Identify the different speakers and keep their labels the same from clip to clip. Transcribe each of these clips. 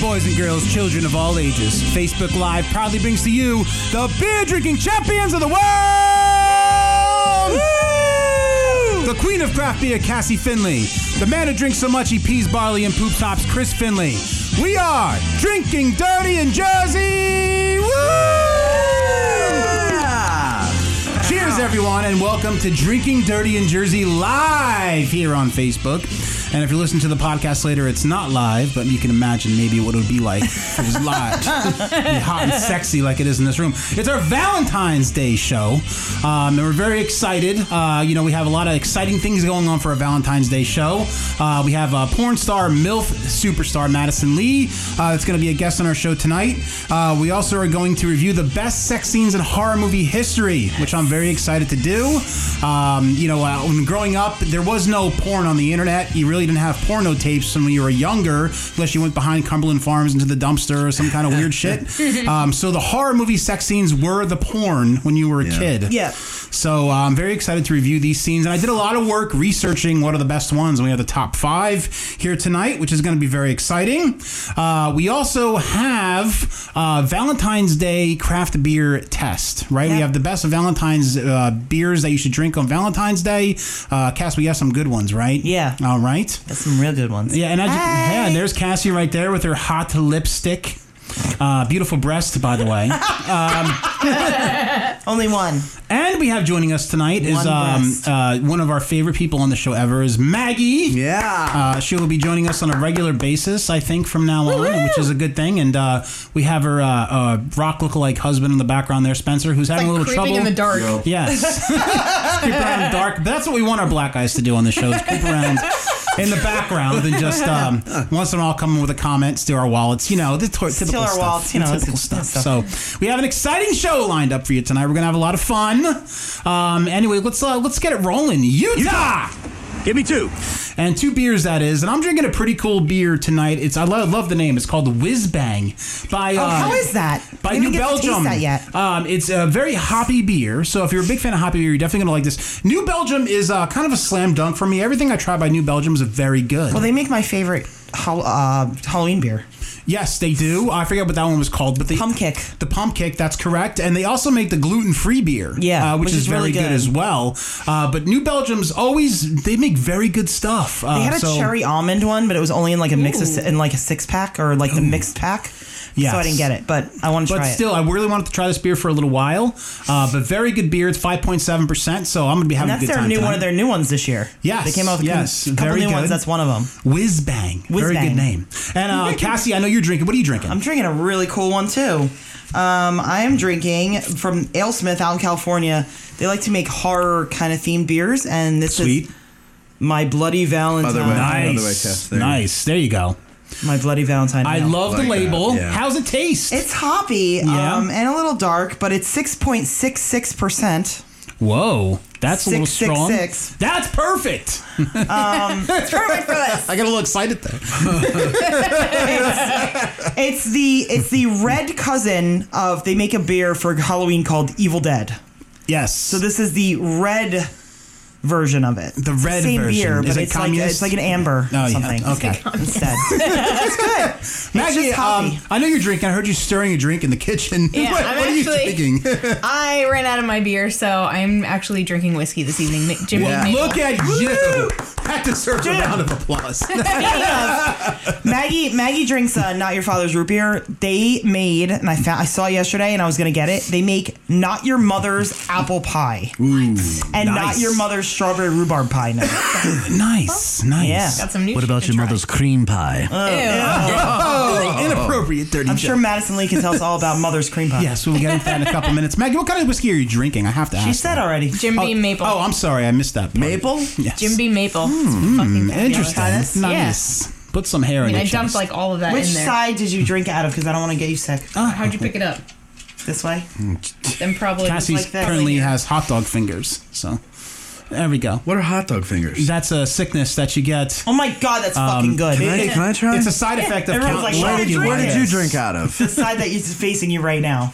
Speaker 1: boys and girls, children of all ages. Facebook Live proudly brings to you the beer drinking champions of the world! The queen of craft beer, Cassie Finley. The man who drinks so much he pees barley and poops hops, Chris Finley. We are drinking dirty in Jersey! Woo! Cheers, everyone, and welcome to Drinking Dirty in Jersey live here on Facebook. And if you're listening to the podcast later, it's not live, but you can imagine maybe what it would be like if it was live. It'd be hot and sexy like it is in this room. It's our Valentine's Day show, um, and we're very excited. Uh, you know, we have a lot of exciting things going on for our Valentine's Day show. Uh, we have uh, porn star, MILF superstar Madison Lee uh, that's going to be a guest on our show tonight. Uh, we also are going to review the best sex scenes in horror movie history, which I'm very excited to do. Um, you know, uh, when growing up, there was no porn on the internet. You really didn't have porno tapes when you were younger, unless you went behind Cumberland Farms into the dumpster or some kind of weird shit. Um, so the horror movie sex scenes were the porn when you were a kid.
Speaker 2: Yeah.
Speaker 1: So uh, I'm very excited to review these scenes. And I did a lot of work researching what are the best ones. And we have the top five here tonight, which is going to be very exciting. Uh, we also have uh, Valentine's Day craft beer test, right? We
Speaker 2: Yeah.
Speaker 1: have the best Valentine's uh, beers that you should drink on Valentine's Day. Uh, Cass, we have some good ones, right?
Speaker 2: Yeah.
Speaker 1: All right.
Speaker 2: That's some real good ones.
Speaker 1: Yeah, and I just,
Speaker 2: Hi.
Speaker 1: yeah, and there's Cassie right there with her hot lipstick. Uh, beautiful breast, by the way.
Speaker 2: Only one.
Speaker 1: And we have joining us tonight is
Speaker 2: One
Speaker 1: um,
Speaker 2: breast.
Speaker 1: uh, one of our favorite people on the show ever is Maggie.
Speaker 3: Yeah.
Speaker 1: Uh, she will be joining us on a regular basis, I think, from now on, which is a good thing. And uh, we have her uh, uh, rock lookalike husband in the background there, Spencer, who's having a little
Speaker 4: creeping
Speaker 1: trouble.
Speaker 4: in the dark.
Speaker 3: Yo.
Speaker 1: Yes, Just creep around in the dark. That's what we want our black guys to do on the show: is creep around in the background and just um, once in a while come in with a comment, steal our wallets. You know, the tor- typical
Speaker 2: our
Speaker 1: stuff.
Speaker 2: wallets, you know,
Speaker 1: typical
Speaker 2: it's-
Speaker 1: stuff.
Speaker 2: it's stuff.
Speaker 1: So we have an exciting show lined up for you tonight. We're gonna have a lot of fun. Um, anyway, let's uh, let's get it rolling. Utah!
Speaker 3: Give me two.
Speaker 1: and two beers that is. And I'm drinking a pretty cool beer tonight. It's I love, love the name. It's called the Whiz Bang by
Speaker 2: Oh,
Speaker 1: uh,
Speaker 2: how is that?
Speaker 1: by
Speaker 2: I didn't
Speaker 1: New
Speaker 2: get to taste
Speaker 1: Belgium.
Speaker 2: that yet.
Speaker 1: Um, it's a very hoppy beer. So if you're a big fan of hoppy beer, you're definitely gonna like this. New Belgium is uh, kind of a slam dunk for me. Everything I try by New Belgium is very good.
Speaker 2: Well, they make my favorite hol- uh, Halloween beer.
Speaker 1: yes, they do. I forget what that one was called, but they
Speaker 2: Pump Kick.
Speaker 1: The pump kick, that's correct, and they also make the gluten-free beer,
Speaker 2: Yeah,
Speaker 1: uh, which,
Speaker 2: which
Speaker 1: is,
Speaker 2: is
Speaker 1: very
Speaker 2: really
Speaker 1: good.
Speaker 2: good.
Speaker 1: as well. Uh, but New Belgium's always they make very good stuff. Uh,
Speaker 2: They had a
Speaker 1: so-
Speaker 2: cherry almond one, but it was only in like a mix of, si- in like a six pack or like the mixed pack.
Speaker 1: Yes.
Speaker 2: So I didn't get it, but I want to
Speaker 1: But
Speaker 2: try
Speaker 1: still, I really wanted to try this beer for a little while. Uh, but very good beer. It's five point seven percent, so I'm gonna be
Speaker 2: it.
Speaker 1: having
Speaker 2: And
Speaker 1: a
Speaker 2: that's
Speaker 1: good
Speaker 2: their
Speaker 1: time.
Speaker 2: new one
Speaker 1: tonight.
Speaker 2: of their new ones this year.
Speaker 1: Yes,
Speaker 2: they came out with a cou-
Speaker 1: yes,
Speaker 2: couple
Speaker 1: very
Speaker 2: new
Speaker 1: good.
Speaker 2: ones. That's one of them.
Speaker 1: Whiz Bang.
Speaker 2: Whiz
Speaker 1: very good
Speaker 2: Bang.
Speaker 1: name. And uh, Cassie, I know you're drinking. What are you drinking?
Speaker 2: I'm drinking a really cool one too. Um, I am drinking from AleSmith out in California. They like to make horror kind of themed beers, and this
Speaker 1: Sweet.
Speaker 2: is my bloody Valentine.
Speaker 3: By the way,
Speaker 1: nice.
Speaker 3: Another way, Cass, there you go.
Speaker 1: nice. There you go.
Speaker 2: My bloody Valentine.
Speaker 1: I
Speaker 2: Ale.
Speaker 1: love the
Speaker 3: Like that,
Speaker 1: label.
Speaker 3: yeah.
Speaker 1: How's it taste?
Speaker 2: It's hoppy
Speaker 1: Yeah.
Speaker 2: um, and a little dark, but it's six point six six percent.
Speaker 1: Whoa, that's a little
Speaker 2: Six, six,
Speaker 1: strong.
Speaker 2: six. Um,
Speaker 1: That's perfect.
Speaker 2: It's perfect for this.
Speaker 1: I got a little excited there.
Speaker 2: It's the it's the red cousin of they make a beer for Halloween called Evil Dead.
Speaker 1: Yes.
Speaker 2: So this is the red version of it.
Speaker 1: The red
Speaker 2: Same
Speaker 1: version.
Speaker 2: beer,
Speaker 1: Is
Speaker 2: but
Speaker 1: it
Speaker 2: it's like
Speaker 1: communist?
Speaker 2: it's like an amber
Speaker 1: Oh, yeah.
Speaker 2: or something.
Speaker 1: Okay.
Speaker 2: Instead. it's good. It's
Speaker 1: Maggie,
Speaker 2: just hoppy.
Speaker 1: um, I know you're drinking. I heard you stirring a drink in the kitchen.
Speaker 4: Yeah,
Speaker 1: what
Speaker 4: I'm
Speaker 1: what are you
Speaker 4: actually-
Speaker 1: drinking?
Speaker 4: I ran out of my beer, so I'm actually drinking whiskey this evening. Ma- Jimmy,
Speaker 3: Yeah.
Speaker 4: Maple.
Speaker 1: Look at you. That deserves a round of applause.
Speaker 2: Maggie Maggie drinks uh, not your father's root beer. They made and I found I saw yesterday and I was gonna get it. They make not your mother's apple pie and
Speaker 1: nice.
Speaker 2: not your mother's strawberry rhubarb pie. Now.
Speaker 1: Nice, nice.
Speaker 2: Yeah.
Speaker 4: got some new.
Speaker 5: What
Speaker 4: shit
Speaker 5: about
Speaker 4: to
Speaker 5: your
Speaker 4: try.
Speaker 5: mother's cream pie?
Speaker 4: Ew.
Speaker 1: Very Oh, inappropriate dirty
Speaker 2: I'm
Speaker 1: joke.
Speaker 2: sure Madison Lee can tell us all about mother's cream pie.
Speaker 1: Yes, we'll get into that in a couple minutes. Maggie, what kind of whiskey are you drinking? I have to ask.
Speaker 2: She said
Speaker 1: that.
Speaker 2: already.
Speaker 4: Jim Beam Maple.
Speaker 1: Oh, I'm sorry. I missed that. part.
Speaker 3: Maple?
Speaker 1: Yes.
Speaker 4: Jim Beam Maple. It's fucking
Speaker 1: hmm, Interesting.
Speaker 4: fabulous.
Speaker 1: Nice. Put some hair
Speaker 4: I mean,
Speaker 1: in
Speaker 4: I
Speaker 1: your
Speaker 4: dumped
Speaker 1: chest.
Speaker 4: like all of that
Speaker 2: Which
Speaker 4: in there.
Speaker 2: side did you drink out of? Because I don't want to get you sick.
Speaker 3: Uh,
Speaker 4: How'd you pick it up?
Speaker 2: This way.
Speaker 4: Then probably
Speaker 1: Cassie
Speaker 2: like that.
Speaker 1: currently
Speaker 2: Like-
Speaker 1: has hot dog fingers. So there we go.
Speaker 3: What are hot dog fingers?
Speaker 1: That's a sickness that you get.
Speaker 2: Oh my god, that's fucking good.
Speaker 3: um, Can I, can I try?
Speaker 1: It's a side effect of
Speaker 2: everyone's
Speaker 1: count-
Speaker 2: like,
Speaker 1: what
Speaker 2: "Why
Speaker 1: did you
Speaker 3: Where
Speaker 1: like
Speaker 3: did
Speaker 1: it?"
Speaker 3: you drink out of?
Speaker 2: the side that is facing you right now.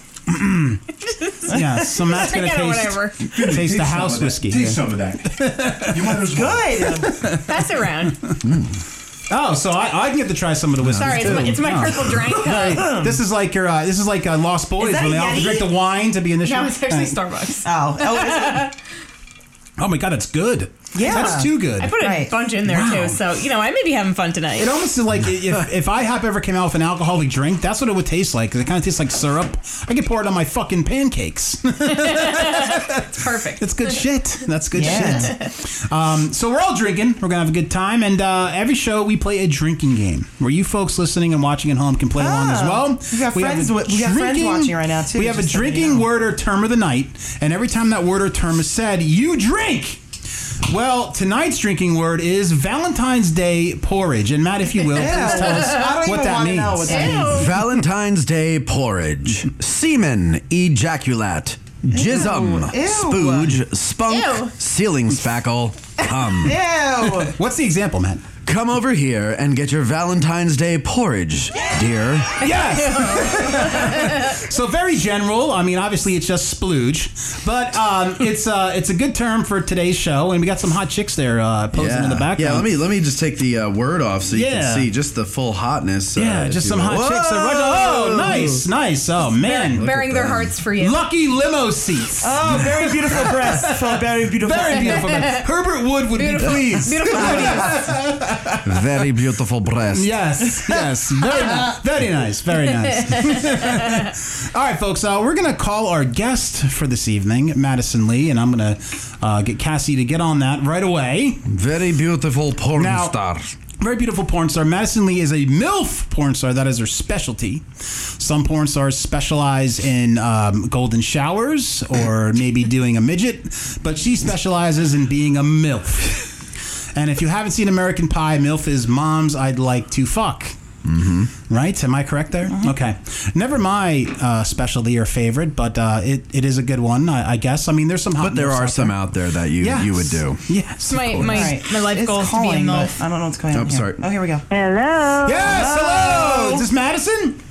Speaker 1: Yeah, so Matt's gonna
Speaker 4: Yeah, whatever.
Speaker 1: taste, taste the house whiskey.
Speaker 3: Taste
Speaker 1: Yeah.
Speaker 3: some of that. You might as well.
Speaker 2: Good.
Speaker 4: Pass around.
Speaker 1: Oh, so I, I can get to try some of the whiskey.
Speaker 4: Sorry, it's my, it's my
Speaker 1: Oh.
Speaker 4: purple drink. cup.
Speaker 1: This is like your. Uh, this is like uh, Lost Boys
Speaker 2: that
Speaker 1: when
Speaker 2: a
Speaker 1: they all
Speaker 2: Yeti?
Speaker 1: drink the wine to be initiated.
Speaker 4: That was actually Starbucks.
Speaker 2: Oh, oh, is it?
Speaker 1: Oh my god, it's good.
Speaker 2: Yeah.
Speaker 1: that's too good.
Speaker 4: I put a
Speaker 2: Right.
Speaker 4: bunch in there too, so you know I may be having fun tonight.
Speaker 1: It almost is like i- if, if IHOP ever came out with an alcoholic drink, that's what it would taste like. 'cause it kind of tastes like syrup. I could pour it on my fucking pancakes.
Speaker 4: It's perfect.
Speaker 1: That's good shit. That's good
Speaker 2: Yeah.
Speaker 1: shit. Um, so we're all drinking. We're gonna have a good time, and uh, every show we play a drinking game where you folks listening and watching at home can play along as well.
Speaker 2: Oh. We
Speaker 1: have
Speaker 2: got friends
Speaker 1: a
Speaker 2: wi- we got friends watching right now, too,
Speaker 1: We have a
Speaker 2: just so you
Speaker 1: drinking
Speaker 2: know.
Speaker 1: word or term of the night, and every time that word or term is said, you drink. Well, tonight's drinking word is Valentine's Day porridge, and Matt, if you will, please tell
Speaker 2: I
Speaker 1: us
Speaker 2: don't
Speaker 1: what
Speaker 2: even
Speaker 1: that
Speaker 2: wanna
Speaker 1: means.
Speaker 2: know what that means.
Speaker 3: Valentine's Day porridge, semen, ejaculate, jism,
Speaker 2: Ew.
Speaker 3: spooge, spunk,
Speaker 4: Ew.
Speaker 3: sealing spackle, cum.
Speaker 2: Ew.
Speaker 1: What's the example, Matt?
Speaker 3: Come over here and get your Valentine's Day porridge, dear.
Speaker 1: Yes. so very general. I mean, obviously it's just splooge, but um, it's uh, it's a good term for today's show, and we got some hot chicks there uh, posing in the background.
Speaker 3: Yeah, let me let me just take the uh, word off so you
Speaker 1: Yeah.
Speaker 3: can see just the full hotness. uh,
Speaker 1: Yeah,
Speaker 3: if
Speaker 1: just
Speaker 3: you
Speaker 1: some
Speaker 3: will.
Speaker 1: hot chicks. That oh,
Speaker 3: Whoa!
Speaker 1: nice, nice. Oh man,
Speaker 4: Bearing their hearts for you.
Speaker 1: lucky limo seats.
Speaker 2: Oh, very beautiful breasts. Oh, very beautiful.
Speaker 1: very beautiful. man. Herbert Wood would
Speaker 4: Beautiful,
Speaker 1: be pleased.
Speaker 4: beautiful booties.
Speaker 3: Very beautiful breast.
Speaker 1: Yes, yes. Very nice. Very nice. Very nice. All right, folks. Uh, we're going to call our guest for this evening, Madison Lee, and I'm going to uh, get Cassie to get on that right away.
Speaker 3: Very beautiful porn
Speaker 1: Now-
Speaker 3: star.
Speaker 1: Very beautiful porn star. Madison Lee is a MILF porn star. That is her specialty. Some porn stars specialize in um, golden showers or maybe doing a midget, but she specializes in being a MILF. And if you haven't seen American Pie, MILF is moms I'd like to fuck.
Speaker 3: Mm-hmm.
Speaker 1: Right? Am I correct there? Okay. Never my uh, specialty or favorite, but uh, it, it is a good one, I, I guess. I mean, there's some hot
Speaker 3: But there
Speaker 1: MILFs
Speaker 3: are
Speaker 1: out
Speaker 3: some out there that you
Speaker 1: Yes.
Speaker 3: you would do.
Speaker 1: Yes. of
Speaker 4: My-
Speaker 1: course.
Speaker 4: my-
Speaker 2: Right.
Speaker 4: life
Speaker 2: it's
Speaker 4: goal is to be
Speaker 2: calling,
Speaker 4: in
Speaker 2: but
Speaker 4: love.
Speaker 2: I don't know what's going on.
Speaker 3: I'm
Speaker 2: here.
Speaker 3: sorry.
Speaker 2: Oh, here we go.
Speaker 5: Hello.
Speaker 1: Yes, hello. Is this Madison?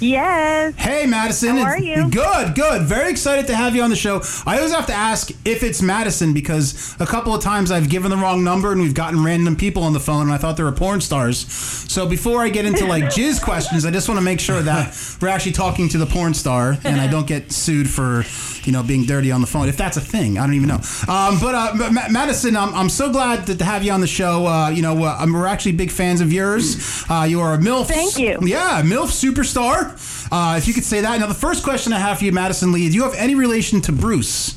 Speaker 5: Yes.
Speaker 1: Hey, Madison.
Speaker 5: How are
Speaker 1: It's-
Speaker 5: you?
Speaker 1: Good, good. Very excited to have you on the show. I always have to ask if it's Madison because a couple of times I've given the wrong number and we've gotten random people on the phone and I thought they were porn stars. So before I get into like jizz questions, I just want to make sure that we're actually talking to the porn star and I don't get sued for, you know, being dirty on the phone. If that's a thing, I don't even know. Um, but uh, Ma- Ma- Madison, I'm, I'm so glad to, to have you on the show. Uh, you know, uh, we're actually big fans of yours. Uh, you are a MILF.
Speaker 5: Thank you.
Speaker 1: Yeah, MILF superstar. Uh, if you could say that. Now, the first question I have for you, Madison Lee, do you have any relation to Bruce?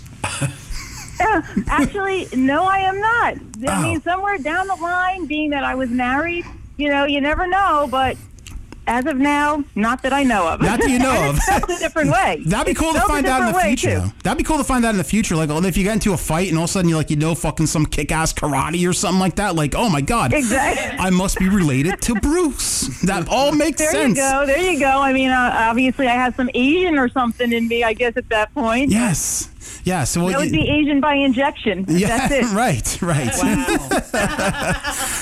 Speaker 5: Actually, no, I am not. I
Speaker 1: Oh.
Speaker 5: mean, somewhere down the line, being that I was married, you know, you never know, but as of now, not that I know of.
Speaker 1: Not that you know of.
Speaker 5: That's a different way.
Speaker 1: That'd be cool to
Speaker 5: Spelled a
Speaker 1: find out in the
Speaker 5: different way,
Speaker 1: future.
Speaker 5: too.
Speaker 1: Though. That'd be cool to find out in the future. Like, if you get into a fight and all of a sudden you're like, you know, fucking some kick-ass karate or something like that. Like, oh my god,
Speaker 5: Exactly.
Speaker 1: I must be related to Bruce. That all makes
Speaker 5: There
Speaker 1: sense.
Speaker 5: you go. There you go. I mean, uh, obviously, I have some Asian or something in me, I guess, at that point.
Speaker 1: Yes, yes. Well,
Speaker 5: That would
Speaker 1: you-
Speaker 5: be Asian by injection.
Speaker 1: yeah,
Speaker 5: That's it.
Speaker 1: right, right.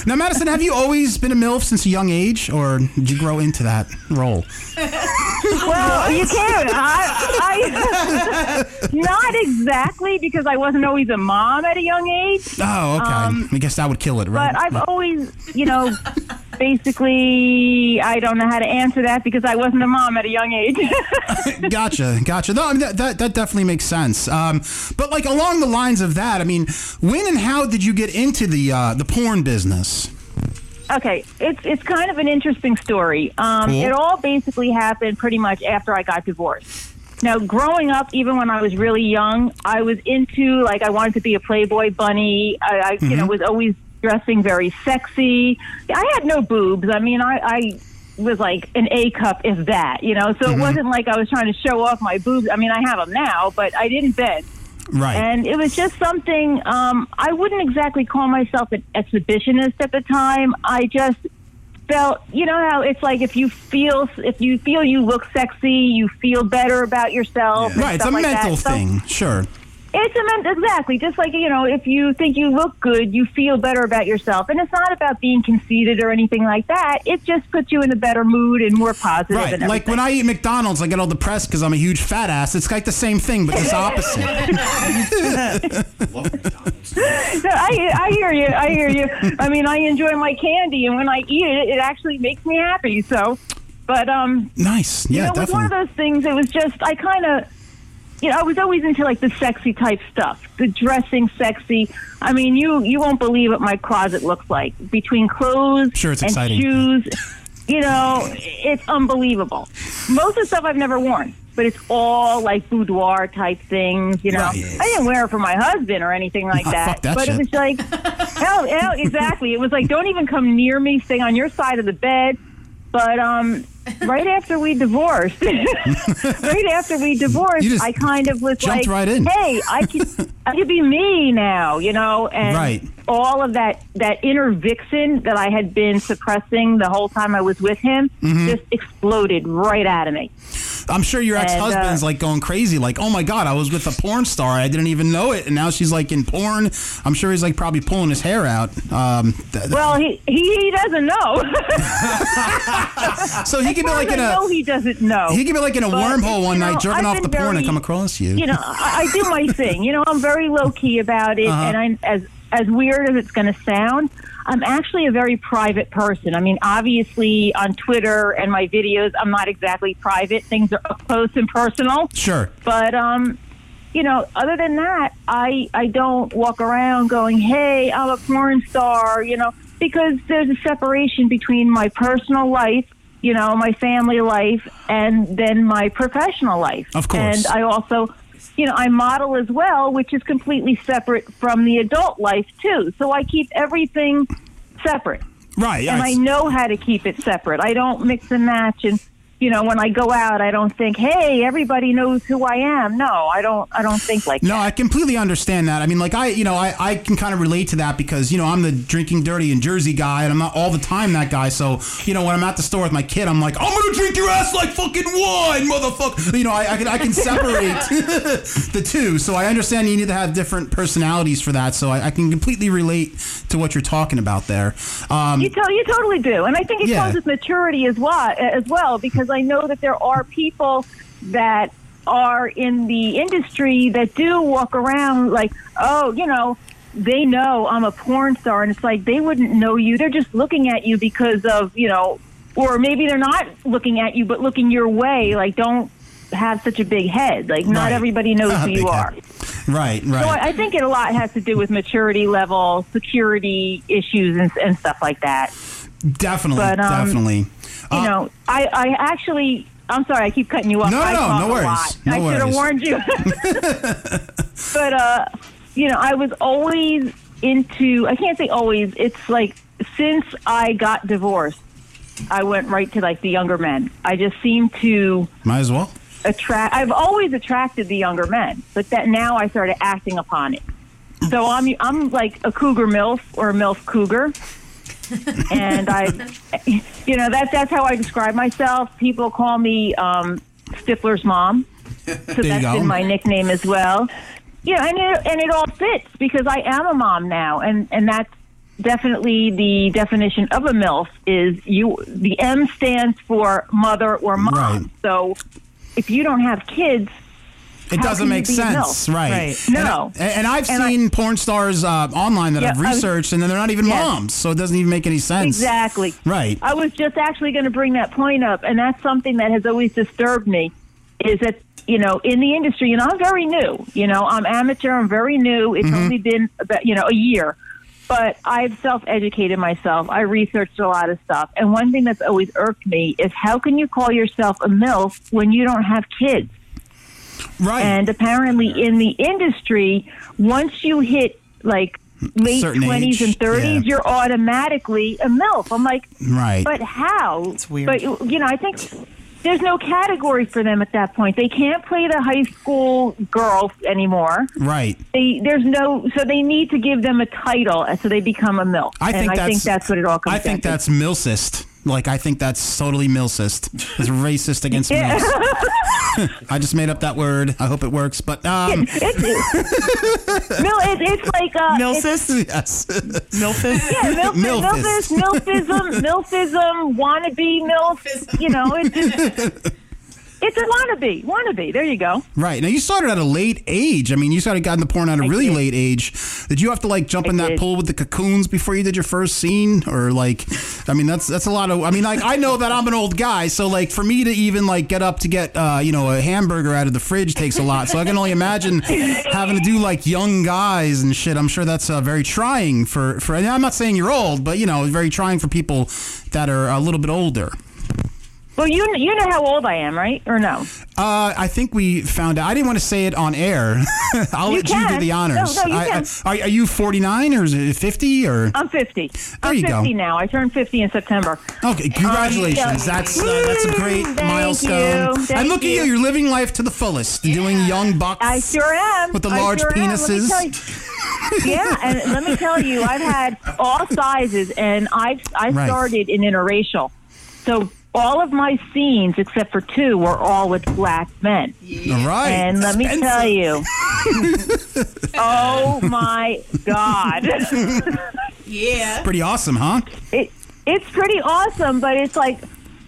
Speaker 1: now, Madison, have you always been a MILF since a young age, or did you grow into that role?
Speaker 5: Well, you can. I, I, not exactly because I wasn't always a mom at a young age,
Speaker 1: Oh, okay.
Speaker 5: Um,
Speaker 1: I guess that would kill it, right?
Speaker 5: but I've always, you know, basically, I don't know how to answer that because I wasn't a mom at a young age.
Speaker 1: gotcha, gotcha. No, I mean, that, that that definitely makes sense. Um, but like along the lines of that, I mean, when and how did you get into the uh, the porn business?
Speaker 5: okay, it's it's kind of an interesting story. Um,
Speaker 1: Cool.
Speaker 5: It all basically happened pretty much after I got divorced. Now, growing up, even when I was really young, I was into like I wanted to be a Playboy bunny. I, I you know was always dressing very sexy. I had no boobs. I mean, I. I was like an A cup, if that, you know. So it wasn't like I was trying to show off my boobs. I mean, I have them now, but I didn't then.
Speaker 1: Right.
Speaker 5: And it was just something um, I wouldn't exactly call myself an exhibitionist at the time. I just felt, you know, how it's like if you feel if you feel you look sexy, you feel better about yourself. and
Speaker 1: right. It's a
Speaker 5: stuff like
Speaker 1: mental
Speaker 5: that. So
Speaker 1: thing. Sure.
Speaker 5: It's a men- exactly just like you know, if you think you look good, you feel better about yourself, and it's not about being conceited or anything like that. It just puts you in a better mood and more positive.
Speaker 1: Right.
Speaker 5: and
Speaker 1: Like when I eat McDonald's, I get all depressed because I'm a huge fat ass. It's like the same thing, but just opposite.
Speaker 5: No, I, I hear you. I hear you. I mean, I enjoy my candy, and when I eat it, it actually makes me happy. So, but um,
Speaker 1: nice. Yeah,
Speaker 5: you know, it was one of
Speaker 1: definitely.
Speaker 5: those things. It was just I kind of, you know, I was always into like the sexy type stuff, the dressing sexy. I mean, you you won't believe what my closet looks like between clothes
Speaker 1: Sure, it's
Speaker 5: and
Speaker 1: exciting.
Speaker 5: shoes. You know, it's unbelievable. Most of the stuff I've never worn, but it's all like boudoir type things. You know,
Speaker 1: Right.
Speaker 5: I didn't wear it for my husband or anything like
Speaker 1: Ah,
Speaker 5: that.
Speaker 1: fuck that
Speaker 5: but
Speaker 1: shit.
Speaker 5: it was like, hell, hell, exactly. It was like, don't even come near me. Stay on your side of the bed. But um, right after we divorced, right after we divorced,
Speaker 1: You just
Speaker 5: I kind of was
Speaker 1: jumped
Speaker 5: like,
Speaker 1: right in.
Speaker 5: "Hey, I could, I could be me now," you know, and
Speaker 1: Right.
Speaker 5: all of that that inner vixen that I had been suppressing the whole time I was with him
Speaker 1: Mm-hmm.
Speaker 5: just exploded right out of me.
Speaker 1: I'm sure your
Speaker 5: And,
Speaker 1: ex
Speaker 5: uh,
Speaker 1: husband's like going crazy, like, oh my God, I was with a porn star. I didn't even know it. And now she's like in porn. I'm sure he's like probably pulling his hair out. Um, th-
Speaker 5: Well, he he, he doesn't know.
Speaker 1: so he could be like in
Speaker 5: I know
Speaker 1: a.
Speaker 5: he doesn't know.
Speaker 1: He could be like in a
Speaker 5: But,
Speaker 1: wormhole one
Speaker 5: you know,
Speaker 1: night, jerking
Speaker 5: I've
Speaker 1: off the
Speaker 5: been
Speaker 1: porn and
Speaker 5: very-
Speaker 1: come across you.
Speaker 5: you know, I, I do my thing. You know, I'm very low key about it, and I'm as as weird as it's going to sound. I'm actually a very private person. I mean, obviously on Twitter and my videos, I'm not exactly private. Things are up close and personal.
Speaker 1: Sure.
Speaker 5: But um, you know, other than that, I I don't walk around going, "Hey, I'm a porn star," you know, because there's a separation between my personal life, you know, my family life, and then my professional life.
Speaker 1: Of course.
Speaker 5: And I also, you know, I model as well, which is completely separate from the adult life too. So I keep everything separate
Speaker 1: Right. yeah,
Speaker 5: and I
Speaker 1: it's-
Speaker 5: know how to keep it separate. I don't mix and match and you know when I go out I don't think, "Hey, everybody knows who I am." No, I don't I don't think like
Speaker 1: No, I completely understand that. I mean, like I, you know, I, I can kind of relate to that because you know I'm the drinking dirty in Jersey guy, and I'm not all the time that guy. So you know, when I'm at the store with my kid, I'm like, I'm gonna drink your ass like fucking wine, motherfucker. You know, I, I can I can separate the two. So I understand you need to have different personalities for that. So I, I can completely relate to what you're talking about there. Um,
Speaker 5: You, to- you totally do, and I think it
Speaker 1: Yeah.
Speaker 5: comes with maturity as well. As well, because I know that there are people that are in the industry that do walk around like, oh, you know, they know I'm a porn star, and it's like they wouldn't know you. They're just looking at you because of you know, or maybe they're not looking at you, but looking your way. Like, don't have such a big head. Like, not
Speaker 1: Right.
Speaker 5: everybody knows who
Speaker 1: Big
Speaker 5: you
Speaker 1: head.
Speaker 5: are.
Speaker 1: right, right.
Speaker 5: So I I think it a lot has to do with maturity level, security issues, and, and stuff like that
Speaker 1: definitely,
Speaker 5: but, um,
Speaker 1: definitely.
Speaker 5: you
Speaker 1: Uh,
Speaker 5: know, I, I actually, I'm sorry, I keep cutting you off.
Speaker 1: No,
Speaker 5: I
Speaker 1: no,
Speaker 5: talk
Speaker 1: no
Speaker 5: a
Speaker 1: worries.
Speaker 5: lot.
Speaker 1: No
Speaker 5: I should have
Speaker 1: worries.
Speaker 5: warned you. but, uh, you know, I was always into, I can't say always, it's like since I got divorced, I went right to like the younger men. I just seemed to
Speaker 1: might as well.
Speaker 5: attract, I've always attracted the younger men, but that now I started acting upon it. So I'm I'm like a cougar milf or a milf cougar, and I, you know that that's how I describe myself. People call me um, Stifler's mom, so
Speaker 1: you
Speaker 5: that's
Speaker 1: go.
Speaker 5: been my nickname as well. Yeah, and it and it all fits because I am a mom now, and and that's definitely the definition of a milf is you. The M stands for mother or mom.
Speaker 1: Right.
Speaker 5: So if you don't have kids,
Speaker 1: It
Speaker 5: How
Speaker 1: doesn't
Speaker 5: can you
Speaker 1: make
Speaker 5: be a milf?
Speaker 1: sense, right?
Speaker 2: Right.
Speaker 1: And
Speaker 5: No.
Speaker 1: I- And, I've
Speaker 5: And I-
Speaker 1: seen porn stars uh, online that
Speaker 5: Yeah,
Speaker 1: I've
Speaker 5: I was-
Speaker 1: researched, and then they're not even
Speaker 5: Yes.
Speaker 1: moms, so it doesn't even make any sense.
Speaker 5: Exactly.
Speaker 1: Right.
Speaker 5: I was just actually going to bring that point up, and that's something that has always disturbed me is that, you know, in the industry, and I'm very new, you know, I'm amateur, I'm very new.
Speaker 1: Mm-hmm.
Speaker 5: It's only been about, you know, a year, but I've self educated myself. I researched a lot of stuff. And one thing that's always irked me is how can you call yourself a MILF when you don't have kids?
Speaker 1: Right.
Speaker 5: And apparently, in the industry, once you hit like late
Speaker 1: Certain
Speaker 5: 20s
Speaker 1: age,
Speaker 5: and 30s,
Speaker 1: yeah.
Speaker 5: you're automatically a MILF. I'm like,
Speaker 1: right.
Speaker 5: but how? It's
Speaker 2: weird.
Speaker 5: But you know, I think there's no category for them at that point. They can't play the high school girl anymore.
Speaker 1: right.
Speaker 5: They there's no so they need to give them a title, and so they become a milk.
Speaker 1: I think
Speaker 5: and I
Speaker 1: that's.
Speaker 5: think that's what it all comes.
Speaker 1: I think
Speaker 5: down to.
Speaker 1: that's milsist. Like I think that's totally milsist. It's racist against milfs. I just made up that word. I hope it works, but um,
Speaker 5: It's, no, it, it's like uh, it's-
Speaker 2: Milfis?
Speaker 1: yes,
Speaker 2: Milfis?
Speaker 5: Yeah, milf,
Speaker 1: Milfis.
Speaker 5: milfis, milfism, milfism, wannabe milf. You know, it's it's a wannabe, wannabe. There you go.
Speaker 1: right. Now you started at a late age. I mean, you started got in the porn at a really
Speaker 5: did.
Speaker 1: late age. Did you have to like jump in that
Speaker 5: did.
Speaker 1: pool with the cocoons before you did your first scene, or like, I mean, that's that's a lot of. I mean, like I know that I'm an old guy, so like for me to even like get up to get uh, you know a hamburger out of the fridge takes a lot. So I can only imagine having to do like young guys and shit. I'm sure that's uh, very trying for for. And I'm not saying you're old, but you know, very trying for people that are a little bit older.
Speaker 5: Well, you you know how old I am, right? Or no?
Speaker 1: Uh, I think we found out. I didn't want to say it on air. I'll
Speaker 5: You
Speaker 1: let you do
Speaker 5: can.
Speaker 1: the
Speaker 5: No, no,
Speaker 1: honors.
Speaker 5: you
Speaker 1: I- I-
Speaker 5: can. Uh,
Speaker 1: are, are you 49 or is it 50 or?
Speaker 5: I'm 50. I'm
Speaker 1: you go.
Speaker 5: 50 now. I turned 50 in September.
Speaker 1: Okay, congratulations.
Speaker 5: yeah.
Speaker 1: That's uh, that's a great
Speaker 5: mm, Thank
Speaker 1: milestone.
Speaker 5: you.
Speaker 1: and
Speaker 5: Thank
Speaker 1: look
Speaker 5: you.
Speaker 1: at you. You're living life to the fullest. Doing young bucks.
Speaker 5: I sure am.
Speaker 1: With the
Speaker 5: I
Speaker 1: large
Speaker 5: sure am. Let me
Speaker 1: penises.
Speaker 5: tell you- yeah, and let me tell you, I've had all sizes, and I've I
Speaker 1: Right.
Speaker 5: started in interracial, so all of my scenes except for two were all with black men.
Speaker 1: All right.
Speaker 5: And let me
Speaker 1: Spencer.
Speaker 5: tell you. oh my God.
Speaker 4: Yeah.
Speaker 1: Pretty awesome, huh?
Speaker 5: It, it's pretty awesome, but it's like,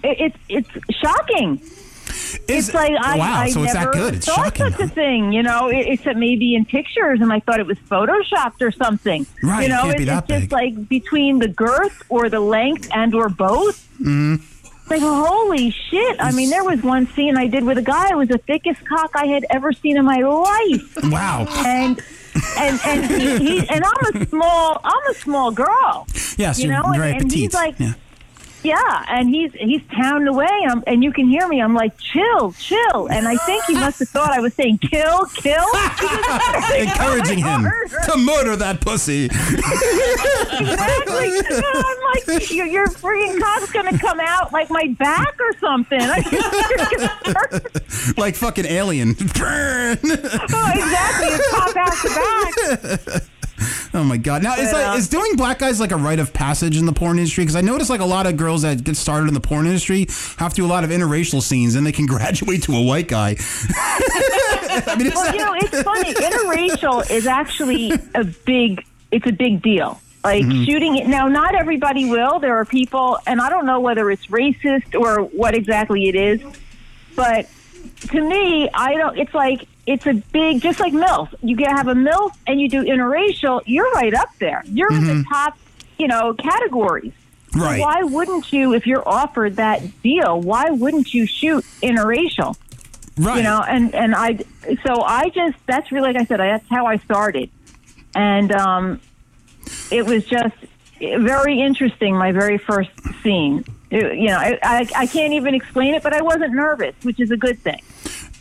Speaker 5: it, it's it's shocking.
Speaker 1: Is-
Speaker 5: It's like I,
Speaker 1: wow,
Speaker 5: I
Speaker 1: so
Speaker 5: never
Speaker 1: it's that good. It's
Speaker 5: saw
Speaker 1: shocking.
Speaker 5: such a thing, you know, it, except maybe in pictures, and I thought it was photoshopped or something.
Speaker 1: Right,
Speaker 5: you
Speaker 1: it
Speaker 5: know,
Speaker 1: can't be
Speaker 5: it's-
Speaker 1: that
Speaker 5: it's just
Speaker 1: big.
Speaker 5: like between the girth or the length and or both.
Speaker 1: Mm-hmm.
Speaker 5: Like holy shit! I mean, there was one scene I did with a guy. It was the thickest cock I had ever seen in my life,
Speaker 1: Wow.
Speaker 5: and and and he, he and I'm a small I'm a small girl.
Speaker 1: Yes,
Speaker 5: You
Speaker 1: are
Speaker 5: know, and-
Speaker 1: very
Speaker 5: and he's
Speaker 1: petite.
Speaker 5: like-
Speaker 1: yeah.
Speaker 5: Yeah, and he's he's pounding away, and, I'm, and you can hear me. I'm like, chill, chill, and I think he must have thought I was saying kill, kill.
Speaker 1: Encouraging him to murder that pussy.
Speaker 5: exactly. And I'm like, your, your freaking cock's gonna come out like my back or something. I
Speaker 1: like fucking alien.
Speaker 5: oh, exactly, your cock out the back.
Speaker 1: Oh my god! Now is
Speaker 5: uh,
Speaker 1: like, is doing black guys like a rite of passage in the porn industry? Because I notice like a lot of girls that get started in the porn industry have to do a lot of interracial scenes, and they can graduate to a white guy. I mean, it's
Speaker 5: Well, you know, it's funny. Interracial is actually a big. It's a big deal. Like shooting it now. Not everybody will. There are people, and I don't know whether it's racist or what exactly it is. But to me, I don't. It's like it's a big, just like milf. You get have a milf, and you do interracial. You're right up there. You're in the top, you know, categories. So
Speaker 1: Right.
Speaker 5: Why wouldn't you, if you're offered that deal, why wouldn't you shoot interracial?
Speaker 1: right.
Speaker 5: you know and and i so i just that's really like i said that's how i started and um it was just very interesting my very first scene It- you know I, I i can't even explain it but i wasn't nervous which is a good thing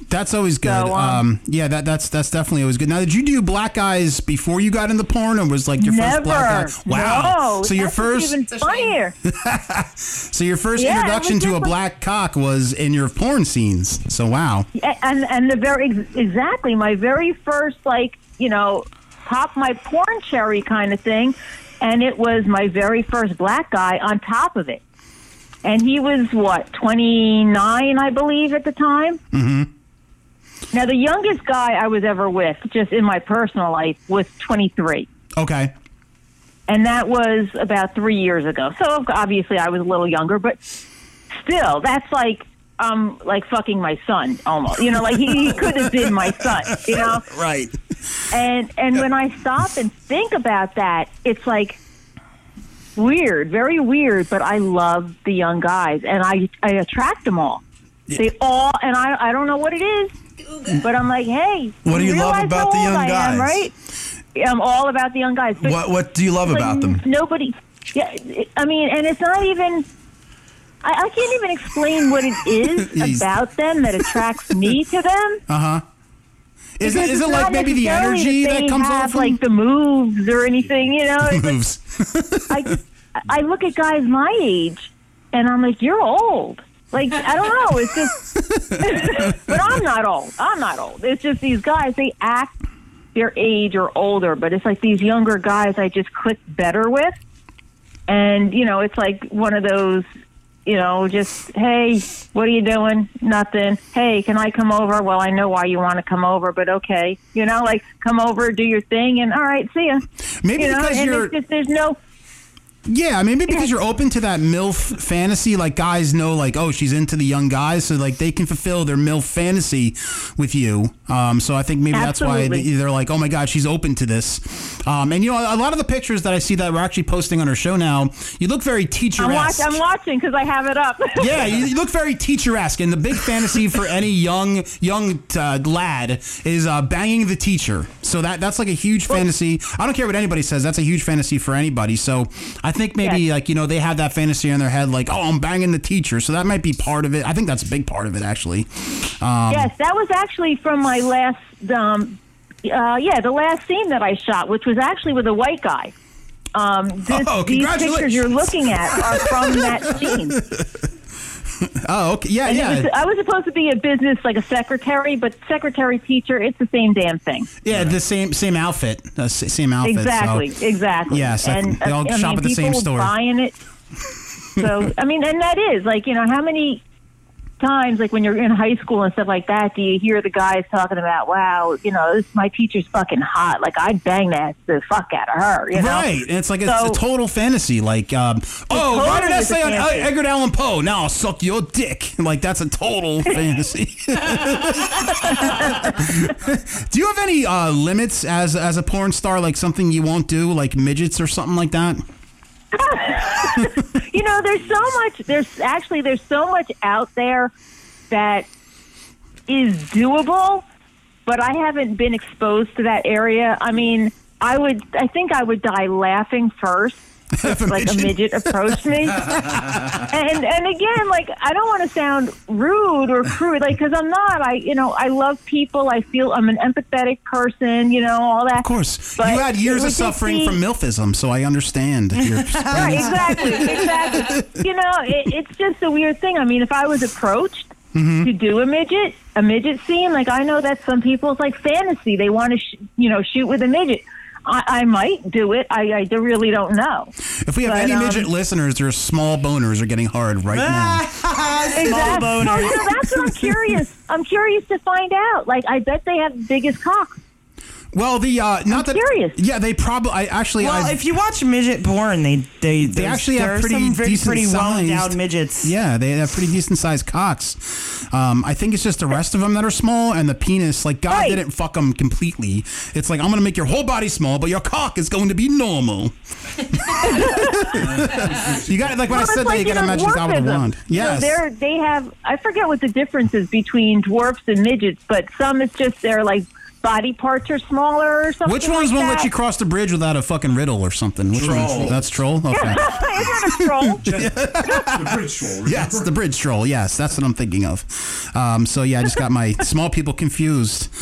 Speaker 1: that's always good. um,
Speaker 5: So, um,
Speaker 1: yeah, that that's that's definitely always good. Now, did you do black guys before you got into porn, or was like your
Speaker 5: never
Speaker 1: first black guy? Wow!
Speaker 5: no,
Speaker 1: so your
Speaker 5: that's
Speaker 1: first
Speaker 5: even
Speaker 4: a shame.
Speaker 5: funnier
Speaker 1: so your first
Speaker 5: Yeah, it
Speaker 1: introduction
Speaker 5: was
Speaker 1: to
Speaker 5: just
Speaker 1: a
Speaker 5: like-
Speaker 1: black cock was in your porn scenes. So wow.
Speaker 5: A- and and the very ex- exactly my very first like you know pop my porn cherry kind of thing and it was my very first black guy on top of it and he was what 29 i believe at the time mm-hmm. now the youngest guy i was ever with just in my personal life was 23
Speaker 1: Okay.
Speaker 5: and that was about three years ago. So obviously, I was a little younger, but still, that's like um like fucking my son almost. You know, like he, he could have been my son. You know,
Speaker 1: Right.
Speaker 5: and and when I stop and think about that, it's like weird, very weird. But I love the young guys, and I I attract them all. They all, and I I don't know what it is, but I'm like, hey,
Speaker 3: What do you love
Speaker 5: realize
Speaker 3: about
Speaker 5: how
Speaker 3: the
Speaker 5: old
Speaker 3: young
Speaker 5: I
Speaker 3: guys?
Speaker 5: am, right? I'm all about the young guys. But
Speaker 3: What What do you love
Speaker 5: like,
Speaker 3: about them?
Speaker 5: Nobody. Yeah, it- I mean, and it's not even. I, I can't even explain what it
Speaker 1: Yes.
Speaker 5: is about them that attracts me to them.
Speaker 1: Is it
Speaker 5: Because
Speaker 1: is
Speaker 5: it's
Speaker 1: it like
Speaker 5: not
Speaker 1: maybe the
Speaker 5: necessarily
Speaker 1: energy that,
Speaker 5: they
Speaker 1: comes
Speaker 5: have,
Speaker 1: off from
Speaker 5: like the moves or anything? You know, It's like,
Speaker 1: moves?
Speaker 5: I just I look at guys my age, and I'm like, you're old. Like I don't know. It's just, but I'm not old. I'm not old. It's just these guys. They act their age or older, but it's like these younger guys. I just click better with, and you know, it's like one of those. you know, just, hey, what are you doing? Nothing. Hey, can I come over? Well, I know why you want to come over, but okay. You know, like come over, do your thing, and all right, see ya.
Speaker 1: Maybe
Speaker 5: you know,
Speaker 1: because
Speaker 5: and
Speaker 1: you're
Speaker 5: it's just, there's no,
Speaker 1: Yeah, I mean, maybe because you're open to that MILF fantasy. Like, guys know, like, oh, she's into the young guys. So, like, they can fulfill their MILF fantasy with you. Um, so, I think maybe that's why
Speaker 5: Absolutely.
Speaker 1: they- they're like, oh my God, she's open to this. Um, and, you know, a lot of the pictures that I see that we're actually posting on her show now, you look very teacher
Speaker 5: I'm, watch, I'm watching because I have it up.
Speaker 1: yeah, you you look very teacher-esque, and the big fantasy for any young young uh, lad is uh, banging the teacher. So that that's like a huge fantasy. I don't care what anybody says; that's a huge fantasy for anybody. So I think maybe
Speaker 5: Yes.
Speaker 1: like you know they have that fantasy in their head, like oh, I'm banging the teacher. So that might be part of it. I think that's a big part of it, actually. Um,
Speaker 5: Yes, that was actually from my last, um, uh, yeah, the last scene that I shot, which was actually with a white guy. Um, this,
Speaker 1: Oh,
Speaker 5: these
Speaker 1: congratulations.
Speaker 5: pictures you're looking at are from that scene.
Speaker 1: Oh, okay, yeah,
Speaker 5: And it
Speaker 1: yeah,
Speaker 5: was- I was supposed to be a business like a secretary, but secretary teacher, it's the same damn thing.
Speaker 1: yeah. The same same outfit, uh, s- same outfit. so-
Speaker 5: exactly, exactly.
Speaker 1: Yes, I-
Speaker 5: and uh,
Speaker 1: they all
Speaker 5: I mean,
Speaker 1: shop at the same
Speaker 5: people
Speaker 1: store.
Speaker 5: Buying it. So I mean, and that is like you know how many times like when you're in high school and stuff like that, do you hear the guys talking about, wow, you know, this my teacher's fucking hot. Like I'd bang that the fuck out of her. You know?
Speaker 1: Right, and it's like it's
Speaker 5: So-
Speaker 1: a total fantasy. Like, um, oh, why did I
Speaker 5: totally is a
Speaker 1: say on
Speaker 5: fantasy.
Speaker 1: Edgar Allan Poe? Now I'll suck your dick. Like that's a total fantasy. do you have any uh, limits as as a porn star? Like something you won't do, like midgets or something like that.
Speaker 5: you know there's so much there's actually there's so much out there that is doable but i haven't been exposed to that area i mean i would i think i would die laughing first if like a midget approached me and and again like i don't want to sound rude or crude like because i'm not i you know i love people i feel i'm an empathetic person you know all that
Speaker 1: Of course,
Speaker 5: But
Speaker 1: you had years
Speaker 5: it
Speaker 1: of
Speaker 5: would just
Speaker 1: suffering
Speaker 5: be-
Speaker 1: from milfism, so I understand. Your
Speaker 5: Right, exactly, exactly. You know, it, it's just a weird thing. I mean, if I was approached to do a midget, a midget scene, like I know that some people's like fantasy, they want to, sh- you know, shoot with a midget. I, I might do it. I, I really don't know.
Speaker 1: if we have
Speaker 5: But,
Speaker 1: any
Speaker 5: um,
Speaker 1: midget listeners, their small boners are getting hard right
Speaker 5: Ah,
Speaker 1: now.
Speaker 2: Small
Speaker 5: Oh,
Speaker 2: boner.
Speaker 5: you know, that's what I'm curious. I'm curious to find out. Like, I bet they have the biggest cock.
Speaker 1: Well, the uh, not that
Speaker 5: curious.
Speaker 1: yeah, they probably. I actually
Speaker 2: Well,
Speaker 1: I've-
Speaker 2: if you watch midget porn, they they they
Speaker 1: actually have
Speaker 2: there are
Speaker 1: pretty
Speaker 2: some very
Speaker 1: decent
Speaker 2: pretty
Speaker 1: sized-
Speaker 2: well down midgets.
Speaker 1: Yeah, they have pretty decent sized cocks. Um, I think it's just the rest of them that are small, and the penis. Like God
Speaker 5: Right.
Speaker 1: didn't fuck them completely. It's like I'm gonna make your whole body small, but your cock is going to be normal. you got like when I
Speaker 5: Well,
Speaker 1: said
Speaker 5: it's
Speaker 1: that, you
Speaker 5: like,
Speaker 1: got to
Speaker 5: know,
Speaker 1: imagine out with a
Speaker 5: dwarfism.
Speaker 1: wand.
Speaker 5: You know,
Speaker 1: Yes.
Speaker 5: they're they have. I forget what the difference is between dwarfs and midgets, but some it's just their like body parts are smaller or something.
Speaker 1: which ones
Speaker 5: like
Speaker 1: won't
Speaker 5: that.
Speaker 1: let you cross the bridge without a fucking riddle or something? Which
Speaker 6: Troll.
Speaker 1: one's that's troll? Okay.
Speaker 5: Isn't that a troll?
Speaker 6: The bridge troll.
Speaker 1: Yes, the bridge troll. Yes, that's what I'm thinking of. Um, so yeah, I just got my small people confused.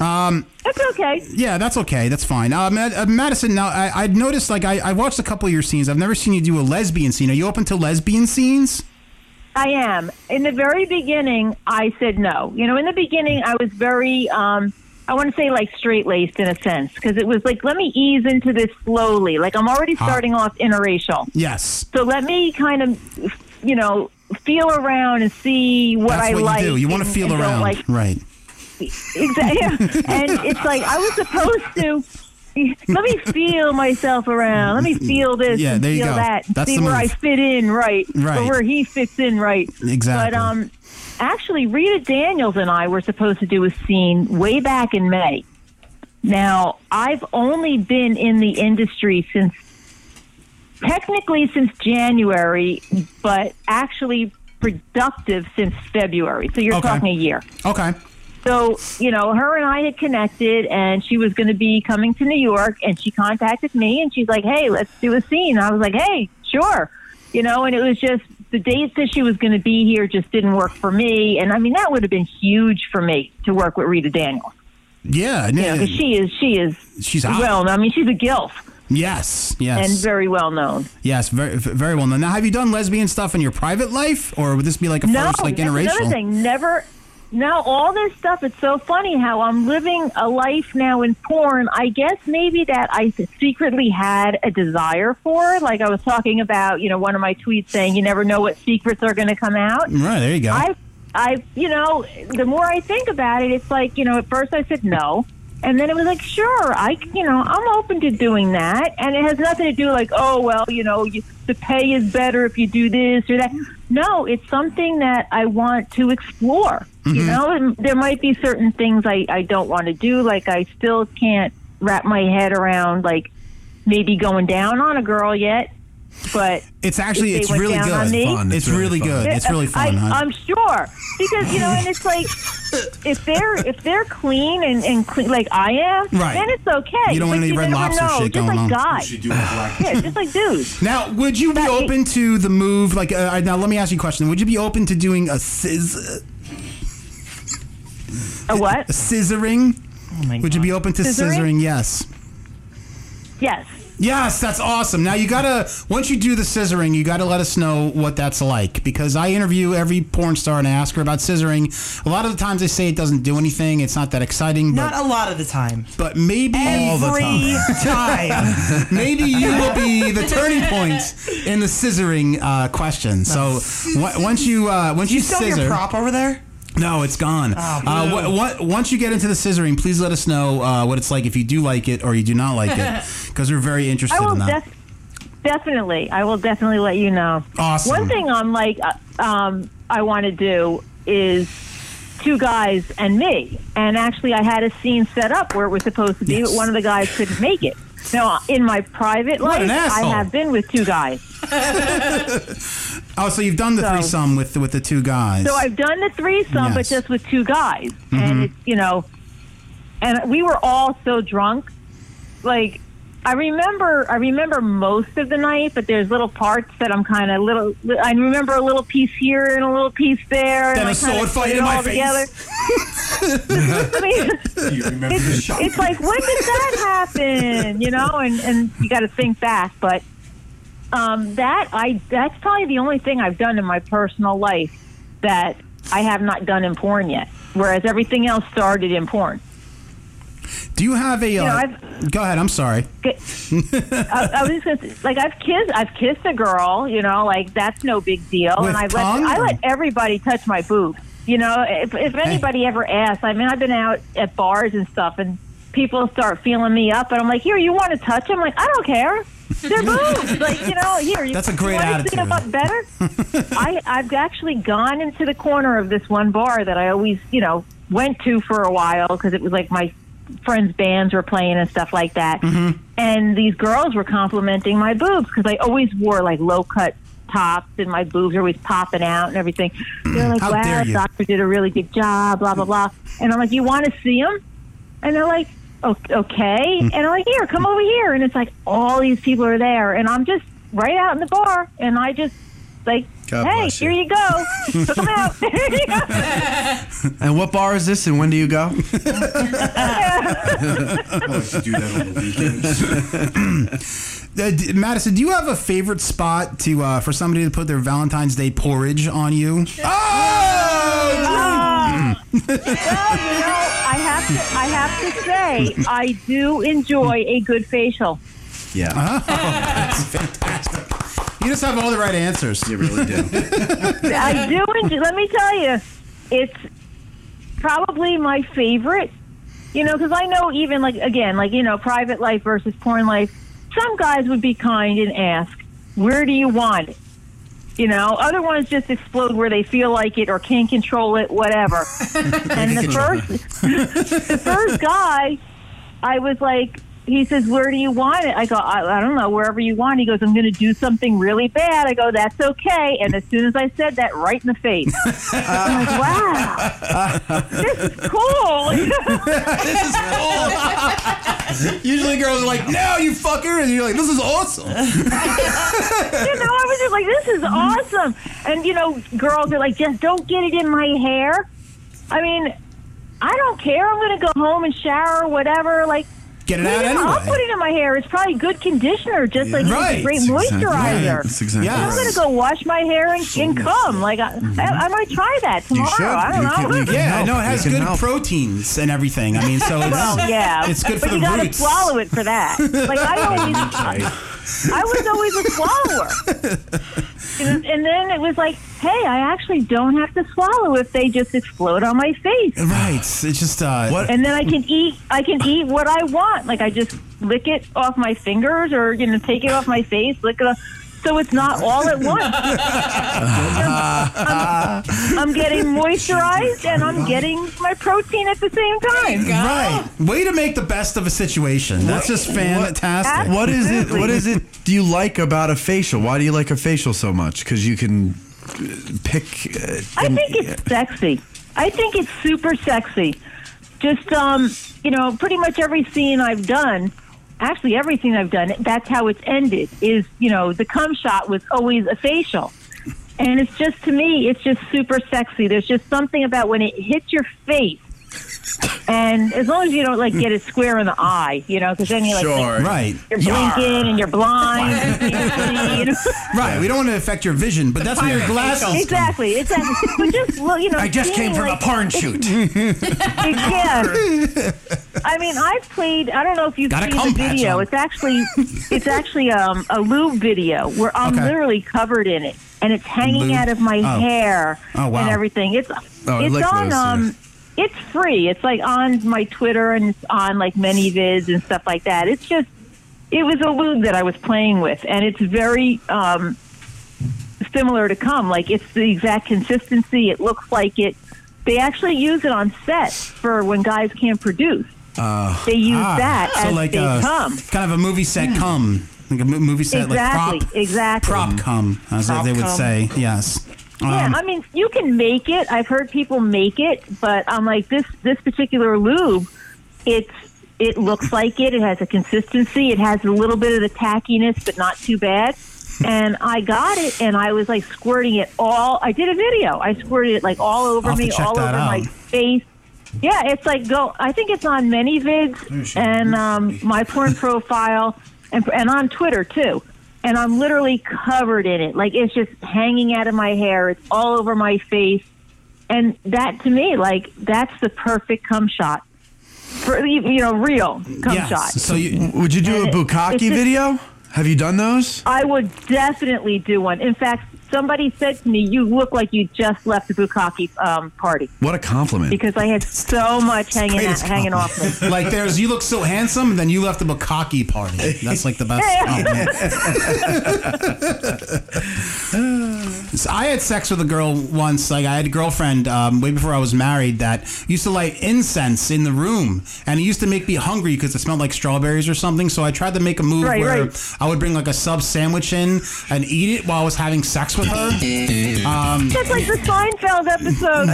Speaker 5: That's okay.
Speaker 1: Yeah, that's okay. That's fine. Uh, Mad- uh, Madison, now I, I noticed like I, I watched a couple of your scenes. I've never seen you do a lesbian scene. Are you open to lesbian scenes?
Speaker 5: I am. In the very beginning, I said no. You know, in the beginning, I was very, um, I want to say like straight laced in a sense, because it was like, let me ease into this slowly. Like, I'm
Speaker 1: Ah.
Speaker 5: already starting off interracial.
Speaker 1: Yes.
Speaker 5: So let me kind of, you know, feel around and see what
Speaker 1: That's
Speaker 5: I
Speaker 1: what
Speaker 5: like.
Speaker 1: you do. You want to
Speaker 5: and-
Speaker 1: feel
Speaker 5: and don't
Speaker 1: around,
Speaker 5: like.
Speaker 1: right?
Speaker 5: Exactly. and it's like I was supposed to. Let me feel myself around. Let me feel this.
Speaker 1: Yeah,
Speaker 5: and
Speaker 1: there you
Speaker 5: feel
Speaker 1: go.
Speaker 5: That. and
Speaker 1: That's
Speaker 5: see
Speaker 1: the
Speaker 5: where I
Speaker 1: move.
Speaker 5: fit in right.
Speaker 1: Right.
Speaker 5: Or where he fits in right.
Speaker 1: Exactly.
Speaker 5: But um, actually, Rita Daniels and I were supposed to do a scene way back in May. Now I've only been in the industry since technically since January, but actually productive since February. So you're
Speaker 1: Okay.
Speaker 5: talking a year.
Speaker 1: Okay.
Speaker 5: So, you know, her and I had connected and she was going to be coming to New York and she contacted me and she's like, hey, let's do a scene. And I was like, hey, sure. You know, and it was just the dates that she was going to be here just didn't work for me. And I mean, that would have been huge for me to work with Rita Daniels.
Speaker 1: Yeah.
Speaker 5: You know,
Speaker 1: yeah.
Speaker 5: because she is, she is,
Speaker 1: She's hot.
Speaker 5: well, I mean, she's a gilf
Speaker 1: yes. Yes.
Speaker 5: and very well known.
Speaker 1: yes. Very, very well. Now, have you done lesbian stuff in your private life, or would this be like a
Speaker 5: No,
Speaker 1: first, like
Speaker 5: that's another
Speaker 1: interracial?
Speaker 5: thing. Never, now all this stuff it's so funny how i'm living a life now in porn i guess maybe that i secretly had a desire for like i was talking about you know one of my tweets saying you never know what secrets are going to come out
Speaker 1: Right, there you go.
Speaker 5: I, I, you know, the more I think about it, it's like, you know, at first I said no. And then it was like, sure, I, you know, I'm open to doing that. And it has nothing to do like, oh, well, you know, you, the pay is better if you do this or that. No, it's something that I want to explore. You know, and there might be certain things I, I don't want to do. Like, I still can't wrap my head around, like, maybe going down on a girl yet. But
Speaker 1: it's actually
Speaker 5: if they
Speaker 1: it's
Speaker 5: went
Speaker 1: really
Speaker 5: down on
Speaker 1: good.
Speaker 5: me-
Speaker 3: Fun.
Speaker 1: It's,
Speaker 3: It's
Speaker 1: really,
Speaker 3: really fun.
Speaker 1: good. It's really fun.
Speaker 5: I,
Speaker 1: huh?
Speaker 5: I'm sure because you know, and it's like if they're if they're clean and, and clean like I am,
Speaker 1: Right.
Speaker 5: then it's okay.
Speaker 1: You don't want
Speaker 5: But
Speaker 1: any Red
Speaker 5: never
Speaker 1: Lobster
Speaker 5: know,
Speaker 1: shit going
Speaker 5: just like
Speaker 1: on.
Speaker 5: guys,
Speaker 6: She do have black.
Speaker 5: yeah, just like dudes.
Speaker 1: Now, would you be
Speaker 5: But-
Speaker 1: open to the move? Like, uh, now let me ask you a question. Would you be open to doing a sciz-
Speaker 5: A what?
Speaker 1: a scissoring?
Speaker 2: Oh my
Speaker 1: Would you be open to scissoring?
Speaker 5: Scissoring?
Speaker 1: Yes.
Speaker 5: Yes.
Speaker 1: Yes, that's awesome. Now you gotta once you do the scissoring, you gotta let us know what that's like because I interview every porn star and I ask her about scissoring. A lot of the times they say it doesn't do anything. It's not that exciting,
Speaker 2: Not
Speaker 1: but
Speaker 2: a lot of the time.
Speaker 1: but maybe
Speaker 2: Every time.
Speaker 1: maybe you will be the turning point in the scissoring uh, question. So w- once you uh, once you,
Speaker 2: You still have
Speaker 1: scissor,
Speaker 2: your prop over there?
Speaker 1: no, it's gone.
Speaker 5: Oh,
Speaker 1: uh, wha- wha- once you get into the scissoring, please let us know uh, what it's like if you do like it or you do not like it because we're very interested
Speaker 5: I will
Speaker 1: in that.
Speaker 5: def- definitely. I will definitely let you know.
Speaker 1: Awesome.
Speaker 5: One thing I'm like, uh, um, I want to do is two guys and me. And actually, I had a scene set up where it was supposed to be,
Speaker 1: Yes.
Speaker 5: but one of the guys couldn't make it. Now, in my private
Speaker 1: What an
Speaker 5: life,
Speaker 1: asshole.
Speaker 5: I have been with two guys.
Speaker 1: oh, so you've done the
Speaker 5: So-
Speaker 1: threesome with with the two guys.
Speaker 5: So I've done the threesome, but
Speaker 1: Yes.
Speaker 5: just with two guys, and it's you know, and we were all so drunk. Like I remember, I remember most of the night, but there's little parts that I'm kind of little. I remember a little piece here and a little piece there,
Speaker 1: Then
Speaker 5: and
Speaker 1: a
Speaker 5: I kinda
Speaker 1: sword
Speaker 5: put
Speaker 1: fight
Speaker 5: it
Speaker 1: in my
Speaker 5: all
Speaker 1: face.
Speaker 5: together. I mean,
Speaker 6: Do you remember the
Speaker 5: it's,
Speaker 6: shot?
Speaker 5: it's like when did that happen you know and and you got to think back but um that i that's probably the only thing i've done in my personal life that i have not done in porn yet whereas everything else started in porn
Speaker 1: do you have a?
Speaker 5: know,
Speaker 1: uh, go ahead. I'm sorry.
Speaker 5: I, I was just gonna, say, like I've kissed I've kissed a girl, you know, like that's no big deal.
Speaker 1: With
Speaker 5: and I
Speaker 1: tongue?
Speaker 5: let I let everybody touch my boob. You know, if if anybody ever asks, I mean, I've been out at bars and stuff, and people start feeling me up, and I'm like, here, you want to touch? I'm like, I don't care. They're boobs, like you know. Here, you,
Speaker 1: That's a great
Speaker 5: you wanna
Speaker 1: attitude.
Speaker 5: See them up better. I I've actually gone into the corner of this one bar that I always you know went to for a while because it was like my friends' bands were playing and stuff like that.
Speaker 1: Mm-hmm.
Speaker 5: And these girls were complimenting my boobs because I always wore like low cut tops and my boobs were always popping out and everything. They're like,
Speaker 1: How dare
Speaker 5: wow,
Speaker 1: you."
Speaker 5: doctor did a really good job, blah, blah, blah. And I'm like, you want to see them? And they're like, "O- okay.
Speaker 1: Hmm.
Speaker 5: And I'm like, here, come over here. And it's like, all these people are there. And I'm just right out in the bar and I just like,
Speaker 1: God
Speaker 5: hey,
Speaker 1: bless you.
Speaker 5: here you go. Took 'em out.
Speaker 3: And what bar is this and when do you go?
Speaker 6: I like to do that on the weekends.
Speaker 1: Uh, d- Madison, do you have a favorite spot to uh, for somebody to put their Valentine's Day porridge on you? Oh,
Speaker 5: well, you know, I have to, I have to say, I do enjoy a good facial.
Speaker 3: Yeah.
Speaker 1: you just have all the right answers.
Speaker 3: You really do.
Speaker 5: I do enjoy. Let me tell you, it's probably my favorite. You know, because I know even like again, like you know, private life versus porn life. Some guys would be kind and ask, "Where do you want it?" You know, other ones just explode where they feel like it or can't control it, whatever. and the first, the first guy, I was like, he says, "Where do you want it?" I go, "I, I don't know, wherever you want." He goes, "I'm going to do something really bad." I go, "That's okay." And as soon as I said that, right in the face, I'm like, "Wow, this is cool."
Speaker 1: Usually girls are like, no, you fucker. And you're like, this is awesome.
Speaker 5: you know, I was just like, this is awesome. And, you know, girls are like, just don't get it in my hair. I mean, I don't care. I'm going to go home and shower, whatever. Like,
Speaker 1: Get it out
Speaker 5: Even I'll put
Speaker 1: anyway.
Speaker 5: it in my hair. It's probably good conditioner, just like
Speaker 1: Right.
Speaker 5: it's a great
Speaker 3: That's exactly right.
Speaker 5: moisturizer.
Speaker 3: That's exactly
Speaker 1: Yeah.
Speaker 5: I'm
Speaker 3: right.
Speaker 5: gonna go wash my hair and, and
Speaker 3: Sold.
Speaker 5: come. Like I, I, I might try that
Speaker 3: You
Speaker 5: tomorrow.
Speaker 3: should.
Speaker 5: I don't
Speaker 3: You
Speaker 5: know.
Speaker 3: can- you can-
Speaker 1: Yeah,
Speaker 3: help.
Speaker 1: no, it has
Speaker 3: It can
Speaker 1: good
Speaker 3: help.
Speaker 1: proteins and everything. I mean, so it's,
Speaker 5: Well, yeah,
Speaker 1: it's good
Speaker 5: but
Speaker 1: for
Speaker 5: you
Speaker 1: the
Speaker 5: gotta
Speaker 1: roots.
Speaker 5: swallow it for that. Like I always, I was always a swallower, and, and then it was like, hey, I actually don't have to swallow if they just explode on my face,
Speaker 1: Right. It's just uh,
Speaker 3: What-
Speaker 5: and then I can eat, I can eat what I want. Like I just lick it off my fingers, or you know, take it off my face, lick it off. So it's not all at once. I'm- I'm- I'm getting moisturized and I'm getting my protein at the same time.
Speaker 1: Right. Way to make the best of a situation. That's just fantastic.
Speaker 3: What is it? What is it? Do you like about a facial? Why do you like a facial so much? Because you can uh, pick. Uh,
Speaker 5: I think it's sexy. I think it's super sexy. Just um, you know, pretty much every scene I've done, actually every scene I've done, that's how it's ended. Is you know, the cum shot was always a facial, and it's just to me, it's just super sexy. There's just something about when it hits your face. And as long as you don't like get it square in the eye, you know, because then you're like
Speaker 3: Sure.
Speaker 1: Right.
Speaker 5: you're blinking and you're blind. you know?
Speaker 1: Right. We don't want to affect your vision, but that's when your
Speaker 4: pirate
Speaker 1: glasses.
Speaker 5: exactly, exactly. But just look, you know,
Speaker 3: I just came
Speaker 5: seeing,
Speaker 3: from a
Speaker 5: like,
Speaker 3: porn shoot.
Speaker 5: It can. I mean, I've played. I don't know if you've
Speaker 1: Got a
Speaker 5: seen
Speaker 1: cum
Speaker 5: the
Speaker 1: patch
Speaker 5: video.
Speaker 1: on.
Speaker 5: It's actually, it's actually um, a lube video where I'm
Speaker 1: Okay.
Speaker 5: literally covered in it, and it's hanging
Speaker 1: Lube?
Speaker 5: out of my
Speaker 1: Oh.
Speaker 5: hair
Speaker 1: Oh, wow.
Speaker 5: and everything. It's
Speaker 3: Oh, it
Speaker 5: it's
Speaker 3: looks
Speaker 5: on
Speaker 3: loose,
Speaker 5: um, it's free. It's like on my Twitter and it's on like many vids and stuff like that. It's just, it was a lube that I was playing with, and it's very um, similar to cum. Like it's the exact consistency. It looks like it. They actually use it on set for when guys can't produce. they use
Speaker 1: Ah,
Speaker 5: that
Speaker 1: so
Speaker 5: as
Speaker 1: like
Speaker 5: they
Speaker 1: a,
Speaker 5: come. Hmm.
Speaker 1: kind of a movie set cum, like a mo- movie set
Speaker 5: Exactly.
Speaker 1: like prop
Speaker 5: exactly.
Speaker 1: prop cum, as
Speaker 2: Prop
Speaker 1: they would
Speaker 2: cum.
Speaker 1: say. Yes.
Speaker 5: Yeah,
Speaker 1: Um,
Speaker 5: I mean, you can make it. I've heard people make it, but I'm like this. This particular lube, it's it looks like it. It has a consistency. It has a little bit of the tackiness, but not too bad. And I got it, and I was like squirting it all. I did a video. I squirted it like all over
Speaker 1: I'll have to
Speaker 5: me,
Speaker 1: check
Speaker 5: all over
Speaker 1: that
Speaker 5: my
Speaker 1: out.
Speaker 5: face. Yeah, it's like go. I think it's on many vids and um, my porn profile, and and on Twitter too. And I'm literally covered in it. Like it's just hanging out of my hair. It's all over my face. And that to me, like that's the perfect cum shot. For you know, real cum
Speaker 1: yes.
Speaker 5: shot.
Speaker 1: So you,
Speaker 3: Would you do a
Speaker 5: And it- it's
Speaker 3: bukkake
Speaker 5: just-
Speaker 3: video? Have you done those?
Speaker 5: I would definitely do one. In fact, somebody said to me, "You look like you just left the bukkake um, party
Speaker 3: What a compliment!
Speaker 5: because I had so much hanging out,
Speaker 1: greatest
Speaker 5: hanging off me."
Speaker 1: like there's you look so handsome, and then you left the bukkake party. That's like the best. compliment. Oh, So I had sex with a girl once. Like I had a girlfriend um, way before I was married that used to light incense in the room, and it used to make me hungry because it smelled like strawberries or something. So I tried to make a move
Speaker 5: Right,
Speaker 1: where
Speaker 5: right.
Speaker 1: I would bring like a sub sandwich in and eat it while I was having sex with her.
Speaker 5: That's like the Seinfeld episode.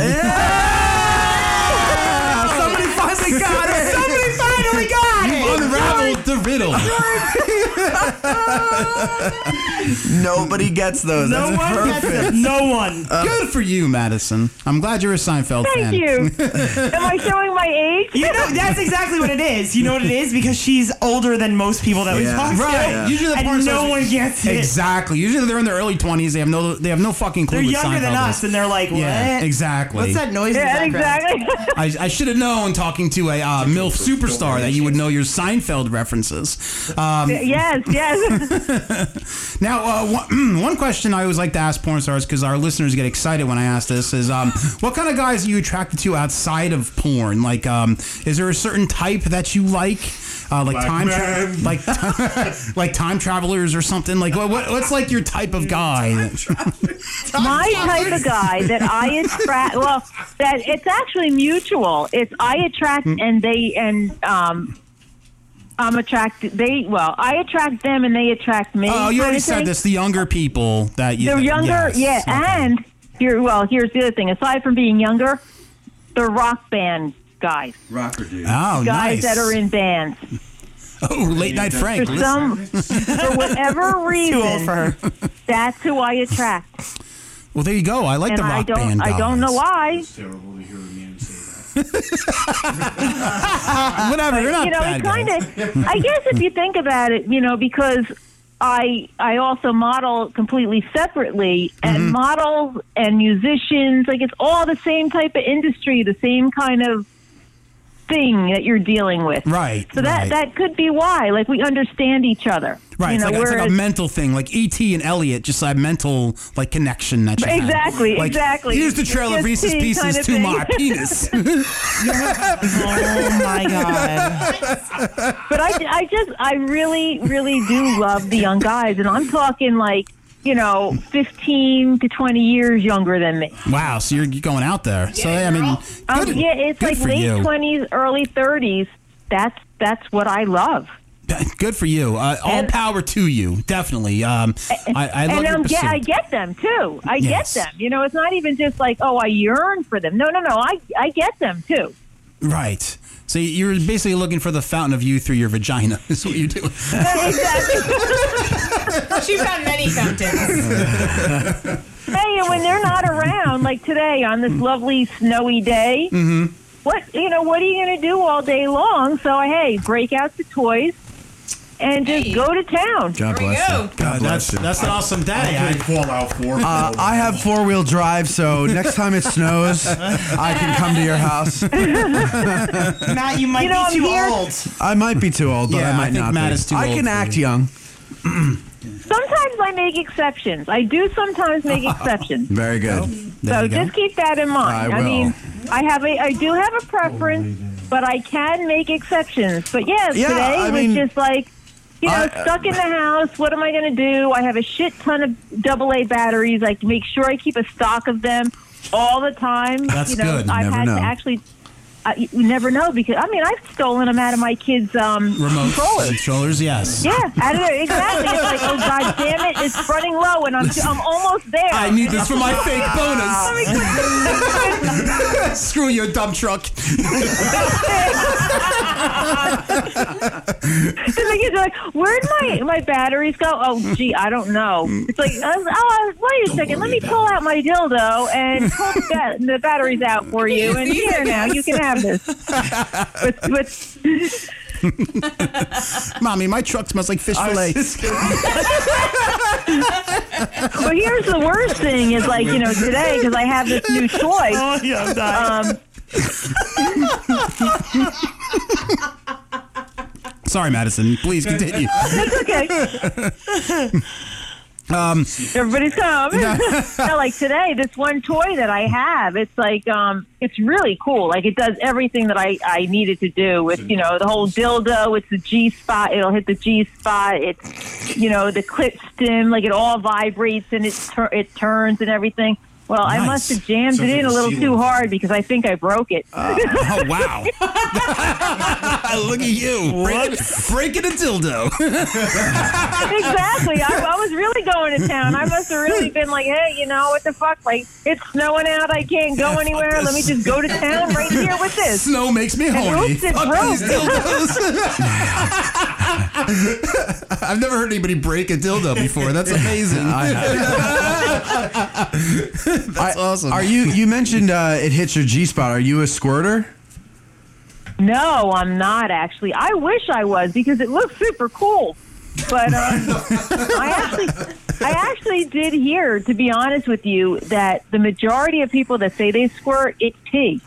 Speaker 3: Somebody finally got it. Somebody finally got
Speaker 1: You unraveled the riddle.
Speaker 3: Nobody gets those.
Speaker 2: No
Speaker 3: That's
Speaker 2: one gets
Speaker 3: perfect.
Speaker 2: them. No one.
Speaker 1: Good for you, Madison. I'm glad you're a Seinfeld fan.
Speaker 5: Thank you. Am I showing my age?
Speaker 2: You know, that's exactly what it is. You know what it is? Because she's older than most people that we
Speaker 3: Yeah.
Speaker 2: talk to.
Speaker 1: Right. Usually the porn
Speaker 2: and no
Speaker 1: stars-
Speaker 2: one gets it.
Speaker 1: Exactly. Usually they're in their early twenties. They have no. They have no fucking clue.
Speaker 2: They're
Speaker 1: what
Speaker 2: younger than
Speaker 1: Seinfeld
Speaker 2: us,
Speaker 1: is.
Speaker 2: and they're like, what?
Speaker 1: Yeah, exactly.
Speaker 2: What's that noise? in the
Speaker 5: Yeah,
Speaker 2: background?
Speaker 5: exactly.
Speaker 1: I, I should have known talking to a uh, MILF superstar that you would know your Seinfeld references. Um,
Speaker 5: yes, yes.
Speaker 1: now, uh, one, one question I always like to ask porn stars because our listeners get excited when I ask this is um, what kind of guys are you attracted to outside of porn? Like, um, is there a certain type that you like? Uh, like
Speaker 6: Black
Speaker 1: time, tra-
Speaker 6: man.
Speaker 1: like like time travelers or something. Like, what, what what's like your type of guy? that-
Speaker 5: My type of guy that I attract. Well, that it's actually mutual. It's I attract
Speaker 1: Hmm.
Speaker 5: and they and um, I'm attracted. They well, I attract them and they attract me.
Speaker 1: Oh, you
Speaker 5: kind
Speaker 1: already
Speaker 5: of
Speaker 1: said
Speaker 5: thing.
Speaker 1: this. The younger people that you.
Speaker 5: They're younger,
Speaker 1: yes.
Speaker 5: yeah.
Speaker 1: Okay.
Speaker 5: And here, well, here's the other thing. Aside from being younger, they're rock band guys,
Speaker 6: Rocker dude.
Speaker 3: Uh,
Speaker 1: Oh, nice.
Speaker 5: guys that are in bands.
Speaker 1: oh, late night Frank.
Speaker 5: For some, for whatever reason,
Speaker 2: Too old for her.
Speaker 5: that's who I attract.
Speaker 1: Well, there you go. I like
Speaker 5: and
Speaker 1: the rock
Speaker 5: I don't
Speaker 1: band.
Speaker 5: I don't know
Speaker 1: guys.
Speaker 5: why.
Speaker 6: It's terrible to hear a man say
Speaker 1: Whatever, you're not
Speaker 5: you know,
Speaker 1: bad
Speaker 5: it kind
Speaker 1: guys.
Speaker 5: of. I guess if you think about it, you know, because I I also model completely separately, and
Speaker 1: Mm-hmm.
Speaker 5: models and musicians, like it's all the same type of industry, the same kind of thing that you're dealing with.
Speaker 1: Right,
Speaker 5: So that
Speaker 1: right.
Speaker 5: that could be why, like we understand each other.
Speaker 1: Right,
Speaker 5: You know,
Speaker 1: it's, like, it's like
Speaker 5: whereas-
Speaker 1: a mental thing, like ET and Elliot, just a mental like connection that you have.
Speaker 5: Exactly,
Speaker 1: Like,
Speaker 5: exactly.
Speaker 1: Here's the trail of
Speaker 5: It's
Speaker 1: Reese's
Speaker 5: ET
Speaker 1: Pieces
Speaker 5: kind of
Speaker 1: to
Speaker 5: thing.
Speaker 1: my penis.
Speaker 2: Oh my god.
Speaker 5: But I, I just, I really, really do love the young guys, and I'm talking like, you know, 15 to 20 years younger than me.
Speaker 1: wow, so you're going out there. so I mean,
Speaker 5: Um,
Speaker 1: good-
Speaker 5: yeah, it's
Speaker 1: good
Speaker 5: like
Speaker 1: for you.
Speaker 5: late twenties, early thirties. That's that's what I love.
Speaker 1: Good for you. Uh, all
Speaker 5: And-
Speaker 1: power to you, definitely. Um, I, I love
Speaker 5: and
Speaker 1: your
Speaker 5: I'm
Speaker 1: pursuit.
Speaker 5: get, I get them too. I
Speaker 1: Yes.
Speaker 5: get them. You know, it's not even just like, oh, I yearn for them. No, no, no. I I get them too.
Speaker 1: Right. So you're basically looking for the fountain of youth through your vagina. Is what you do.
Speaker 5: exactly.
Speaker 4: She found many fountains.
Speaker 5: Hey, and when they're not around, like today on this lovely snowy day, what you know, what are you going to do all day long? So hey, break out the toys and just
Speaker 4: Hey.
Speaker 5: go to town.
Speaker 3: God
Speaker 4: There we
Speaker 3: bless
Speaker 4: go.
Speaker 3: you. God bless
Speaker 1: Uh, That's
Speaker 3: you.
Speaker 1: that's an awesome day.
Speaker 6: I
Speaker 1: I-
Speaker 6: fall out for.
Speaker 3: Uh, I have four wheel drive, so next time it snows, I can come to your house.
Speaker 2: Matt, you might
Speaker 5: You know,
Speaker 2: be too
Speaker 5: I'm here-
Speaker 2: old.
Speaker 3: I might be too old, but
Speaker 1: Yeah,
Speaker 3: I might
Speaker 1: I think
Speaker 3: not
Speaker 1: Matt
Speaker 3: be.
Speaker 1: is too
Speaker 3: I
Speaker 1: old
Speaker 3: can
Speaker 1: for
Speaker 3: act
Speaker 1: you.
Speaker 3: young.
Speaker 5: Sometimes I make exceptions. I do sometimes make exceptions.
Speaker 3: Very good.
Speaker 1: There
Speaker 5: So
Speaker 1: you go.
Speaker 5: just keep that in mind.
Speaker 3: I
Speaker 5: I,
Speaker 3: will.
Speaker 5: mean, I have a, I do have a preference, but I can make exceptions. But yeah,
Speaker 3: Yeah,
Speaker 5: today
Speaker 3: I
Speaker 5: was
Speaker 3: mean,
Speaker 5: just like, you know,
Speaker 3: I-
Speaker 5: stuck in the house. What am I going to do? I have a shit ton of double A batteries. I make sure I keep a stock of them all the time.
Speaker 1: That's
Speaker 5: you know,
Speaker 1: good.
Speaker 5: I've
Speaker 3: Never
Speaker 5: had
Speaker 3: know.
Speaker 5: to actually. I, you never know because I mean I've stolen them out of my kids' um,
Speaker 1: Remote
Speaker 5: controllers.
Speaker 1: controllers, yes.
Speaker 5: Yeah, out of there exactly. It's like oh god damn it, it's running low and I'm I'm almost there.
Speaker 1: I need this for my fake bonus.
Speaker 5: Let me quickly-
Speaker 1: Screw you, dump truck.
Speaker 5: the thing is, like, where'd my my batteries go? Oh, gee, I don't know. It's like, uh, oh, wait a second, let me pull out my dildo and pull the, bat- the batteries out for you. And here now, you can have this. But, but
Speaker 1: Mommy, my truck smells like fish
Speaker 3: I was
Speaker 1: fillet.
Speaker 3: just kidding.
Speaker 5: well, here's the worst thing is like, you know, today because I have this new toy.
Speaker 2: Oh yeah, I'm dying.
Speaker 5: Um,
Speaker 1: Sorry, Madison. Please continue.
Speaker 5: it's okay.
Speaker 1: Um,
Speaker 5: Everybody's come. no, like today, this one toy that I have, it's like um, it's really cool. Like it does everything that I I needed to do with you know the whole dildo. It's the G spot. It'll hit the G spot. It's you know the clip stim. Like it all vibrates and it tur- it turns and everything. Well, I
Speaker 1: Nice.
Speaker 5: must have jammed
Speaker 6: Sounds
Speaker 5: it in a
Speaker 6: like a
Speaker 5: little
Speaker 6: sea
Speaker 5: too
Speaker 6: lion.
Speaker 5: hard because I think I broke it.
Speaker 1: Oh wow! Look at you breaking, breaking a dildo.
Speaker 5: exactly. I, I was really going to town. I must have really been like, hey, you know what the fuck? Like it's snowing out. I can't go anywhere. Let me just go to town right here with this.
Speaker 1: Snow makes me horny.
Speaker 5: oops, it
Speaker 1: Fuck
Speaker 5: broke.
Speaker 1: these dildos. I've never heard anybody break a dildo before. That's amazing. That's
Speaker 3: I-
Speaker 1: awesome.
Speaker 3: Are you? You mentioned uh, it hits your G spot. Are you a squirter?
Speaker 5: No, I'm not actually. I wish I was because it looks super cool. But um, I actually, I actually did hear, to be honest with you, that the majority of people that say they squirt, it's pee.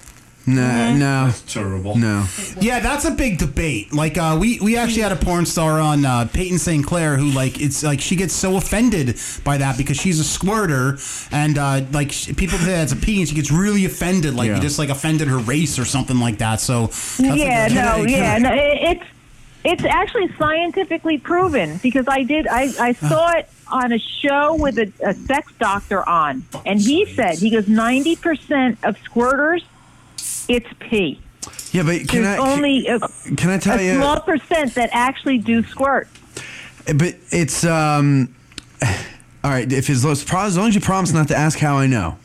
Speaker 3: No,
Speaker 5: Mm-hmm.
Speaker 3: no,
Speaker 6: terrible.
Speaker 3: no.
Speaker 1: Yeah, that's a big debate. Like uh, we we actually had a porn star on uh, Peyton St. Clair who like it's like she gets so offended by that because she's a squirter and uh, like sh people say that's a pee and she gets really offended like
Speaker 3: Yeah.
Speaker 1: you just like offended her race or something like that. So that's like,
Speaker 5: yeah,
Speaker 1: a
Speaker 5: no,
Speaker 1: headache.
Speaker 5: yeah, no, it, it's it's actually scientifically proven because I did I, I saw it on a show with a, a sex doctor on, and he said he goes ninety percent of squirters, it's pee.
Speaker 3: Yeah, but can
Speaker 5: There's
Speaker 3: I?
Speaker 5: only a,
Speaker 3: can I tell
Speaker 5: a
Speaker 3: you?
Speaker 5: small percent that actually do squirt.
Speaker 3: But it's um. All right, if it's as long as you promise not to ask how I know,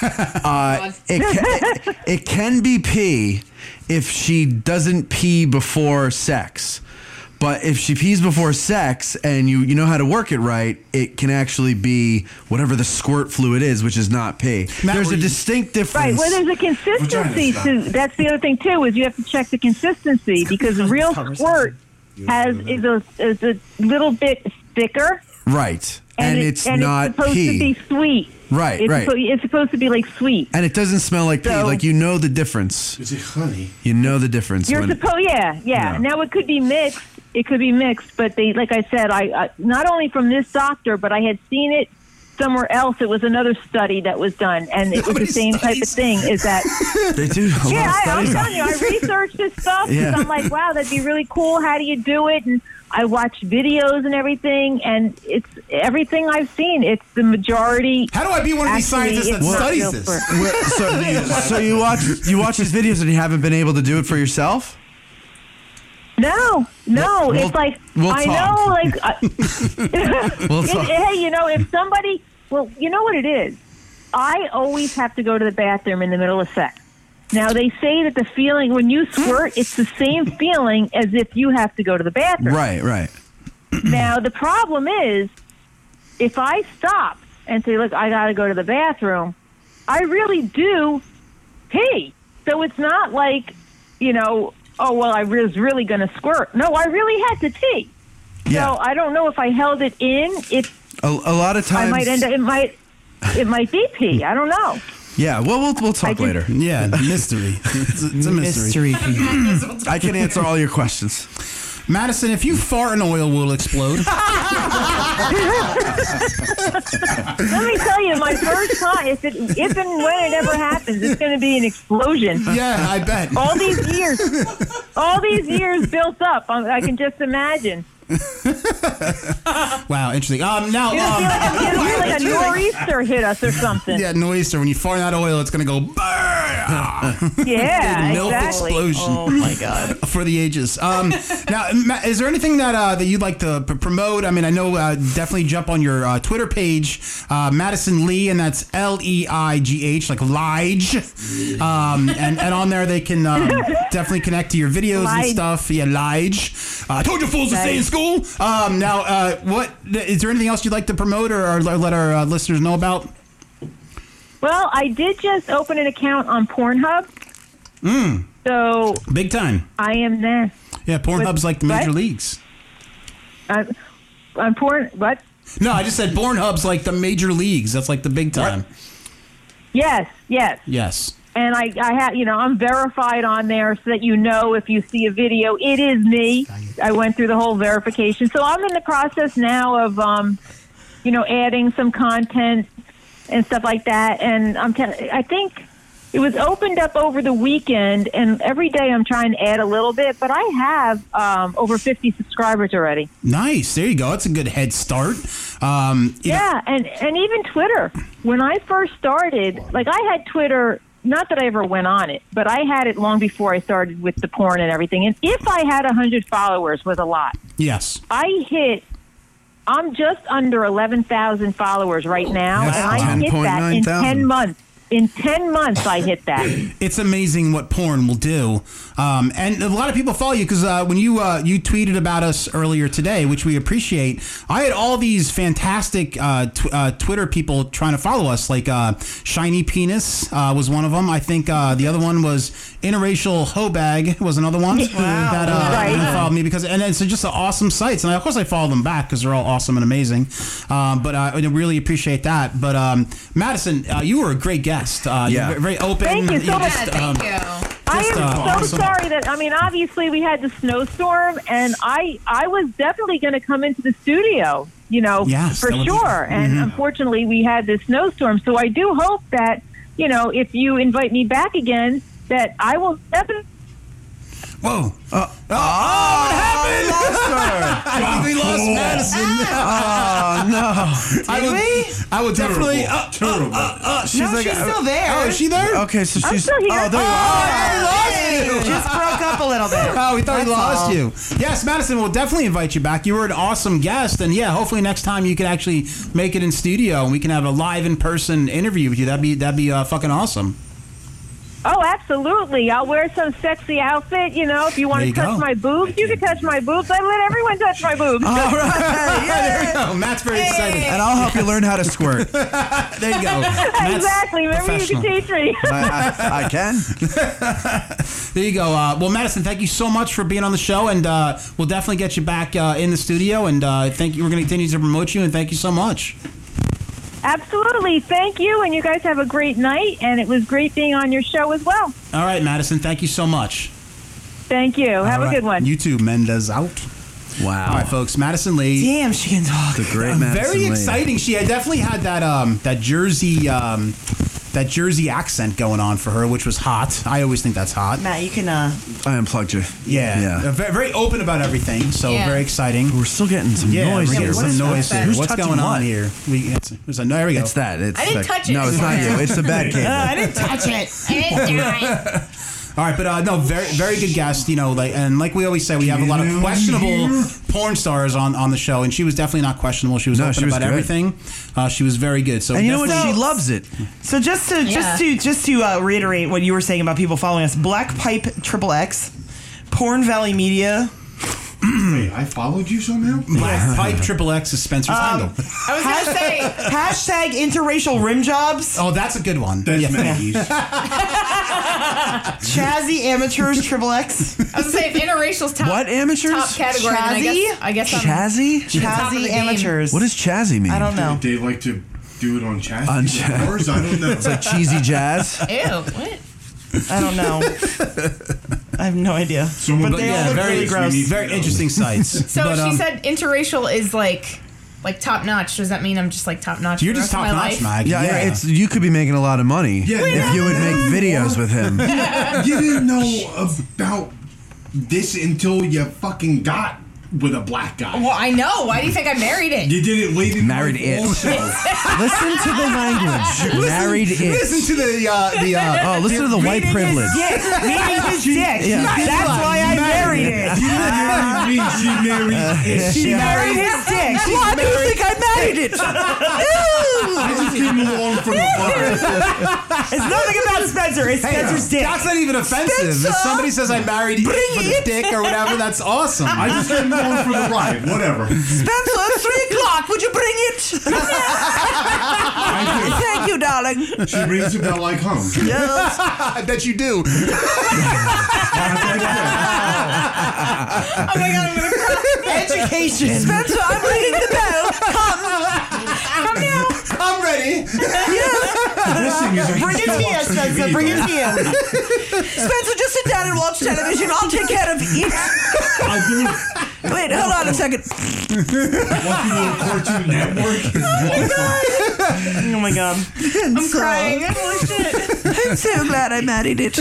Speaker 3: uh, it, can, it, it can be pee if she doesn't pee before sex. But if she pees before sex and you you know how to work it right, it can actually be whatever the squirt fluid is, which is not pee.
Speaker 1: Matt,
Speaker 3: There's
Speaker 1: were
Speaker 3: a
Speaker 1: you-
Speaker 3: distinct
Speaker 5: Right.
Speaker 3: difference.
Speaker 5: Well, there's a consistency.
Speaker 6: Vagina's
Speaker 5: To, that's the other thing too is you have to check the consistency because real
Speaker 2: Covers
Speaker 5: squirt has is a, is a little bit thicker
Speaker 3: Right. And,
Speaker 5: it-
Speaker 3: it's
Speaker 5: and
Speaker 3: not
Speaker 5: it's supposed
Speaker 3: pee.
Speaker 5: to be sweet.
Speaker 3: Right,
Speaker 5: It's
Speaker 3: right.
Speaker 5: suppo- it's supposed to be like sweet.
Speaker 3: and it doesn't smell like pee.
Speaker 5: So-
Speaker 3: Like you know the difference.
Speaker 6: Is it honey?
Speaker 3: You know the difference.
Speaker 5: You're
Speaker 3: when-
Speaker 5: supposed, yeah, yeah.
Speaker 3: No.
Speaker 5: Now it could be mixed. It could be mixed, but they, like I said, I uh, not only from this doctor, but I had seen it somewhere else. It was another study that was done, and it was the same type of thing. Is that
Speaker 3: they do. A lot
Speaker 5: yeah,
Speaker 3: of
Speaker 5: I, I'm
Speaker 3: studies on
Speaker 5: telling you, I researched this stuff. 'cause
Speaker 3: Yeah.
Speaker 5: I'm like, wow, that'd be really cool. How do you do it? And I watched videos and everything, and it's everything I've seen. It's the majority.
Speaker 1: How do I be one of these
Speaker 5: actually,
Speaker 1: scientists that
Speaker 5: it's not
Speaker 1: studies
Speaker 5: real
Speaker 1: this?
Speaker 5: sperm.
Speaker 3: Wait, so, so you watch you watch these videos and you haven't been able to do it for yourself?
Speaker 5: No, no.
Speaker 3: We'll-
Speaker 5: it's like
Speaker 3: we'll
Speaker 5: I
Speaker 3: talk.
Speaker 5: know, like I,
Speaker 3: We'll
Speaker 5: It-
Speaker 3: talk.
Speaker 5: hey, you know, if somebody, well, you know what it is. I always have to go to the bathroom in the middle of sex. Now they say that the feeling when you squirt, it's the same feeling as if you have to go to the bathroom.
Speaker 3: Right, right.
Speaker 5: Now the problem is, if I stop and say, "Look, I got to go to the bathroom," I really do pee. So it's not like, you know, oh well, I was really going to squirt. No, I really had to pee.
Speaker 3: Yeah.
Speaker 5: So I don't know if I held it in, if
Speaker 3: A, a lot of
Speaker 5: I
Speaker 3: times.
Speaker 5: might end up. It might. It might be pee. I don't know.
Speaker 3: yeah. Well, we'll we'll talk
Speaker 5: just-
Speaker 3: later.
Speaker 1: Yeah, mystery. It's, it's a mystery.
Speaker 2: Mystery.
Speaker 3: I can answer all your questions.
Speaker 1: Madison, if you fart, an oil will explode.
Speaker 5: Let me tell you, my first time, if it, if and when it ever happens, it's going to be an explosion.
Speaker 1: yeah, I bet.
Speaker 5: All these years, all these years built up. um, I, I can just imagine.
Speaker 1: Wow, interesting. Um, now,
Speaker 5: It'll feel
Speaker 1: um,
Speaker 5: like, it'll feel like a nor'easter hit us or something. Yeah,
Speaker 1: yeah, nor'easter. When you fart that oil, it's gonna go burr. Milf
Speaker 5: exactly.
Speaker 1: explosion.
Speaker 2: oh my god.
Speaker 1: for the ages. Um, now, Matt, is there anything that uh, that you'd like to p- promote? I mean, I know uh, definitely jump on your uh, Twitter page, uh, Madison Lee, and that's L E I G H, like Lige. Um, and, and on there, they can um, definitely connect to your videos and
Speaker 5: Lige.
Speaker 1: stuff. Yeah, Lige. Uh, I told you fools to stay in school. Um, now, uh, what is there anything else you'd like to promote or, or let our uh, listeners know about?
Speaker 5: Well, I did just open an account on Pornhub. Hmm. So
Speaker 1: Big time.
Speaker 5: I am there.
Speaker 1: Yeah, Pornhub's like the major
Speaker 5: what?
Speaker 1: leagues.
Speaker 5: I, I'm porn. What?
Speaker 1: No, I just said Pornhub's like the major leagues. That's like the big time.
Speaker 5: Yes, yes.
Speaker 1: Yes.
Speaker 5: and I, I have, you know, I'm verified on there so that you know if you see a video, it is me. I went through the whole verification, so I'm in the process now of, um, you know, adding some content and stuff like that. And I'm, tell- I think it was opened up over the weekend, and every day I'm trying to add a little bit, but I have um, over 50 subscribers already.
Speaker 1: Nice. There you go. That's a good head start. Um, you know-
Speaker 5: Yeah, and and even Twitter. When I first started, like I had Twitter. Not that I ever went on it, but I had it long before I started with the porn and everything. And if I had a hundred followers, was a lot.
Speaker 1: yes.
Speaker 5: I hit. I'm just under eleven thousand followers right now,
Speaker 3: That's
Speaker 5: and I hit that
Speaker 3: 10.9
Speaker 5: in
Speaker 3: thousand.
Speaker 5: ten months. In ten months, I hit that.
Speaker 1: It's amazing what porn will do. Um, and a lot of people follow you because uh, when you uh, you tweeted about us earlier today, which we appreciate, I had all these fantastic uh, tw- uh, Twitter people trying to follow us. Like uh, Shiny Penis uh, was one of them. I think uh, the other one was Interracial Hobag was another one that uh,
Speaker 5: Right.
Speaker 1: really followed me because, and it's just awesome sites. And of course, I follow them back because they're all awesome and amazing. Um, but I really appreciate that. But um, Madison, uh, you were a great guest. Uh,
Speaker 3: Yeah.
Speaker 1: you're very open.
Speaker 5: Thank you so
Speaker 1: know,
Speaker 5: much.
Speaker 1: just, um,
Speaker 4: thank you.
Speaker 5: I
Speaker 1: Just,
Speaker 5: am
Speaker 1: uh,
Speaker 5: so
Speaker 1: awesome.
Speaker 5: sorry that I mean, obviously we had the snowstorm, and I I was definitely going to come into the studio, you know,
Speaker 1: Yes,
Speaker 5: for
Speaker 1: that would be- Mm-hmm.
Speaker 5: sure. And unfortunately, we had this snowstorm. So I do hope that you know, if you invite me back again, that I will definitely.
Speaker 1: Whoa. Uh,
Speaker 3: Oh,
Speaker 1: we lost Madison. no. I would, I would definitely. Uh,
Speaker 6: Terrible.
Speaker 3: she's uh,
Speaker 2: no, she's still there.
Speaker 1: oh, is she there?
Speaker 3: Okay, so she's.
Speaker 5: still here.
Speaker 3: Oh, there you are.
Speaker 2: Hey, you just broke up a little bit.
Speaker 1: Oh, we thought we
Speaker 2: That's
Speaker 1: lost
Speaker 2: all.
Speaker 1: you. Yes, Madison, we'll definitely invite you back. You were an awesome guest, and yeah, hopefully next time you can actually make it in studio and we can have a live in person interview with you. That'd be that'd be uh, fucking awesome.
Speaker 5: Oh, absolutely. I'll wear some sexy outfit. You know, if you want
Speaker 1: There
Speaker 5: to
Speaker 1: you
Speaker 5: touch
Speaker 1: go. Oh,
Speaker 5: my boobs, you can touch my boobs. I let everyone touch my boobs.
Speaker 3: All right.
Speaker 1: There we go. Oh, Matt's very excited.
Speaker 3: And I'll help you learn how to squirt.
Speaker 1: There you go. Matt's
Speaker 5: exactly. Remember, you can
Speaker 1: professional.
Speaker 5: teach me.
Speaker 3: I, I, I can.
Speaker 1: There you go. Uh, well, Madison, thank you so much for being on the show, and uh, we'll definitely get you back uh, in the studio. And uh, thank you. We're going to continue to promote you, and thank you so much.
Speaker 5: absolutely. Thank you, and you guys have a great night. And it was great being on your show as well.
Speaker 1: All right, Madison, thank you so much.
Speaker 5: Thank you. Have
Speaker 1: All
Speaker 5: a
Speaker 1: right.
Speaker 5: good one.
Speaker 1: You too. Mendez out. All
Speaker 3: Wow.
Speaker 1: right, folks. Madison Lee.
Speaker 2: Damn, she can talk.
Speaker 3: The great man.
Speaker 1: Very exciting. She had definitely had that um, that Jersey um, that Jersey accent going on for her, which was hot. I always think that's hot.
Speaker 2: Matt, you can. uh
Speaker 3: I unplugged you.
Speaker 1: Yeah,
Speaker 3: Yeah.
Speaker 1: Uh, ve- Very, open about everything. So
Speaker 4: Yeah.
Speaker 1: very exciting.
Speaker 3: We're still getting some
Speaker 1: Yeah,
Speaker 3: noise
Speaker 1: we're
Speaker 3: here.
Speaker 1: getting
Speaker 3: What
Speaker 1: some
Speaker 3: is-
Speaker 1: noise
Speaker 4: that?
Speaker 1: here.
Speaker 3: Who's
Speaker 1: What's
Speaker 3: touching
Speaker 1: going on
Speaker 3: what?
Speaker 1: here? We, it's, it's a, there we go.
Speaker 3: It's that. It's
Speaker 4: I didn't
Speaker 3: that-
Speaker 4: touch it.
Speaker 3: No, it's not you. It's the bad kid.
Speaker 2: uh, I didn't
Speaker 4: Touch it. It
Speaker 1: All right, but uh, no, very very good guest. You know, like and like we always say, we have a lot of questionable porn stars on, on the show, and she was definitely not questionable. She was
Speaker 3: No,
Speaker 1: open
Speaker 3: she was
Speaker 1: about
Speaker 3: good.
Speaker 1: everything. Uh, she was very good. So
Speaker 3: And you know what?
Speaker 1: definitely-
Speaker 3: She loves it.
Speaker 2: So just to
Speaker 4: Yeah.
Speaker 2: just to just to uh, reiterate what you were saying about people following us, Black Pipe Triple X, Porn Valley Media.
Speaker 6: Wait, I followed you somehow?
Speaker 1: Black Pipe Triple X is Spencer's
Speaker 3: Um,
Speaker 1: handle.
Speaker 4: I was gonna say.
Speaker 2: Hashtag interracial rim jobs.
Speaker 1: Oh, that's a good one.
Speaker 6: That's
Speaker 1: Yeah.
Speaker 6: Maggie's.
Speaker 2: Chazzy amateurs triple X.
Speaker 4: I was gonna say if interracial's top.
Speaker 3: What amateurs?
Speaker 4: Top category. then I guess. I guess I'm-
Speaker 3: Chazzy?
Speaker 4: top of the
Speaker 2: Chazzy
Speaker 4: game.
Speaker 2: amateurs.
Speaker 3: What does Chazzy mean?
Speaker 2: I don't know.
Speaker 6: They like to do it on chat.
Speaker 3: On chat.
Speaker 6: Ours, I don't know.
Speaker 3: Cheesy jazz.
Speaker 4: Ew. What?
Speaker 2: I don't know. I have no idea.
Speaker 6: Someone-
Speaker 2: but they
Speaker 6: Yeah,
Speaker 2: all look
Speaker 1: very-
Speaker 2: really gross.
Speaker 6: we need-
Speaker 1: Very interesting sites.
Speaker 4: So
Speaker 1: But,
Speaker 4: she
Speaker 1: um,
Speaker 4: said interracial is like like top notch. Does that mean I'm just like top notch?
Speaker 1: "You're just top notch, Mag."
Speaker 3: Yeah, it's you could be making a lot of money
Speaker 6: Yeah,
Speaker 3: if
Speaker 6: yeah.
Speaker 3: you would make videos with him.
Speaker 6: you didn't know about this until you fucking got with a black guy.
Speaker 4: Well, I know. Why do you think I married it?
Speaker 6: You did it late in
Speaker 3: Married
Speaker 6: life
Speaker 3: it.
Speaker 6: also.
Speaker 3: listen to the language. Married it.
Speaker 1: Listen to the uh, the. Uh,
Speaker 3: Oh, listen to the white privilege.
Speaker 2: Meaning his dick. That's why I married it.
Speaker 6: You married me, Oh, she married it.
Speaker 2: She married his dick. Why do you think I married it?
Speaker 6: I just came along from the bar.
Speaker 2: It's nothing about Spencer. It's Spencer's dick.
Speaker 1: That's not even offensive. If somebody says I married you for the dick or whatever, that's awesome.
Speaker 6: I just came along for the ride. Whatever.
Speaker 2: Spencer, it's three o'clock. Would you bring it? Thank you, darling.
Speaker 6: She rings a bell like home.
Speaker 1: I bet you do.
Speaker 4: Oh my god, I'm gonna cry.
Speaker 2: Education. Spencer, I'm ringing the bell.
Speaker 4: Come now.
Speaker 1: I'm ready.
Speaker 6: Listen, he's like,
Speaker 2: Bring it
Speaker 6: "Show
Speaker 2: here,
Speaker 6: up to
Speaker 2: Spencer.
Speaker 6: TV,
Speaker 2: Bring it
Speaker 6: bro."
Speaker 2: here. Spencer, just sit down and watch television. I'll take care of it.
Speaker 6: I do.
Speaker 2: Wait, hold on a second.
Speaker 6: Walking on Cartoon Network.
Speaker 2: Oh my god.
Speaker 4: I'm crying. Holy shit.
Speaker 2: Oh, I'm so glad I married it.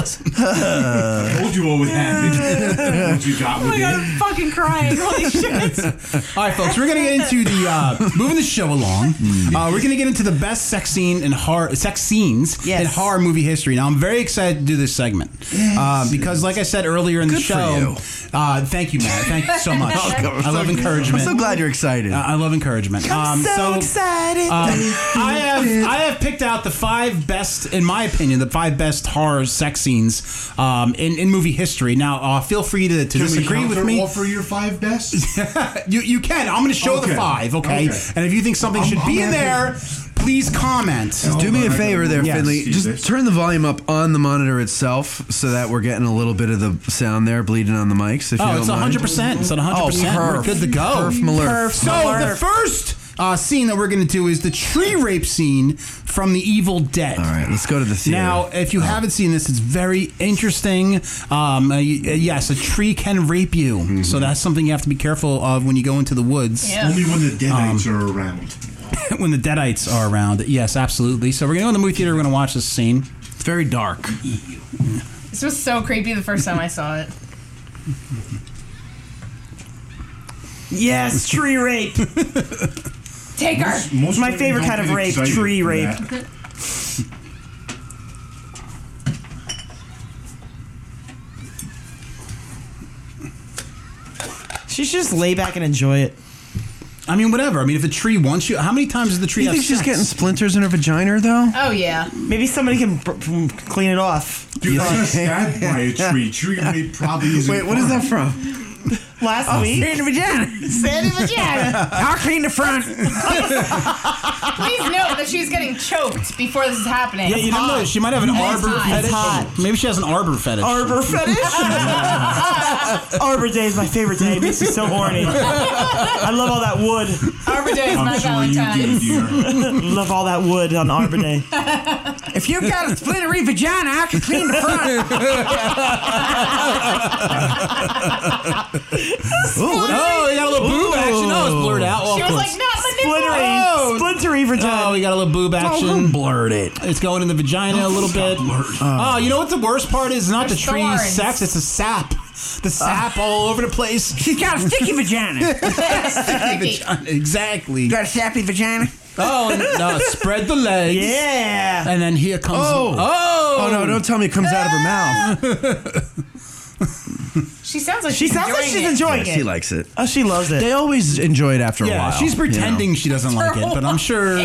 Speaker 6: I told you what would happen. What you got
Speaker 4: Oh
Speaker 6: with
Speaker 4: my god,
Speaker 6: it.
Speaker 4: I'm fucking crying. Holy shit.
Speaker 1: All right, folks, we're going to get into the uh, moving the show along.
Speaker 3: Mm.
Speaker 1: Uh, we're going to get into the best sex scene and horror sex scenes
Speaker 2: Yes.
Speaker 1: in horror movie history. Now, I'm very excited to do this segment uh, because, like I said earlier in the
Speaker 3: Good for
Speaker 1: show,
Speaker 3: you.
Speaker 1: uh, thank you, Matt. Thank you so much. I love encouragement.
Speaker 3: I'm so glad you're excited.
Speaker 2: Uh,
Speaker 1: I I love encouragement. Um,
Speaker 2: excited.
Speaker 1: um, I have I have picked out the five best, in my opinion, the five best horror sex scenes um, in in movie history. Now, uh, feel free to, to
Speaker 6: Can we
Speaker 1: disagree with me.
Speaker 6: Offer your five best.
Speaker 1: You you can. I'm going to show
Speaker 6: Okay.
Speaker 1: the five, okay?
Speaker 6: Okay.
Speaker 1: And if you think something
Speaker 6: I'm-
Speaker 1: should be
Speaker 6: I'm
Speaker 1: in there,
Speaker 6: happy.
Speaker 1: please comment.
Speaker 3: Do
Speaker 2: oh
Speaker 3: me a favor there,
Speaker 1: Yes.
Speaker 3: Finley.
Speaker 6: See this?
Speaker 3: Just turn the volume up on the monitor itself so that we're getting a little bit of the sound there bleeding on the mics. If you
Speaker 1: Oh,
Speaker 3: don't
Speaker 1: it's
Speaker 3: mind.
Speaker 1: 100. percent It's at 100.
Speaker 3: Oh,
Speaker 1: percent We're
Speaker 3: perf.
Speaker 1: good to go.
Speaker 3: Perf malert. Perf
Speaker 1: So the
Speaker 2: malert.
Speaker 1: first uh, scene that we're going to do is the tree rape scene from The Evil Dead.
Speaker 3: All right, let's go to the theater.
Speaker 1: Now, if you haven't seen this, it's very interesting. Um, uh, y- yes, a tree can rape you,
Speaker 3: Mm-hmm.
Speaker 1: so that's something you have to be careful of when you go into the woods
Speaker 4: Yeah.
Speaker 6: Only when the deadites are around.
Speaker 1: when the deadites are around. Yes, absolutely. So we're gonna go in the movie theater. We're gonna watch this scene.
Speaker 3: it's very dark.
Speaker 4: This was so creepy the first time I saw it.
Speaker 2: yes, tree rape.
Speaker 4: Take her.
Speaker 6: Most
Speaker 2: My
Speaker 6: women
Speaker 2: favorite
Speaker 6: don't
Speaker 2: kind of
Speaker 6: get
Speaker 2: rape,
Speaker 6: excited
Speaker 2: tree
Speaker 6: for
Speaker 2: rape.
Speaker 6: that.
Speaker 2: She should just lay back and enjoy it.
Speaker 1: I mean, whatever. I mean, if a tree wants you, how many times does the tree
Speaker 3: You
Speaker 1: have
Speaker 3: think she's
Speaker 1: sex?
Speaker 3: getting splinters in her vagina though?
Speaker 4: Oh yeah.
Speaker 2: Maybe somebody can br- br- clean it off.
Speaker 6: Dude, I got stabbed by a tree. Tree rape probably isn't.
Speaker 3: Wait, what is
Speaker 6: fun.
Speaker 3: that from?
Speaker 2: Last week,
Speaker 3: the vagina.
Speaker 4: Sandy vagina.
Speaker 3: I'll clean the front.
Speaker 4: Please note that she's getting choked before this is happening.
Speaker 1: Yeah, you don't know. She might have an
Speaker 4: It's
Speaker 1: arbor
Speaker 4: hot.
Speaker 1: fetish.
Speaker 4: It's
Speaker 2: hot.
Speaker 1: Maybe she has an arbor fetish.
Speaker 2: Arbor fetish. Arbor Day is my favorite day. It makes me so horny. I love all that wood.
Speaker 4: Arbor Day is my
Speaker 6: I'm sure you
Speaker 4: Valentine's.
Speaker 6: do, dear.
Speaker 2: Love all that wood on Arbor Day.
Speaker 3: If you got a splintery vagina, I can clean the front.
Speaker 1: Oh, we got a little boob action. Oh, it's blurred out. Well,
Speaker 4: She
Speaker 1: of
Speaker 4: was
Speaker 1: course.
Speaker 4: like, not my
Speaker 2: Splintery,
Speaker 4: nipple.
Speaker 1: Oh.
Speaker 2: splintery
Speaker 1: Oh,
Speaker 2: vagina.
Speaker 1: we got a little boob action.
Speaker 3: Blurred it.
Speaker 1: It's going in the vagina a little bit. Oh, you know what the worst part is? Not
Speaker 4: There's
Speaker 1: the tree
Speaker 4: thorns.
Speaker 1: sex, it's the sap. The sap all over the place.
Speaker 3: She's Ah. got a sticky vagina.
Speaker 1: exactly.
Speaker 3: got a sappy vagina.
Speaker 1: Oh, and, uh, spread the legs.
Speaker 2: yeah.
Speaker 1: And then here comes.
Speaker 3: Oh.
Speaker 1: oh,
Speaker 3: Oh no! Don't tell me it comes out of her mouth.
Speaker 4: She sounds like
Speaker 2: She
Speaker 4: she's
Speaker 2: sounds like
Speaker 4: enjoying
Speaker 2: she's
Speaker 4: it.
Speaker 2: enjoying
Speaker 3: She
Speaker 2: it.
Speaker 3: likes it.
Speaker 2: oh, she loves it.
Speaker 3: They always enjoy it after a
Speaker 1: Ah, Yeah,
Speaker 3: while.
Speaker 1: she's
Speaker 3: you know.
Speaker 1: pretending she doesn't like it, but I'm sure.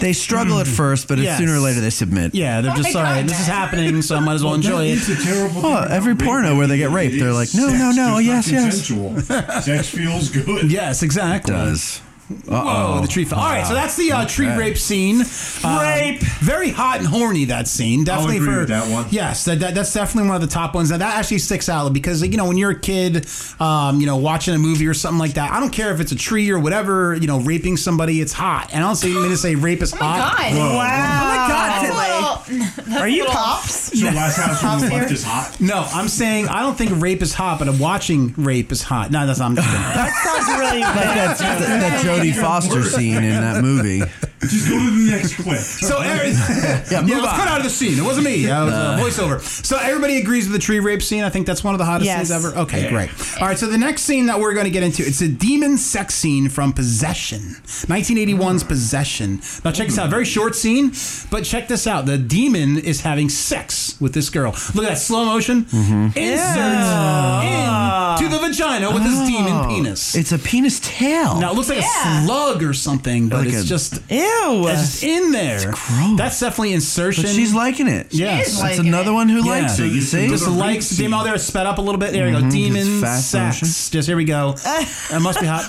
Speaker 3: They struggle at first, but
Speaker 1: Yes.
Speaker 3: it's sooner or later they submit.
Speaker 1: Yeah, they're
Speaker 4: Oh
Speaker 1: just
Speaker 4: my
Speaker 1: sorry.
Speaker 4: God,
Speaker 1: This is
Speaker 4: Matt.
Speaker 1: happening, so I might as well enjoy it.
Speaker 6: It's a terrible thing.
Speaker 3: Oh,
Speaker 6: about
Speaker 3: every
Speaker 6: rape.
Speaker 3: porno where they get raped,
Speaker 6: It
Speaker 3: they're
Speaker 6: is
Speaker 3: like, no,
Speaker 6: sex,
Speaker 3: no, no,
Speaker 6: just
Speaker 3: yes,
Speaker 6: not
Speaker 3: yes.
Speaker 6: consensual. Sex feels good.
Speaker 1: Yes, exactly.
Speaker 3: Does.
Speaker 1: Whoa,
Speaker 3: Uh-oh.
Speaker 1: the tree fell. All right, so that's the uh, tree
Speaker 3: Okay.
Speaker 1: rape scene. Uh,
Speaker 2: Rape.
Speaker 1: Very hot and horny, that scene. Definitely
Speaker 6: agree
Speaker 1: for,
Speaker 6: with that one.
Speaker 1: Yes, that, that, that's definitely one of the top ones. Now, that actually sticks out because, you know, when you're a kid, um, you know, watching a movie or something like that, I don't care if it's a tree or whatever, you know, raping somebody, it's hot. And I don't say, mean to say rape is
Speaker 4: Oh my
Speaker 1: hot.
Speaker 4: god.
Speaker 6: Whoa.
Speaker 1: oh
Speaker 2: wow.
Speaker 4: That's a little-
Speaker 2: Are you pops?
Speaker 6: So last house on
Speaker 2: House
Speaker 6: the left
Speaker 2: here.
Speaker 6: is hot.
Speaker 1: No, I'm saying I don't think rape is hot, but I'm watching rape is hot. No, that's not. I'm just kidding.
Speaker 2: That sounds really
Speaker 3: That's
Speaker 2: bad.
Speaker 3: that, that Jodie Foster scene in that movie.
Speaker 6: Just go to the next clip.
Speaker 1: So every- yeah,
Speaker 3: move
Speaker 1: let's
Speaker 3: on.
Speaker 1: cut out of the scene. It wasn't me. Uh, it was, uh, voiceover. So everybody agrees with the tree rape scene. I think that's one of the hottest
Speaker 2: Yes.
Speaker 1: scenes ever. Okay, great. All right, so the next scene that we're going to get into it's a demon sex scene from Possession, 1981's Possession. Now check this out. Very short scene, but check this out. The demon is having sex with this girl. Look at that slow motion.
Speaker 3: Mm-hmm.
Speaker 1: Insert in to the vagina with this demon penis.
Speaker 3: Oh. It's a penis tail.
Speaker 1: now it looks like
Speaker 4: Yeah.
Speaker 1: a slug or something, but
Speaker 3: Like
Speaker 1: it's
Speaker 3: a-
Speaker 1: just
Speaker 2: Ew.
Speaker 1: it's just in there.
Speaker 3: gross.
Speaker 1: That's definitely insertion.
Speaker 3: but she's liking it.
Speaker 1: yes.
Speaker 4: is
Speaker 3: That's
Speaker 4: liking
Speaker 3: another
Speaker 4: it.
Speaker 3: one who
Speaker 1: Yeah.
Speaker 3: likes it. You
Speaker 6: So you
Speaker 3: see?
Speaker 1: just
Speaker 6: Another
Speaker 1: likes
Speaker 6: rape scene.
Speaker 1: Demo there, it's sped up a little bit. There you go. Demon
Speaker 3: It's fast
Speaker 1: sex.
Speaker 3: motion.
Speaker 1: Just here we go. That must be hot.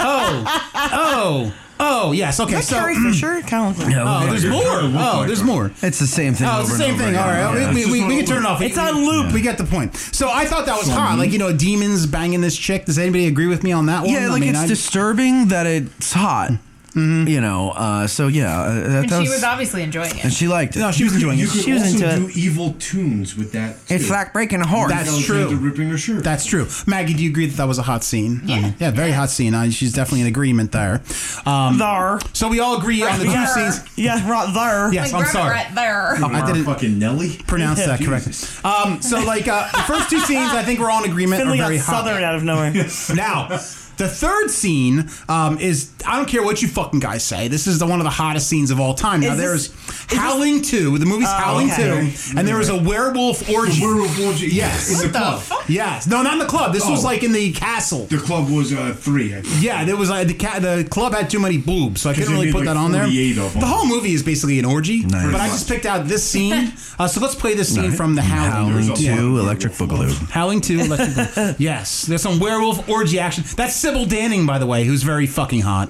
Speaker 1: Oh, oh, oh, yes. Okay,
Speaker 2: That's
Speaker 1: so
Speaker 2: Carrie Fisher? Kind of looks like
Speaker 1: oh, there's more.
Speaker 6: kinda look
Speaker 1: Oh,
Speaker 6: like
Speaker 1: there's
Speaker 6: her.
Speaker 1: more.
Speaker 3: It's the same thing.
Speaker 1: Oh, it's
Speaker 3: over
Speaker 1: the
Speaker 3: and
Speaker 1: same
Speaker 3: over
Speaker 1: thing.
Speaker 3: again.
Speaker 1: All right,
Speaker 3: Yeah.
Speaker 1: we,
Speaker 6: It's
Speaker 1: we,
Speaker 6: just
Speaker 1: we
Speaker 6: on
Speaker 1: can turn it
Speaker 6: loop.
Speaker 1: off.
Speaker 2: It's on loop.
Speaker 1: We get the point. So I thought that was hot. Like you know, demons banging this chick. Does anybody agree with me on that one?
Speaker 3: Yeah,
Speaker 1: I
Speaker 3: like
Speaker 1: mean, Mm-hmm.
Speaker 3: it's
Speaker 1: I-
Speaker 3: disturbing that it's hot. You know, uh, so yeah, uh, that,
Speaker 4: And
Speaker 3: that
Speaker 4: she was obviously enjoying
Speaker 3: and
Speaker 4: it.
Speaker 3: she liked it.
Speaker 1: No, she was enjoying
Speaker 6: You
Speaker 1: it.
Speaker 6: could
Speaker 2: She was
Speaker 6: also
Speaker 2: into
Speaker 6: do evil tunes with that. Too.
Speaker 3: breaking a horse.
Speaker 1: That's
Speaker 6: Alexander
Speaker 1: true.
Speaker 6: Ripping her shirt.
Speaker 1: That's true. Maggie, do you agree that that was a hot scene? I
Speaker 4: Yeah.
Speaker 1: mean, yeah, very hot scene. I, she's definitely in agreement there. Um,
Speaker 2: Thar.
Speaker 1: So we all agree on the two
Speaker 2: Yeah.
Speaker 1: scenes.
Speaker 2: Yeah, right there.
Speaker 1: Yes, I'm
Speaker 4: like, grab it
Speaker 1: sorry.
Speaker 4: Right there.
Speaker 6: Oh.
Speaker 1: I didn't-
Speaker 6: fucking Nelly.
Speaker 1: Pronounce that correctly.
Speaker 6: Jesus.
Speaker 1: Um, so, like, uh, the first two scenes, I think we're all in agreement,
Speaker 2: Finley
Speaker 1: are
Speaker 2: got
Speaker 1: very hot.
Speaker 2: southern out of nowhere.
Speaker 1: Now, the third scene um, is I don't care what you fucking guys say. This is the one of the hottest scenes of all time. Now,
Speaker 2: Is
Speaker 1: there's
Speaker 2: this- Oh,
Speaker 1: Howling 2. The movie's Howling
Speaker 2: okay.
Speaker 1: 2. And there was a werewolf orgy.
Speaker 6: We're a orgy-
Speaker 1: Yes.
Speaker 6: Yes, in
Speaker 1: What
Speaker 6: the club.
Speaker 1: yes. No, not in the club. This was
Speaker 6: Oh.
Speaker 1: like in the castle.
Speaker 6: The club was uh, three. I think.
Speaker 1: Yeah, there was uh, the ca- the club had too many boobs, so I couldn't
Speaker 6: they
Speaker 1: really
Speaker 6: made
Speaker 1: put
Speaker 6: like
Speaker 1: that on there.
Speaker 6: 48 of them.
Speaker 1: The whole movie is basically an orgy,
Speaker 3: Nice.
Speaker 1: but I just picked out this scene. Uh, so let's play this scene from the Howling.
Speaker 3: Howling
Speaker 6: There's a lot of
Speaker 3: two, electric
Speaker 6: werewolf
Speaker 3: boogaloo.
Speaker 1: Howling too. Electrical. yes, there's some werewolf orgy action. That's Sybil Danning, by the way, who's very fucking hot.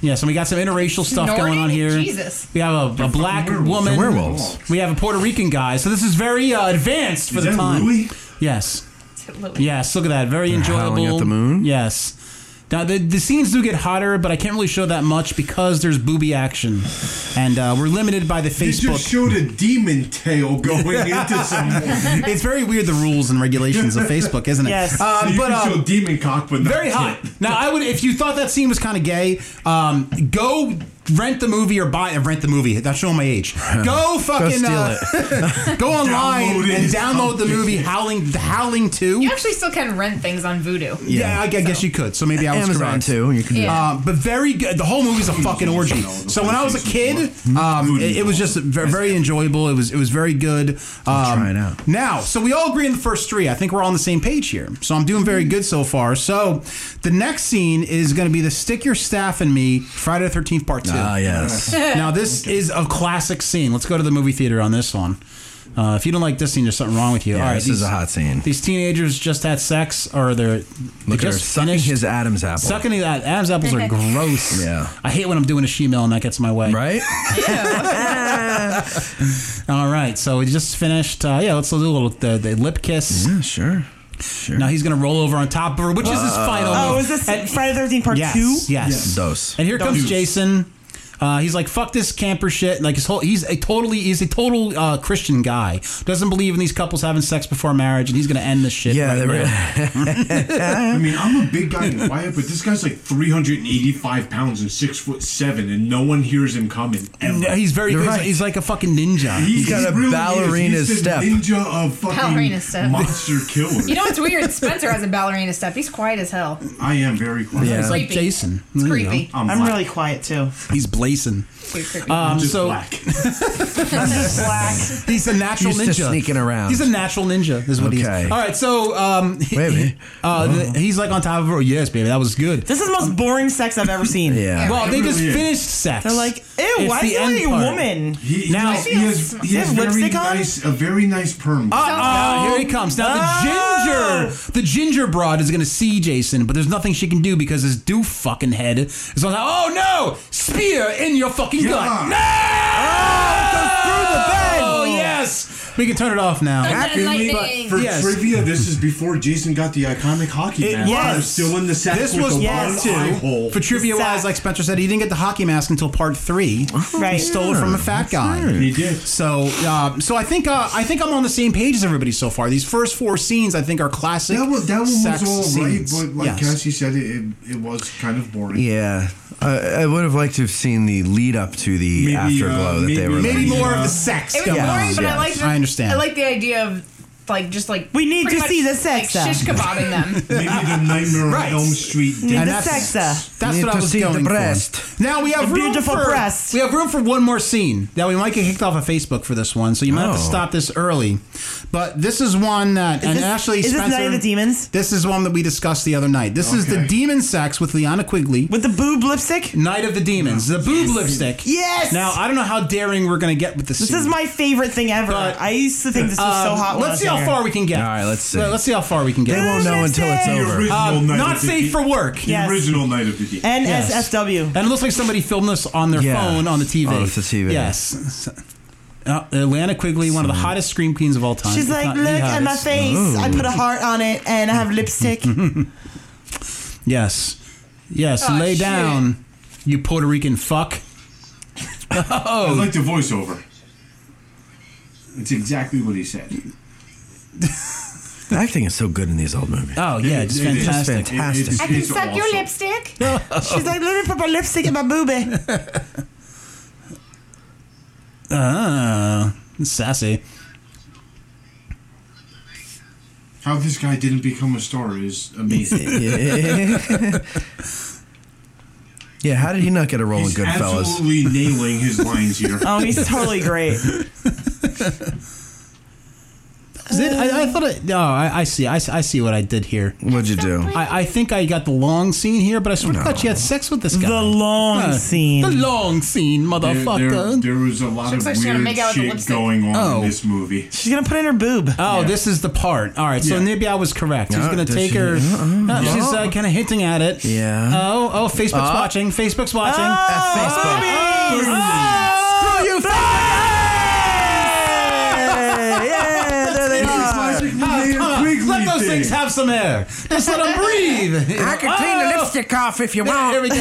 Speaker 1: Yes, and we got some interracial stuff
Speaker 4: Snorting?
Speaker 1: going on here.
Speaker 4: Jesus.
Speaker 1: We have a, a black
Speaker 6: Fucking werewolves.
Speaker 1: woman.
Speaker 3: They're werewolves.
Speaker 1: We have a Puerto Rican guy. So this is very uh, advanced for
Speaker 6: Is
Speaker 1: the
Speaker 6: that
Speaker 1: time.
Speaker 6: Louis?
Speaker 1: Yes. Yes. Look at that. Very enjoyable.
Speaker 3: howling at the moon?
Speaker 1: Yes. Now the, the scenes do get hotter, but I can't really show that much because there's booby action, and uh, we're limited by the
Speaker 6: You
Speaker 1: Facebook.
Speaker 6: just showed a demon tail going into someone.
Speaker 1: it's very weird the rules and regulations of Facebook, isn't it?
Speaker 2: Yes.
Speaker 1: Um,
Speaker 6: you
Speaker 1: but
Speaker 6: can
Speaker 1: um,
Speaker 6: show demon cock, but not
Speaker 1: Very hot.
Speaker 6: tit.
Speaker 1: Now, I would if you thought that scene was kind of gay, um, go rent the movie or buy uh, rent the movie. That's showing my age. Go fucking
Speaker 3: steal
Speaker 1: uh, go online
Speaker 6: Download it.
Speaker 1: and download the movie Howling Howling Two.
Speaker 4: You actually still can rent things on Voodoo.
Speaker 1: Yeah, I, gu- guess you could. So maybe I was
Speaker 3: Amazon
Speaker 1: correct.
Speaker 3: too. You can do
Speaker 4: Yeah.
Speaker 3: that.
Speaker 1: Uh, but very good. The whole movie's a fucking orgy. So when I was a kid, um, it, it was just very, very enjoyable. It was it was very good. Um,
Speaker 3: try it out.
Speaker 1: Now, so we all agree on the first three. I think we're all on the same page here. So I'm doing very good so far. So the next scene is going to be the Stick Your Staff in Me Friday the Thirteenth Part Two.
Speaker 3: Ah, yes.
Speaker 1: Now this is a classic scene. Let's go to the movie theater on this one. Uh, if you don't like this scene, there's something wrong with you.
Speaker 3: Yeah,
Speaker 1: all right,
Speaker 3: this is a hot scene.
Speaker 1: These teenagers just had sex, or they're
Speaker 3: Look
Speaker 1: they
Speaker 3: at her
Speaker 1: just
Speaker 3: sucking
Speaker 1: finished-
Speaker 3: his Adam's apple.
Speaker 1: Sucking these ad- Adam's apples are gross.
Speaker 3: Yeah.
Speaker 1: I hate when I'm doing a shemale and that gets my way.
Speaker 3: Right?
Speaker 1: All right. So we just finished. Uh, yeah, let's do a little the, the lip kiss.
Speaker 3: yeah, sure. Mm, Sure. Uh,
Speaker 1: Now he's gonna roll over on top of her, which is his final.
Speaker 2: Oh,
Speaker 1: move.
Speaker 2: is this
Speaker 1: And-
Speaker 2: Friday the Thirteenth Part
Speaker 1: yes,
Speaker 2: Two?
Speaker 1: Yes.
Speaker 3: Those.
Speaker 1: And here comes
Speaker 6: Deuce.
Speaker 1: Jason. Uh, he's like, fuck this camper shit. Like his whole, he's a totally, he's a total uh, Christian guy. Doesn't believe in these couples having sex before marriage, and he's gonna end this shit.
Speaker 3: Yeah,
Speaker 1: right
Speaker 3: they were-
Speaker 1: now.
Speaker 6: I mean, I'm a big guy and quiet, but this guy's like 385 pounds and six foot seven, and no one hears him coming. Ever.
Speaker 1: Yeah, he's very
Speaker 3: You're
Speaker 1: good.
Speaker 3: right.
Speaker 1: He's like a fucking ninja.
Speaker 6: He-
Speaker 3: got
Speaker 6: he
Speaker 3: a ballerina
Speaker 6: He's the
Speaker 3: step.
Speaker 6: Ninja of fucking
Speaker 4: Ballerina step.
Speaker 6: monster killer.
Speaker 4: You know what's weird? Spencer has a ballerina step. He's quiet as hell.
Speaker 6: I am very quiet.
Speaker 3: Yeah.
Speaker 1: It's like
Speaker 4: creepy.
Speaker 1: Jason.
Speaker 4: It's
Speaker 1: There you go.
Speaker 4: creepy.
Speaker 6: Oh.
Speaker 2: I'm really quiet too.
Speaker 1: He's blazing.
Speaker 4: It's creepy.
Speaker 1: Um,
Speaker 6: just
Speaker 1: so
Speaker 6: black.
Speaker 2: Black.
Speaker 1: he's a natural
Speaker 3: Used to
Speaker 1: ninja.
Speaker 3: sneaking around.
Speaker 1: He's a natural ninja, is what he
Speaker 3: Okay. Oh.
Speaker 1: is. All right, so um, he-
Speaker 3: Wait a minute.
Speaker 1: uh, th- he's like on top of her. Yes, baby, that was good.
Speaker 2: This is the most boring sex I've ever seen.
Speaker 3: Yeah.
Speaker 1: Well, they
Speaker 6: It
Speaker 1: just
Speaker 6: really is.
Speaker 1: finished sex.
Speaker 2: They're like, ew,
Speaker 1: It's
Speaker 2: why
Speaker 1: the
Speaker 2: is he
Speaker 1: end
Speaker 2: like a
Speaker 1: part.
Speaker 2: woman?
Speaker 6: He,
Speaker 1: Now-
Speaker 6: now he has, he has
Speaker 2: Does he have
Speaker 6: very
Speaker 2: lipstick on?
Speaker 6: nice, a very nice perm.
Speaker 1: Uh, here he comes. Now the
Speaker 2: Oh.
Speaker 1: ginger, the ginger broad is gonna see Jason, but there's nothing she can do because his doof fucking head is on. Oh no! Spear in your fucking
Speaker 6: Yeah.
Speaker 1: gut. No! Oh yes. We can turn it off now.
Speaker 4: Thunder and
Speaker 6: Really?
Speaker 4: lightning.
Speaker 6: For
Speaker 1: Yes.
Speaker 6: trivia, this is before Jason got the iconic hockey
Speaker 1: It
Speaker 6: mask.
Speaker 1: was.
Speaker 6: I still in the sack
Speaker 1: This
Speaker 6: with
Speaker 1: was
Speaker 6: the
Speaker 1: part
Speaker 2: yes,
Speaker 6: one
Speaker 1: two.
Speaker 6: eye hole.
Speaker 1: For trivia wise,
Speaker 2: Zach.
Speaker 1: like Spencer said, he didn't get the hockey mask until part three.
Speaker 4: Oh,
Speaker 1: He
Speaker 2: Right.
Speaker 1: stole it from a fat guy.
Speaker 6: he did.
Speaker 1: So, uh, so I think uh, I think I'm on the same page as everybody so far. These first four scenes, I think, are classic.
Speaker 6: That was that one
Speaker 1: sex
Speaker 6: was all right,
Speaker 1: scenes.
Speaker 6: but like
Speaker 1: Yes.
Speaker 6: Cassie said, it, it it was kind of boring.
Speaker 3: Yeah. I, I would have liked to have seen the lead up to the
Speaker 6: Maybe,
Speaker 3: afterglow
Speaker 6: uh,
Speaker 3: that they
Speaker 6: maybe-
Speaker 3: were.
Speaker 1: maybe
Speaker 3: like-
Speaker 1: more of
Speaker 6: Yeah.
Speaker 1: the sex.
Speaker 4: It was
Speaker 1: going
Speaker 3: Yeah.
Speaker 1: on.
Speaker 4: boring, but
Speaker 3: Yes.
Speaker 4: I like.
Speaker 1: I understand.
Speaker 4: I like the idea of like just like
Speaker 2: We need
Speaker 4: pretty
Speaker 2: to
Speaker 4: much,
Speaker 2: see the sex,
Speaker 4: like,
Speaker 2: though.
Speaker 4: shish kebabbing them.
Speaker 6: Maybe the Nightmare
Speaker 1: Right.
Speaker 6: on Elm Street. Did.
Speaker 1: And
Speaker 2: The
Speaker 1: that's-
Speaker 2: sex, uh,
Speaker 1: That's
Speaker 3: Need
Speaker 1: what I
Speaker 3: to
Speaker 1: was
Speaker 3: see the
Speaker 1: going for.
Speaker 3: breast.
Speaker 1: Now we have
Speaker 2: The
Speaker 1: room
Speaker 2: beautiful
Speaker 1: for
Speaker 2: breast.
Speaker 1: we have room for one more scene. Now we might get kicked off of Facebook for this one, so you might have to
Speaker 3: Oh.
Speaker 1: stop this early. But this is one that and
Speaker 2: this-
Speaker 1: Ashley
Speaker 2: is this
Speaker 1: Spencer.
Speaker 2: Night of the Demons?
Speaker 1: This is one that we discussed the other night. This is the
Speaker 6: Okay.
Speaker 1: demon sex with Liana Quigley.
Speaker 2: With the boob lipstick?
Speaker 1: Night of the Demons, the boob lipstick.
Speaker 2: Yes!
Speaker 1: Now I don't know how daring we're gonna get with this.
Speaker 2: This is my favorite thing ever.
Speaker 1: But, um,
Speaker 2: I used to think this was so hot. when I
Speaker 1: Let's
Speaker 2: was
Speaker 1: see how
Speaker 2: younger.
Speaker 1: far we can get.
Speaker 3: All right, let's see.
Speaker 1: Let, us see how far we can get.
Speaker 3: They won't know until it's
Speaker 2: The
Speaker 3: over.
Speaker 6: original
Speaker 1: Um,
Speaker 6: Night
Speaker 1: not
Speaker 6: of the
Speaker 1: safe
Speaker 6: Deep-
Speaker 1: for work.
Speaker 6: The
Speaker 2: Yes.
Speaker 6: original Night of the Deep.
Speaker 1: Yes.
Speaker 2: NSFW.
Speaker 1: Mm-hmm. And it looks like somebody filmed this on their
Speaker 3: Yeah.
Speaker 1: phone on the TV.
Speaker 3: Oh, it's the TV.
Speaker 1: Yes. Uh, Atlanta Quigley, one of the hottest scream queens of all time.
Speaker 2: She's
Speaker 1: if
Speaker 2: like,
Speaker 1: not
Speaker 2: look
Speaker 1: the
Speaker 2: at my
Speaker 1: hottest."
Speaker 2: face. I put a heart on it and I have lipstick.
Speaker 1: Yes. Yes.
Speaker 4: Oh,
Speaker 1: Lay
Speaker 4: shit.
Speaker 1: down, you Puerto Rican fuck.
Speaker 6: I like the voiceover. It's exactly what he said.
Speaker 3: The acting is so good in these old movies.
Speaker 1: Oh, yeah. Just
Speaker 6: It's
Speaker 1: fantastic.
Speaker 3: fantastic.
Speaker 6: It's,
Speaker 3: I
Speaker 6: it's awesome.
Speaker 4: lipstick.
Speaker 2: She's like, let me put my lipstick in my boobie.
Speaker 1: Uh, sassy.
Speaker 6: How this guy didn't become a star is amazing.
Speaker 3: yeah, how did he not get a role in
Speaker 6: He's
Speaker 3: Goodfellas?
Speaker 6: absolutely nailing his lines here.
Speaker 2: Oh, he's totally great.
Speaker 1: Is it? I, I thought it. No, I, I see. I, see- I see what I did here.
Speaker 3: What'd you do?
Speaker 1: I, I think I got the long scene here, but I swear to God, she had sex with this guy.
Speaker 2: The long
Speaker 1: Huh.
Speaker 2: scene.
Speaker 1: The long scene,
Speaker 6: There,
Speaker 1: motherfucker.
Speaker 6: there, there was a lot
Speaker 4: Looks
Speaker 6: of
Speaker 4: like she's gonna
Speaker 6: weird
Speaker 4: make out with the
Speaker 6: shit
Speaker 4: lipstick.
Speaker 6: going on
Speaker 1: Oh.
Speaker 6: in this movie.
Speaker 2: She's gonna put in her boob.
Speaker 1: Oh,
Speaker 6: Yeah.
Speaker 1: this is the part. All right, so
Speaker 6: Yeah.
Speaker 1: maybe I was correct. He's
Speaker 3: Yeah,
Speaker 1: gonna
Speaker 3: does
Speaker 1: take
Speaker 3: she-
Speaker 1: her.
Speaker 3: Uh-uh.
Speaker 1: Uh, She's uh, kind of hinting at it.
Speaker 3: Yeah.
Speaker 1: Oh, oh, Facebook's
Speaker 3: Uh.
Speaker 1: watching. Facebook's watching.
Speaker 3: F Facebook.
Speaker 2: Boobies!
Speaker 1: Oh, screw you,
Speaker 2: Hey, yeah, there they are.
Speaker 1: Facebook. Come on, let those things have some air. Just let them breathe.
Speaker 3: I can clean the lipstick off if you
Speaker 1: Here
Speaker 3: want.
Speaker 1: we go.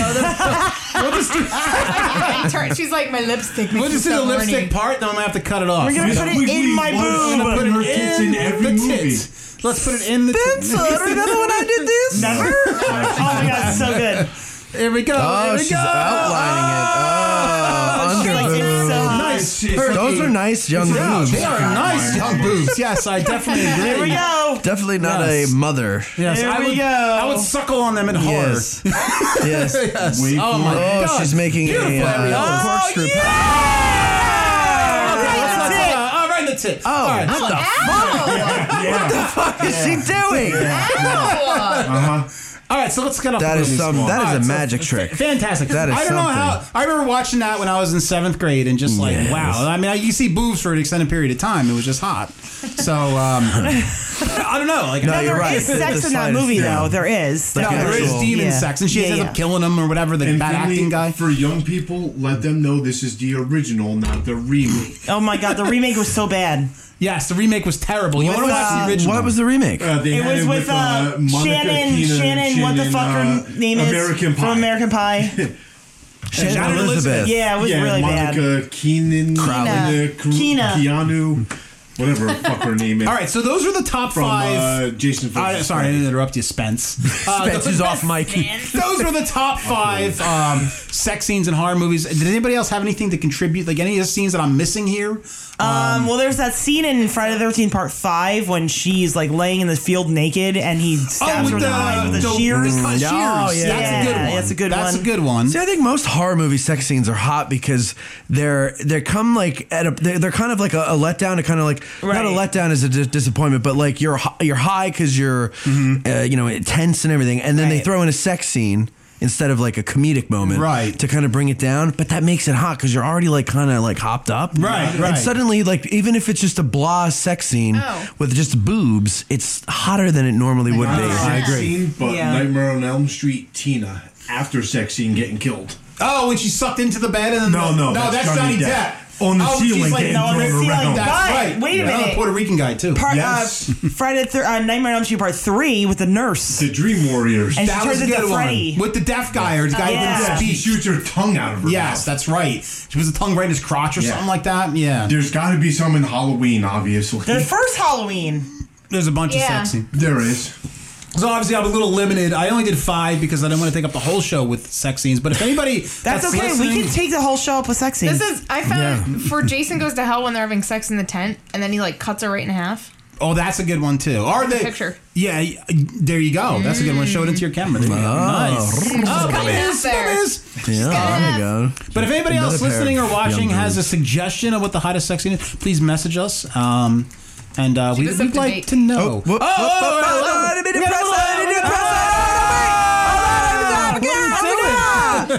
Speaker 1: we'll just do,
Speaker 4: I turn- She's like my lipstick.
Speaker 1: we'll
Speaker 4: makes
Speaker 1: just do
Speaker 4: me
Speaker 1: the
Speaker 4: so horny."
Speaker 1: lipstick part, then I'm gonna have to cut it off.
Speaker 2: We're gonna put it in my boob.
Speaker 1: Put
Speaker 6: Put
Speaker 1: it
Speaker 6: her tits in every
Speaker 1: the
Speaker 6: movie.
Speaker 1: tits. Let's put it in the
Speaker 2: Oh Remember when I did this? Never. oh my god, so good.
Speaker 1: Here we go.
Speaker 3: Oh,
Speaker 1: here we
Speaker 3: she's
Speaker 1: go.
Speaker 3: outlining it. Oh,
Speaker 2: Like,
Speaker 3: under
Speaker 2: it's so
Speaker 3: boob.
Speaker 1: Nice.
Speaker 6: It's- it's-
Speaker 3: Those are nice young
Speaker 1: Yeah,
Speaker 3: boobs.
Speaker 1: they are nice young boobs. Yes, I definitely agree.
Speaker 2: Here we go.
Speaker 3: Definitely not
Speaker 1: Yes.
Speaker 3: a mother.
Speaker 1: Yes,
Speaker 2: Here
Speaker 1: I
Speaker 2: we
Speaker 1: would,
Speaker 2: go.
Speaker 1: I would suckle on them in horror.
Speaker 3: Yes. yes.
Speaker 6: Way
Speaker 1: Oh my
Speaker 6: forward.
Speaker 3: Oh,
Speaker 1: god.
Speaker 3: she's making
Speaker 1: Beautiful,
Speaker 3: a
Speaker 1: Ariel.
Speaker 3: uh,
Speaker 1: Oh,
Speaker 3: corkscrew. Oh,
Speaker 1: Okay,
Speaker 2: that's
Speaker 1: let's
Speaker 2: it.
Speaker 1: not- uh, all right, that's it. all right.
Speaker 3: what the
Speaker 4: Ow!
Speaker 3: fuck is she doing?
Speaker 4: Ow!
Speaker 6: Uh-huh.
Speaker 1: All right, so let's get off.
Speaker 3: That
Speaker 1: the
Speaker 3: is
Speaker 1: movie
Speaker 3: some-
Speaker 1: score.
Speaker 3: that is
Speaker 1: All
Speaker 3: a
Speaker 1: so
Speaker 3: magic
Speaker 1: f-
Speaker 3: trick.
Speaker 1: Fantastic.
Speaker 3: That is
Speaker 1: I don't know how.
Speaker 3: something.
Speaker 1: I remember watching that when I was in seventh grade and just like,
Speaker 3: Yes.
Speaker 1: wow. I mean, I, you see boobs for an extended period of time. It was just hot. So um, I don't know. Like,
Speaker 3: No,
Speaker 1: I-
Speaker 3: you're
Speaker 2: There
Speaker 3: right.
Speaker 2: is
Speaker 3: The-
Speaker 2: sex
Speaker 3: the
Speaker 2: in that
Speaker 3: slightest-
Speaker 2: movie,
Speaker 3: yeah.
Speaker 2: though. There is.
Speaker 3: Like
Speaker 1: no, there is
Speaker 3: actual-
Speaker 1: demon
Speaker 2: Yeah.
Speaker 1: sex, and she
Speaker 2: Yeah,
Speaker 1: ends
Speaker 2: yeah.
Speaker 1: up killing him or whatever. The
Speaker 6: And
Speaker 1: bad
Speaker 6: finally,
Speaker 1: acting guy.
Speaker 6: For young people, let them know this is the original, not the remake.
Speaker 2: Oh my god, the remake was so bad.
Speaker 1: Yes, the remake was terrible. You
Speaker 3: What
Speaker 1: want to watch
Speaker 3: was-
Speaker 1: the original?
Speaker 3: What was the remake?
Speaker 6: Uh, they
Speaker 2: It
Speaker 6: had
Speaker 2: was with uh,
Speaker 6: Monica
Speaker 2: Shannon,
Speaker 6: Keenan,
Speaker 2: Shannon, what the
Speaker 6: Shannon,
Speaker 2: fuck her
Speaker 6: uh,
Speaker 2: name is
Speaker 6: American Pie.
Speaker 2: from American Pie. Um,
Speaker 3: Shannon
Speaker 1: Shannon Elizabeth.
Speaker 2: Yeah, it was
Speaker 6: yeah,
Speaker 2: really
Speaker 6: Monica
Speaker 2: bad.
Speaker 6: Keenan,
Speaker 2: Crowley.
Speaker 6: Keanu,
Speaker 2: Keena.
Speaker 6: Keanu, whatever the fuck her name is.
Speaker 1: All right, so those were the top
Speaker 6: from
Speaker 1: five.
Speaker 6: uh, Jason.
Speaker 1: I,
Speaker 6: Voorhees.
Speaker 1: sorry, I didn't interrupt you, Spence. Uh,
Speaker 3: Spence is off mic.
Speaker 1: Those were the top five um, sex scenes in horror movies. Did anybody else have anything to contribute? Like any of the scenes that I'm missing here?
Speaker 2: Um, well, there's that scene in Friday the Thirteenth Part Five when she's like laying in the field naked and he stabs her in the, eye Oh, with the, shears. Mm,
Speaker 1: the shears. That's
Speaker 3: Oh, yeah.
Speaker 1: a good
Speaker 2: Yeah,
Speaker 1: one.
Speaker 2: that's a good
Speaker 1: That's
Speaker 2: one.
Speaker 1: a good one.
Speaker 3: See, I think most horror movie sex scenes are hot because they're they come like at a they're, they're kind of like a, a letdown. A kind of like not a
Speaker 2: Right.
Speaker 3: letdown is a dis- disappointment, but like you're hi- you're high because you're uh, you know tense and everything, and then they
Speaker 2: Right.
Speaker 3: throw in a sex scene instead of like a comedic moment,
Speaker 1: Right.
Speaker 3: To kind of bring it down, but that makes it hot because you're already like kind of like hopped up,
Speaker 1: Right, right.
Speaker 3: And suddenly, like even if it's just a blah sex scene
Speaker 4: Oh.
Speaker 3: with just boobs, it's hotter than it normally would
Speaker 6: Not
Speaker 3: be.
Speaker 6: a sex scene, but
Speaker 2: Yeah.
Speaker 6: Nightmare on Elm Street, Tina, after sex scene getting killed.
Speaker 1: Oh, when she sucked into the bed and then
Speaker 6: No,
Speaker 1: no,
Speaker 6: no, that's
Speaker 1: that's Johnny
Speaker 6: Johnny
Speaker 1: Depp.
Speaker 6: Depp. On the
Speaker 1: oh, she's
Speaker 6: ceiling
Speaker 1: like,
Speaker 6: getting
Speaker 1: no, on the
Speaker 2: thrown
Speaker 1: ceiling.
Speaker 2: around.
Speaker 1: That's
Speaker 2: But,
Speaker 1: right.
Speaker 2: wait a
Speaker 1: Yeah.
Speaker 2: minute.
Speaker 1: Oh, Puerto Rican guy too.
Speaker 2: Part,
Speaker 6: Yes.
Speaker 2: uh, Friday the Thir- uh, Nightmare on Elm Street Part Three with the nurse.
Speaker 6: The Dream Warriors.
Speaker 2: And-
Speaker 1: that
Speaker 2: she
Speaker 1: was a
Speaker 2: turns
Speaker 1: good
Speaker 2: into
Speaker 1: one
Speaker 2: Freddy.
Speaker 1: with the deaf guy or the guy
Speaker 2: Yeah.
Speaker 1: who
Speaker 6: Yeah,
Speaker 1: didn't
Speaker 6: she
Speaker 1: speak.
Speaker 6: shoots her tongue out of her
Speaker 1: Yes,
Speaker 6: mouth.
Speaker 1: that's right. She was a tongue right in his crotch or
Speaker 6: Yeah.
Speaker 1: something like that. Yeah,
Speaker 6: There's got to be some in Halloween, obviously.
Speaker 2: The first Halloween.
Speaker 1: there's a bunch
Speaker 4: Yeah.
Speaker 1: of sexy.
Speaker 6: there is.
Speaker 1: So obviously, I'm a little limited. I only did five because I didn't want to take up the whole show with sex scenes. But if anybody
Speaker 2: That's, okay. We
Speaker 1: listening-
Speaker 2: can take the whole show up with sex scenes.
Speaker 4: This is I found for Jason goes to hell when they're having sex in the tent, and then he like cuts her right in half.
Speaker 1: Oh, that's a good one too. Are they?
Speaker 4: Picture.
Speaker 1: Yeah, y- there you go. That's a good one. Show it into your camera.
Speaker 3: Mm.
Speaker 1: There you go.
Speaker 3: Ah.
Speaker 1: Nice. Oh, come
Speaker 4: it
Speaker 1: is,
Speaker 4: out there.
Speaker 1: come is.
Speaker 3: Yeah, there you go.
Speaker 1: But if anybody
Speaker 3: Another
Speaker 1: else
Speaker 3: pair
Speaker 1: listening
Speaker 3: of
Speaker 1: or watching
Speaker 3: young
Speaker 1: has a
Speaker 3: boobs.
Speaker 1: suggestion of what the hottest sex scene is, please message us. Um, and uh, we,
Speaker 4: us
Speaker 1: we'd
Speaker 4: up to
Speaker 1: like
Speaker 4: date.
Speaker 1: to know.
Speaker 3: Oh, whoop, whoop, whoop, whoop,
Speaker 1: oh,
Speaker 3: whoop,
Speaker 1: we got a little-
Speaker 3: whoop, whoop, whoop,
Speaker 1: Oh, what are we doing?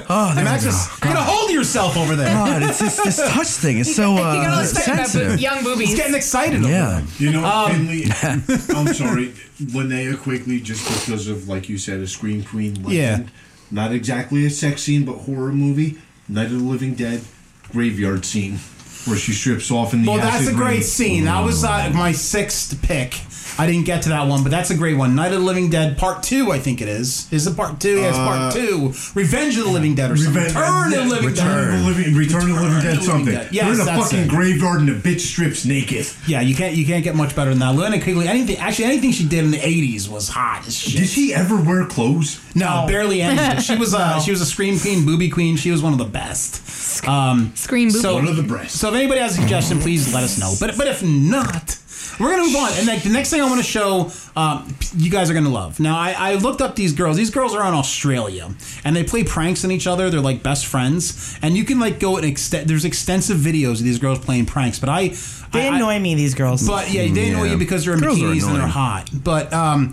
Speaker 3: Oh, there we go.
Speaker 1: Maxis, get a hold of yourself over
Speaker 4: Oh,
Speaker 1: there.
Speaker 3: God, it's this, this touch thing. It's so
Speaker 4: you got all
Speaker 3: uh,
Speaker 4: excited about boob-
Speaker 3: sensitive.
Speaker 4: young boobies.
Speaker 1: He's getting excited. over there.
Speaker 3: Yeah.
Speaker 6: You know, Finley, I'm sorry, Linnea Quigley, just because of, like you said, a scream queen legend.
Speaker 1: Yeah.
Speaker 6: Not exactly a sex scene, but horror movie. Night of the Living Dead, graveyard scene, where she strips off in the
Speaker 1: Well, that's
Speaker 6: acid
Speaker 1: a great
Speaker 6: rain.
Speaker 1: scene. That was uh, my sixth pick. I didn't get to that one, but that's a great one. Night of the Living Dead, Part Two, I think it is. Is it Part Two? Yes, Part Two. Revenge of the Living Dead or something.
Speaker 6: Reven-
Speaker 1: Return of the Living
Speaker 6: Return of
Speaker 1: Dead.
Speaker 6: the Living, Return
Speaker 1: Return
Speaker 6: of the Living Dead,
Speaker 1: of the Living
Speaker 6: something.
Speaker 1: Dead.
Speaker 6: You're
Speaker 1: Yes,
Speaker 6: in a
Speaker 1: that's
Speaker 6: fucking
Speaker 1: it.
Speaker 6: graveyard and a bitch strips naked.
Speaker 1: Yeah, you can't you can't get much better than that. Lena Quigley, anything actually anything she did in the '80s was hot as shit.
Speaker 6: Did she ever wear clothes?
Speaker 1: No,
Speaker 2: No.
Speaker 1: barely anything. She was uh, she was a scream queen, booby queen. She was one of the best. Um,
Speaker 4: Scream booby.
Speaker 1: So,
Speaker 6: One of the best.
Speaker 1: So if anybody has a suggestion, please let us know. But but if not, we're gonna move on. And like the next thing I want to show, um, you guys are gonna love. Now I, I looked up these girls. These girls are on Australia, and they play pranks on each other. They're like best friends, and you can like go and extend. There's extensive videos of these girls playing pranks. But I
Speaker 2: they
Speaker 1: I, I-
Speaker 2: annoy me. These girls.
Speaker 1: but yeah, they annoy
Speaker 3: Yeah.
Speaker 1: you because they're in
Speaker 3: Girls are
Speaker 1: bikinis and they're
Speaker 3: annoying.
Speaker 1: hot. But um,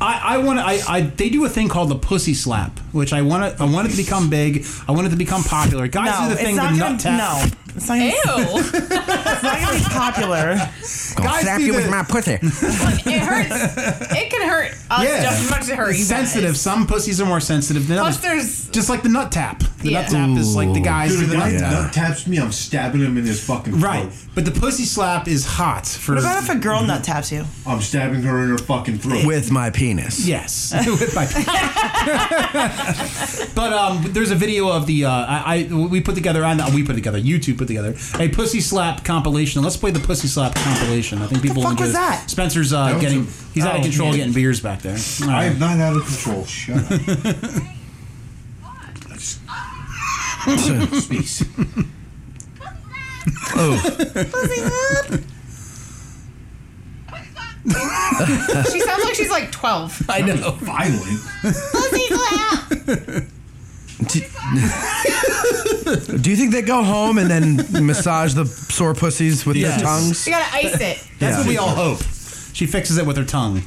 Speaker 1: I, I want to. I, I they do a thing called the pussy slap, which I want to. I want it to become big. I want it to become popular. Guys
Speaker 2: no,
Speaker 1: do the
Speaker 2: it's
Speaker 1: thing, the
Speaker 2: not
Speaker 1: nut
Speaker 2: gonna.
Speaker 1: tap.
Speaker 2: No, it's not gonna,
Speaker 4: Ew! it
Speaker 2: it's not gonna be popular.
Speaker 1: Guys
Speaker 3: Slap
Speaker 1: do
Speaker 3: you with
Speaker 1: the-
Speaker 3: my pussy.
Speaker 4: hurts. It can hurt us
Speaker 1: Yeah.
Speaker 4: just as much as it hurt you.
Speaker 1: It's sensitive.
Speaker 4: Guys.
Speaker 1: Some pussies are more sensitive than
Speaker 4: Plus,
Speaker 1: others.
Speaker 4: there's
Speaker 1: Just like the nut tap. The
Speaker 4: Yeah.
Speaker 1: nut tap is like the guys.
Speaker 6: Dude,
Speaker 1: do
Speaker 6: if
Speaker 1: the
Speaker 6: the guy
Speaker 1: nut-
Speaker 3: Yeah.
Speaker 6: nut taps me, I'm stabbing him in his fucking throat.
Speaker 1: Right, but the pussy slap is hot for.
Speaker 2: What about if a girl nut taps you?
Speaker 6: I'm stabbing her in her fucking throat.
Speaker 3: With my penis.
Speaker 1: Yes, with my. but um, there's a video of the uh, I, I we put together on we put together YouTube put together a pussy slap compilation. Let's play the pussy slap compilation. I think people
Speaker 2: fuck
Speaker 1: enjoy
Speaker 2: was
Speaker 1: this.
Speaker 2: that?
Speaker 1: Spencer's uh,
Speaker 6: That was
Speaker 1: getting
Speaker 6: a-
Speaker 1: he's out of
Speaker 6: oh,
Speaker 1: control
Speaker 6: yeah.
Speaker 1: getting beers back there. All
Speaker 6: I
Speaker 1: right.
Speaker 6: am not out of control. Shut up. Space.
Speaker 4: She sounds like she's like 12.
Speaker 1: I know.
Speaker 6: Violent.
Speaker 3: Do, do you think they go home and then massage the sore pussies with
Speaker 1: Yes.
Speaker 3: their tongues?
Speaker 4: You gotta ice it.
Speaker 1: That's
Speaker 3: Yeah.
Speaker 1: what we all hope. She fixes it with her tongue.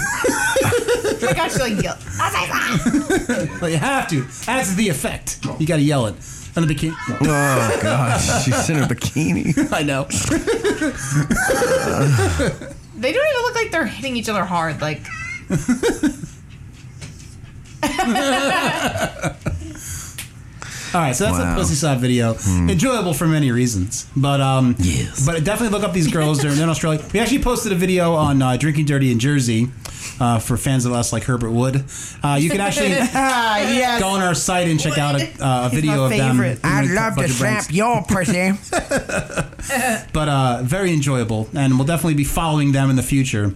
Speaker 4: Oh my gosh, she like yelled.
Speaker 1: But you have to. That's the effect. You got to yell it. And the bikini.
Speaker 3: Oh gosh, she's in a bikini.
Speaker 1: I know.
Speaker 4: They don't even look like they're hitting each other hard. Like,
Speaker 1: All right, so that's
Speaker 3: Wow. Hmm.
Speaker 1: the pussy side video. Enjoyable for many reasons, but um,
Speaker 3: Yes.
Speaker 1: But definitely look up these girls. They're in Australia. We actually posted a video on uh, drinking dirty in Jersey uh, for fans of us like Herbert Wood. Uh, you can actually
Speaker 2: Ah, yes.
Speaker 1: go on our site and check out a, uh, a
Speaker 2: He's
Speaker 1: video
Speaker 2: my
Speaker 1: of them.
Speaker 2: favorite.
Speaker 1: doing a bunch of pranks.
Speaker 3: your pussy.
Speaker 1: but uh, very enjoyable, and we'll definitely be following them in the future.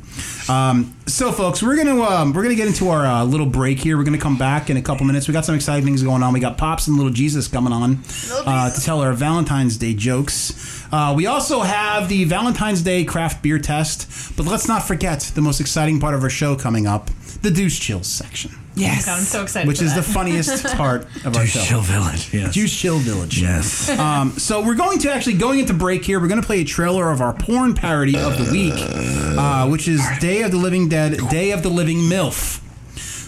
Speaker 1: Um, so, folks, we're gonna um, we're gonna get into our uh, little break here. We're gonna come back in a couple minutes. We got some exciting things going on. We got pops and little Jesus coming on uh, to tell our Valentine's Day jokes. Uh, we also have the Valentine's Day craft beer test, but let's not forget the most exciting part of our show coming up: the Deuce Chills section,
Speaker 2: Yes.
Speaker 4: I'm so excited.
Speaker 1: which
Speaker 4: for
Speaker 1: is the
Speaker 4: that.
Speaker 1: funniest part of our show.
Speaker 3: Village. Yes.
Speaker 1: Deuce Chill Village.
Speaker 3: yes.
Speaker 1: Um, so we're going to actually going into break here. We're going to play a trailer of our porn parody of the week, uh, which is Day of the Living Dead, Day of the Living MILF,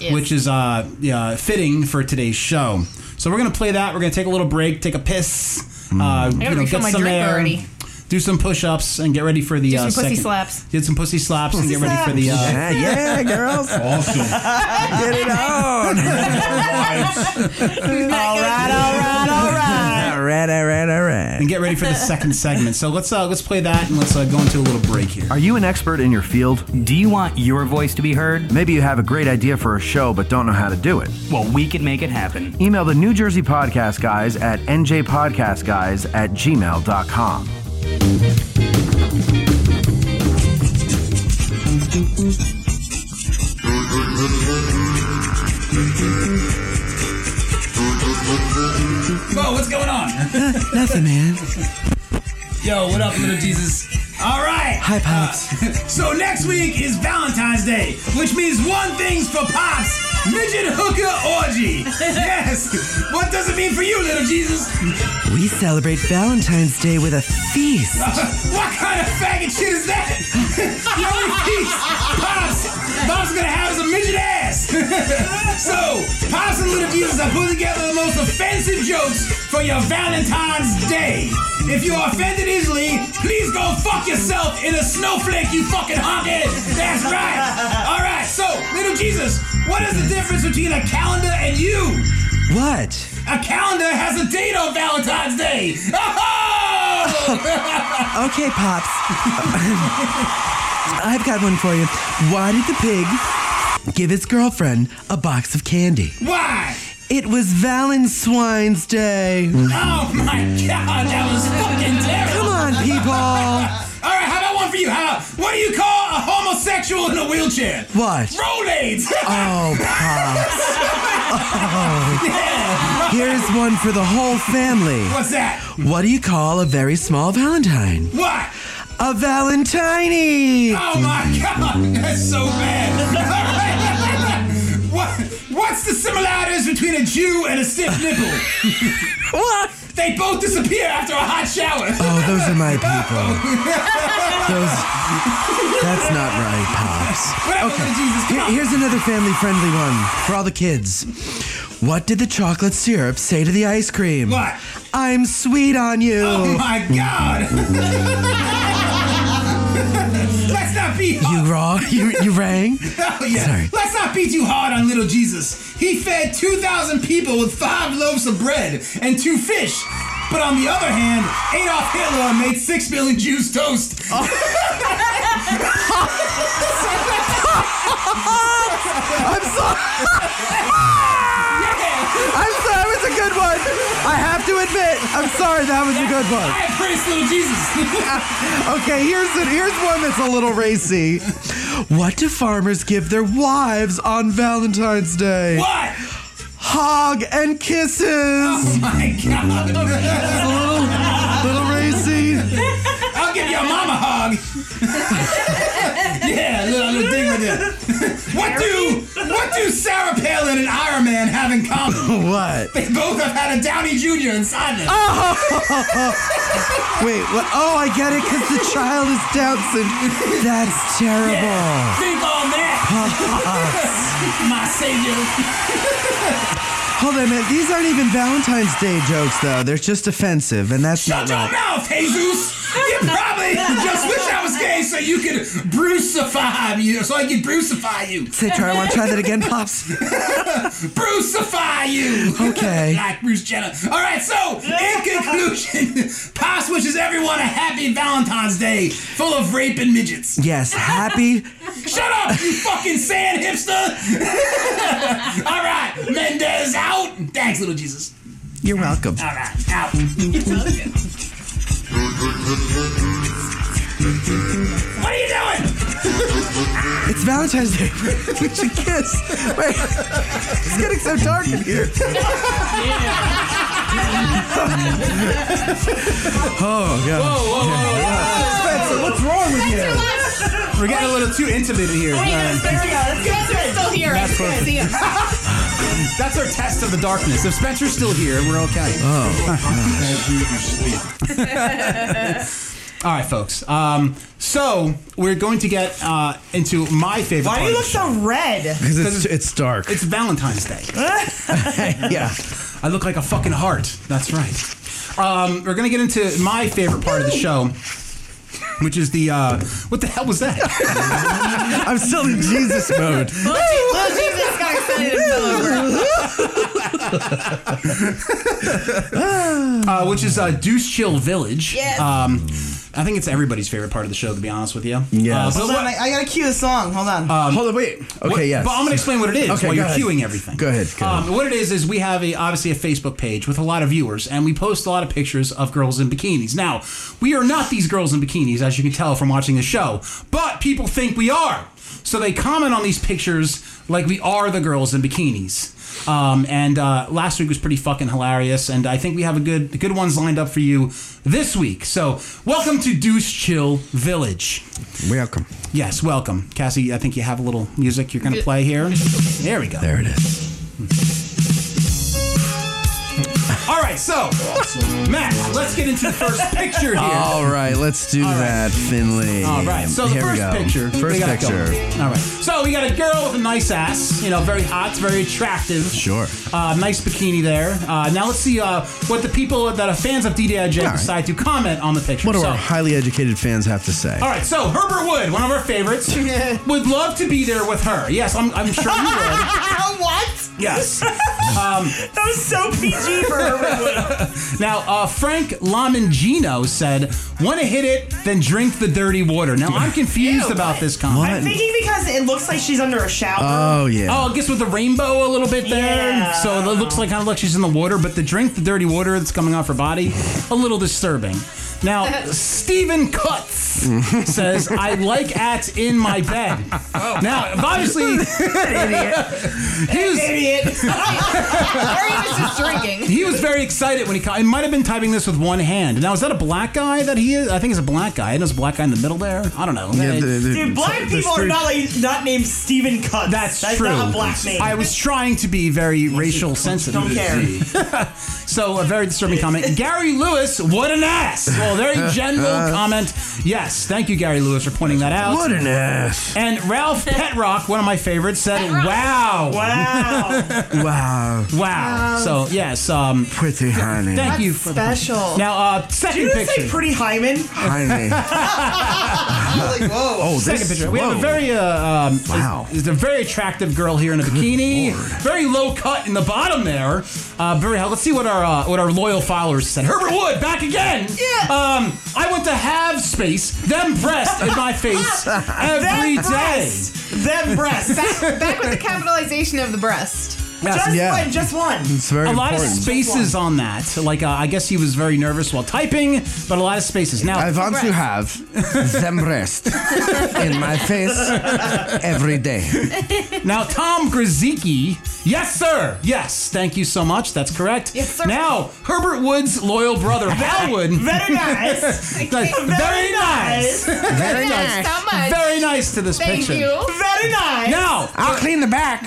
Speaker 4: Yes.
Speaker 1: which is uh, yeah, fitting for today's show. So we're going to play that. We're going to take a little break, take a piss, uh, you know,
Speaker 4: refill
Speaker 1: get
Speaker 4: my
Speaker 1: some
Speaker 4: drink
Speaker 1: air,
Speaker 4: already.
Speaker 1: do some push-ups, and get ready for the
Speaker 4: Do
Speaker 1: uh,
Speaker 4: some pussy
Speaker 1: second-
Speaker 4: slaps.
Speaker 1: Get some pussy slaps and get ready for the. Uh,
Speaker 3: yeah, yeah, girls,
Speaker 6: Awesome.
Speaker 3: get it on.
Speaker 2: All right, all right, all right.
Speaker 3: all right, all right, all right.
Speaker 1: and get ready for the second segment. So let's uh, let's play that and let's uh, go into a little break here.
Speaker 7: Are you an expert in your field?
Speaker 8: Do you want your voice to be heard?
Speaker 7: Maybe you have a great idea for a show but don't know how to do it.
Speaker 8: Well, we can make it happen.
Speaker 7: Email the New Jersey Podcast Guys at njpodcastguys at gmail.com.
Speaker 1: Whoa, what's going on?
Speaker 3: Nothing, man.
Speaker 1: Yo, what up, little Jesus? All right.
Speaker 3: Hi, Pops.
Speaker 1: So next week is Valentine's Day, which means one thing's for Pops: midget hooker orgy. Yes. What does it mean for you, little Jesus?
Speaker 3: we celebrate Valentine's Day with a feast.
Speaker 1: What kind of faggot shit is that? The only piece Pops, Pops gonna have is a midget ass. so, Pops and Little Jesus are putting together the most offensive jokes for your Valentine's Day. If you're offended easily, please go fuck yourself in a snowflake, you fucking hothead. That's right. All right, so, Little Jesus, what is the difference between a calendar and you?
Speaker 3: What?
Speaker 1: A calendar has a date on Valentine's Day. Oh!
Speaker 3: Okay, Pops. I've got one for you. Why did the pig give his girlfriend a box of candy?
Speaker 1: Why?
Speaker 3: It was Valentine's Day.
Speaker 1: Oh my god, that was fucking
Speaker 3: Come
Speaker 1: terrible.
Speaker 3: on, people.
Speaker 1: All right, how about one for you? How about what do you call a homosexual in a wheelchair?
Speaker 3: What?
Speaker 1: Rolades.
Speaker 3: Oh, Pops. Oh. Here's one for the whole family.
Speaker 1: What's that?
Speaker 3: What do you call a very small Valentine?
Speaker 1: What?
Speaker 3: A Valentine.
Speaker 1: Oh my god, that's so bad. All right. what? What's the similarities between a Jew and a stiff nipple?
Speaker 3: What?
Speaker 1: They both disappear after a hot shower.
Speaker 3: Oh, those are my people. Those. That's not right, Pops.
Speaker 1: Whatever,
Speaker 3: Okay.
Speaker 1: little Jesus, come
Speaker 3: Here-
Speaker 1: on.
Speaker 3: here's another family friendly one for all the kids. What did the chocolate syrup say to the ice cream?
Speaker 1: What?
Speaker 3: I'm sweet on you.
Speaker 1: Oh my god. Let's not be
Speaker 3: You raw? You, you rang?
Speaker 1: Oh, yeah.
Speaker 3: Sorry.
Speaker 1: Let's not be too hard on little Jesus. He fed 2,000 people with five loaves of bread and two fish. But on the other hand, Adolf Hitler made six million Jews toast.
Speaker 3: Oh, I'm sorry. I'm sorry. That was a good one. I have to admit. I'm sorry. That was a good one.
Speaker 1: I praise little Jesus.
Speaker 3: Okay, here's it. Here's one that's a little racy. What do farmers give their wives on Valentine's Day?
Speaker 1: What?
Speaker 3: Hog and kisses.
Speaker 1: Oh my god!
Speaker 3: Little racy.
Speaker 1: I'll give you a mama hug. yeah, little, little thing with it. What do what do Sarah Palin and Iron Man have in common?
Speaker 3: What?
Speaker 1: They both have had a Downey Jr. inside them.
Speaker 3: Wait, what? Oh, I get it because the child is Down syndrome. That's terrible.
Speaker 1: Think on that, my savior.
Speaker 3: Hold on a minute. These aren't even Valentine's Day jokes, though. They're just offensive, and that's
Speaker 1: Shut
Speaker 3: not
Speaker 1: your
Speaker 3: right.
Speaker 1: mouth, Jesus. You probably just wish I was gay so you could brucify me, so I could brucify you,
Speaker 3: Say, try. I want to try that again, pops.
Speaker 1: brucify you.
Speaker 3: Okay.
Speaker 1: like Bruce Jenner. All right, so in conclusion, Pops wishes everyone a happy Valentine's Day full of rape and midgets.
Speaker 3: Yes. Happy.
Speaker 1: Shut up, you fucking sand hipster! All right, Mendez out. Thanks, little Jesus.
Speaker 3: You're welcome.
Speaker 1: All right, out. what are you doing?
Speaker 3: It's Valentine's Day. we should kiss. Wait. It's getting so dark in here. oh god. Spencer, what's wrong with you?
Speaker 1: We're getting a little too intimate in here. Uh,
Speaker 4: still here. I just can't see him.
Speaker 1: That's our test of the darkness. If Spencer's still here, we're okay. All right, folks. Um, so we're going to get uh, into my favorite.
Speaker 2: Why
Speaker 1: part
Speaker 2: do you
Speaker 1: of
Speaker 2: look
Speaker 1: the
Speaker 2: so red?
Speaker 3: Because it's, it's dark.
Speaker 1: show. It's Valentine's Day.
Speaker 3: yeah.
Speaker 1: I look like a fucking heart. That's right. Um, we're gonna get into my favorite part of the show, which is the uh, what the hell was that?
Speaker 3: I'm still in Jesus mode.
Speaker 4: Little Jesus got excited.
Speaker 1: Uh, which is uh, Deuce Chill Village.
Speaker 4: Yes.
Speaker 1: Um, I think it's everybody's favorite part of the show, to be honest with you.
Speaker 3: Yes.
Speaker 1: Uh, but
Speaker 2: Hold on,
Speaker 1: what-
Speaker 2: I, I gotta cue the song. Hold on.
Speaker 1: Uh,
Speaker 3: Hold on, wait. Okay,
Speaker 1: Um, What-
Speaker 3: yes.
Speaker 1: But I'm going to explain what it is
Speaker 3: Okay,
Speaker 1: while
Speaker 3: go
Speaker 1: you're
Speaker 3: ahead.
Speaker 1: queuing everything.
Speaker 3: Go ahead, go
Speaker 1: Um, what it is is we have a obviously a Facebook page with a lot of viewers, and we post a lot of pictures of girls in bikinis. Now, we are not these girls in bikinis, as you can tell from watching the show, but people think we are. So they comment on these pictures like we are the girls in bikinis. Um, and uh, last week was pretty fucking hilarious, and I think we have a good good ones lined up for you this week. So welcome to Deuce Chill Village.
Speaker 3: Welcome.
Speaker 1: Yes, welcome. Cassie, I think you have a little music you're going to play here. There we go.
Speaker 3: There it is.
Speaker 1: All right, so, Matt, let's get into the first picture here.
Speaker 3: All right, let's do that, Finley.
Speaker 1: All right, so the
Speaker 3: Oh, Here we
Speaker 1: first
Speaker 3: go.
Speaker 1: picture.
Speaker 3: First
Speaker 1: we got
Speaker 3: picture.
Speaker 1: Going. All right, so we got a girl with a nice ass, you know, very hot, very attractive.
Speaker 3: Sure.
Speaker 1: Uh, nice bikini there. Uh, now let's see uh, what the people that are fans of DDIJ
Speaker 3: right.
Speaker 1: decide to comment on the picture.
Speaker 3: What do
Speaker 1: so,
Speaker 3: our highly educated fans have to say?
Speaker 1: All right, so Herbert Wood, one of our favorites, would love to be there with her. Yes, I'm, I'm sure you would.
Speaker 2: what?
Speaker 1: Yes.
Speaker 2: That was so PG for her.
Speaker 1: Now, uh, Frank Lamangino said, "Want to hit it? Then drink the dirty water." Now, I'm confused
Speaker 2: Ew,
Speaker 1: about
Speaker 2: what?
Speaker 1: this comment.
Speaker 2: I'm thinking because it looks like she's under a shower.
Speaker 3: Oh yeah.
Speaker 1: Oh, I guess with the rainbow a little bit there,
Speaker 2: Yeah.
Speaker 1: so it looks like kind of like she's in the water. But the drink, the dirty water that's coming off her body, a little disturbing. Now, Stephen Cutts says, "I like ats in my bed."
Speaker 2: Oh.
Speaker 1: Now, obviously, he was
Speaker 2: Idiot.
Speaker 4: Or he was just drinking.
Speaker 1: he was very excited when he caught. He might have been typing this with one hand. Now, is that a black guy that he is? I think it's a black guy. And there's a black guy in the middle there. I don't know.
Speaker 3: Yeah,
Speaker 1: Hey.
Speaker 3: the- the-
Speaker 2: Dude, black
Speaker 3: there's
Speaker 2: people are
Speaker 3: three-
Speaker 2: not like not named Stephen Cutts.
Speaker 1: That's,
Speaker 2: That's
Speaker 1: true.
Speaker 2: not a black name.
Speaker 1: I was trying to be very racial sensitive.
Speaker 2: Don't care.
Speaker 1: So a very disturbing comment. Gary Lewis, what an ass! Well, very general comment. Yes, thank you, Gary Lewis, for pointing that out.
Speaker 3: What an ass!
Speaker 1: And Ralph Petrock, one of my favorites, said, "Wow, wow."
Speaker 2: Wow.
Speaker 3: Wow,
Speaker 1: So yes, um,
Speaker 3: pretty honey,
Speaker 1: thank you for the
Speaker 4: Special.
Speaker 1: now. Uh, second
Speaker 2: Did you
Speaker 1: picture.
Speaker 2: say pretty hymen?
Speaker 3: honey.
Speaker 2: like, whoa.
Speaker 3: Oh,
Speaker 1: Second
Speaker 3: this,
Speaker 1: picture. We have a
Speaker 3: whoa.
Speaker 1: very uh, um,
Speaker 3: Wow.
Speaker 1: is, is a very attractive girl here in a bikini, very low cut in the bottom there. Uh, very. Let's see what our uh, what our loyal followers said. Herbert Wood back again.
Speaker 4: Yeah.
Speaker 1: Um, I want to have space, them breast in my face every day.
Speaker 2: Them breasts.
Speaker 4: Back, back with the capitalization of the breast.
Speaker 2: Just
Speaker 3: Yeah.
Speaker 2: one, just one.
Speaker 3: It's very
Speaker 1: a lot
Speaker 3: important.
Speaker 1: of spaces on that. Like, uh, I guess he was very nervous while typing, but a lot of spaces. Now,
Speaker 3: I want to have them rest in my face every day.
Speaker 1: now Tom Grzycki. Yes, sir. Yes, thank you so much. That's correct.
Speaker 4: Yes, sir.
Speaker 1: Now, Herbert Wood's loyal brother, Howard.
Speaker 2: Very nice.
Speaker 1: Very,
Speaker 2: Very
Speaker 1: nice.
Speaker 2: nice.
Speaker 4: Very
Speaker 1: nice.
Speaker 4: So much.
Speaker 1: Very nice to this
Speaker 4: Thank
Speaker 1: picture.
Speaker 4: you.
Speaker 2: Very nice.
Speaker 1: Now,
Speaker 3: I'll clean the back.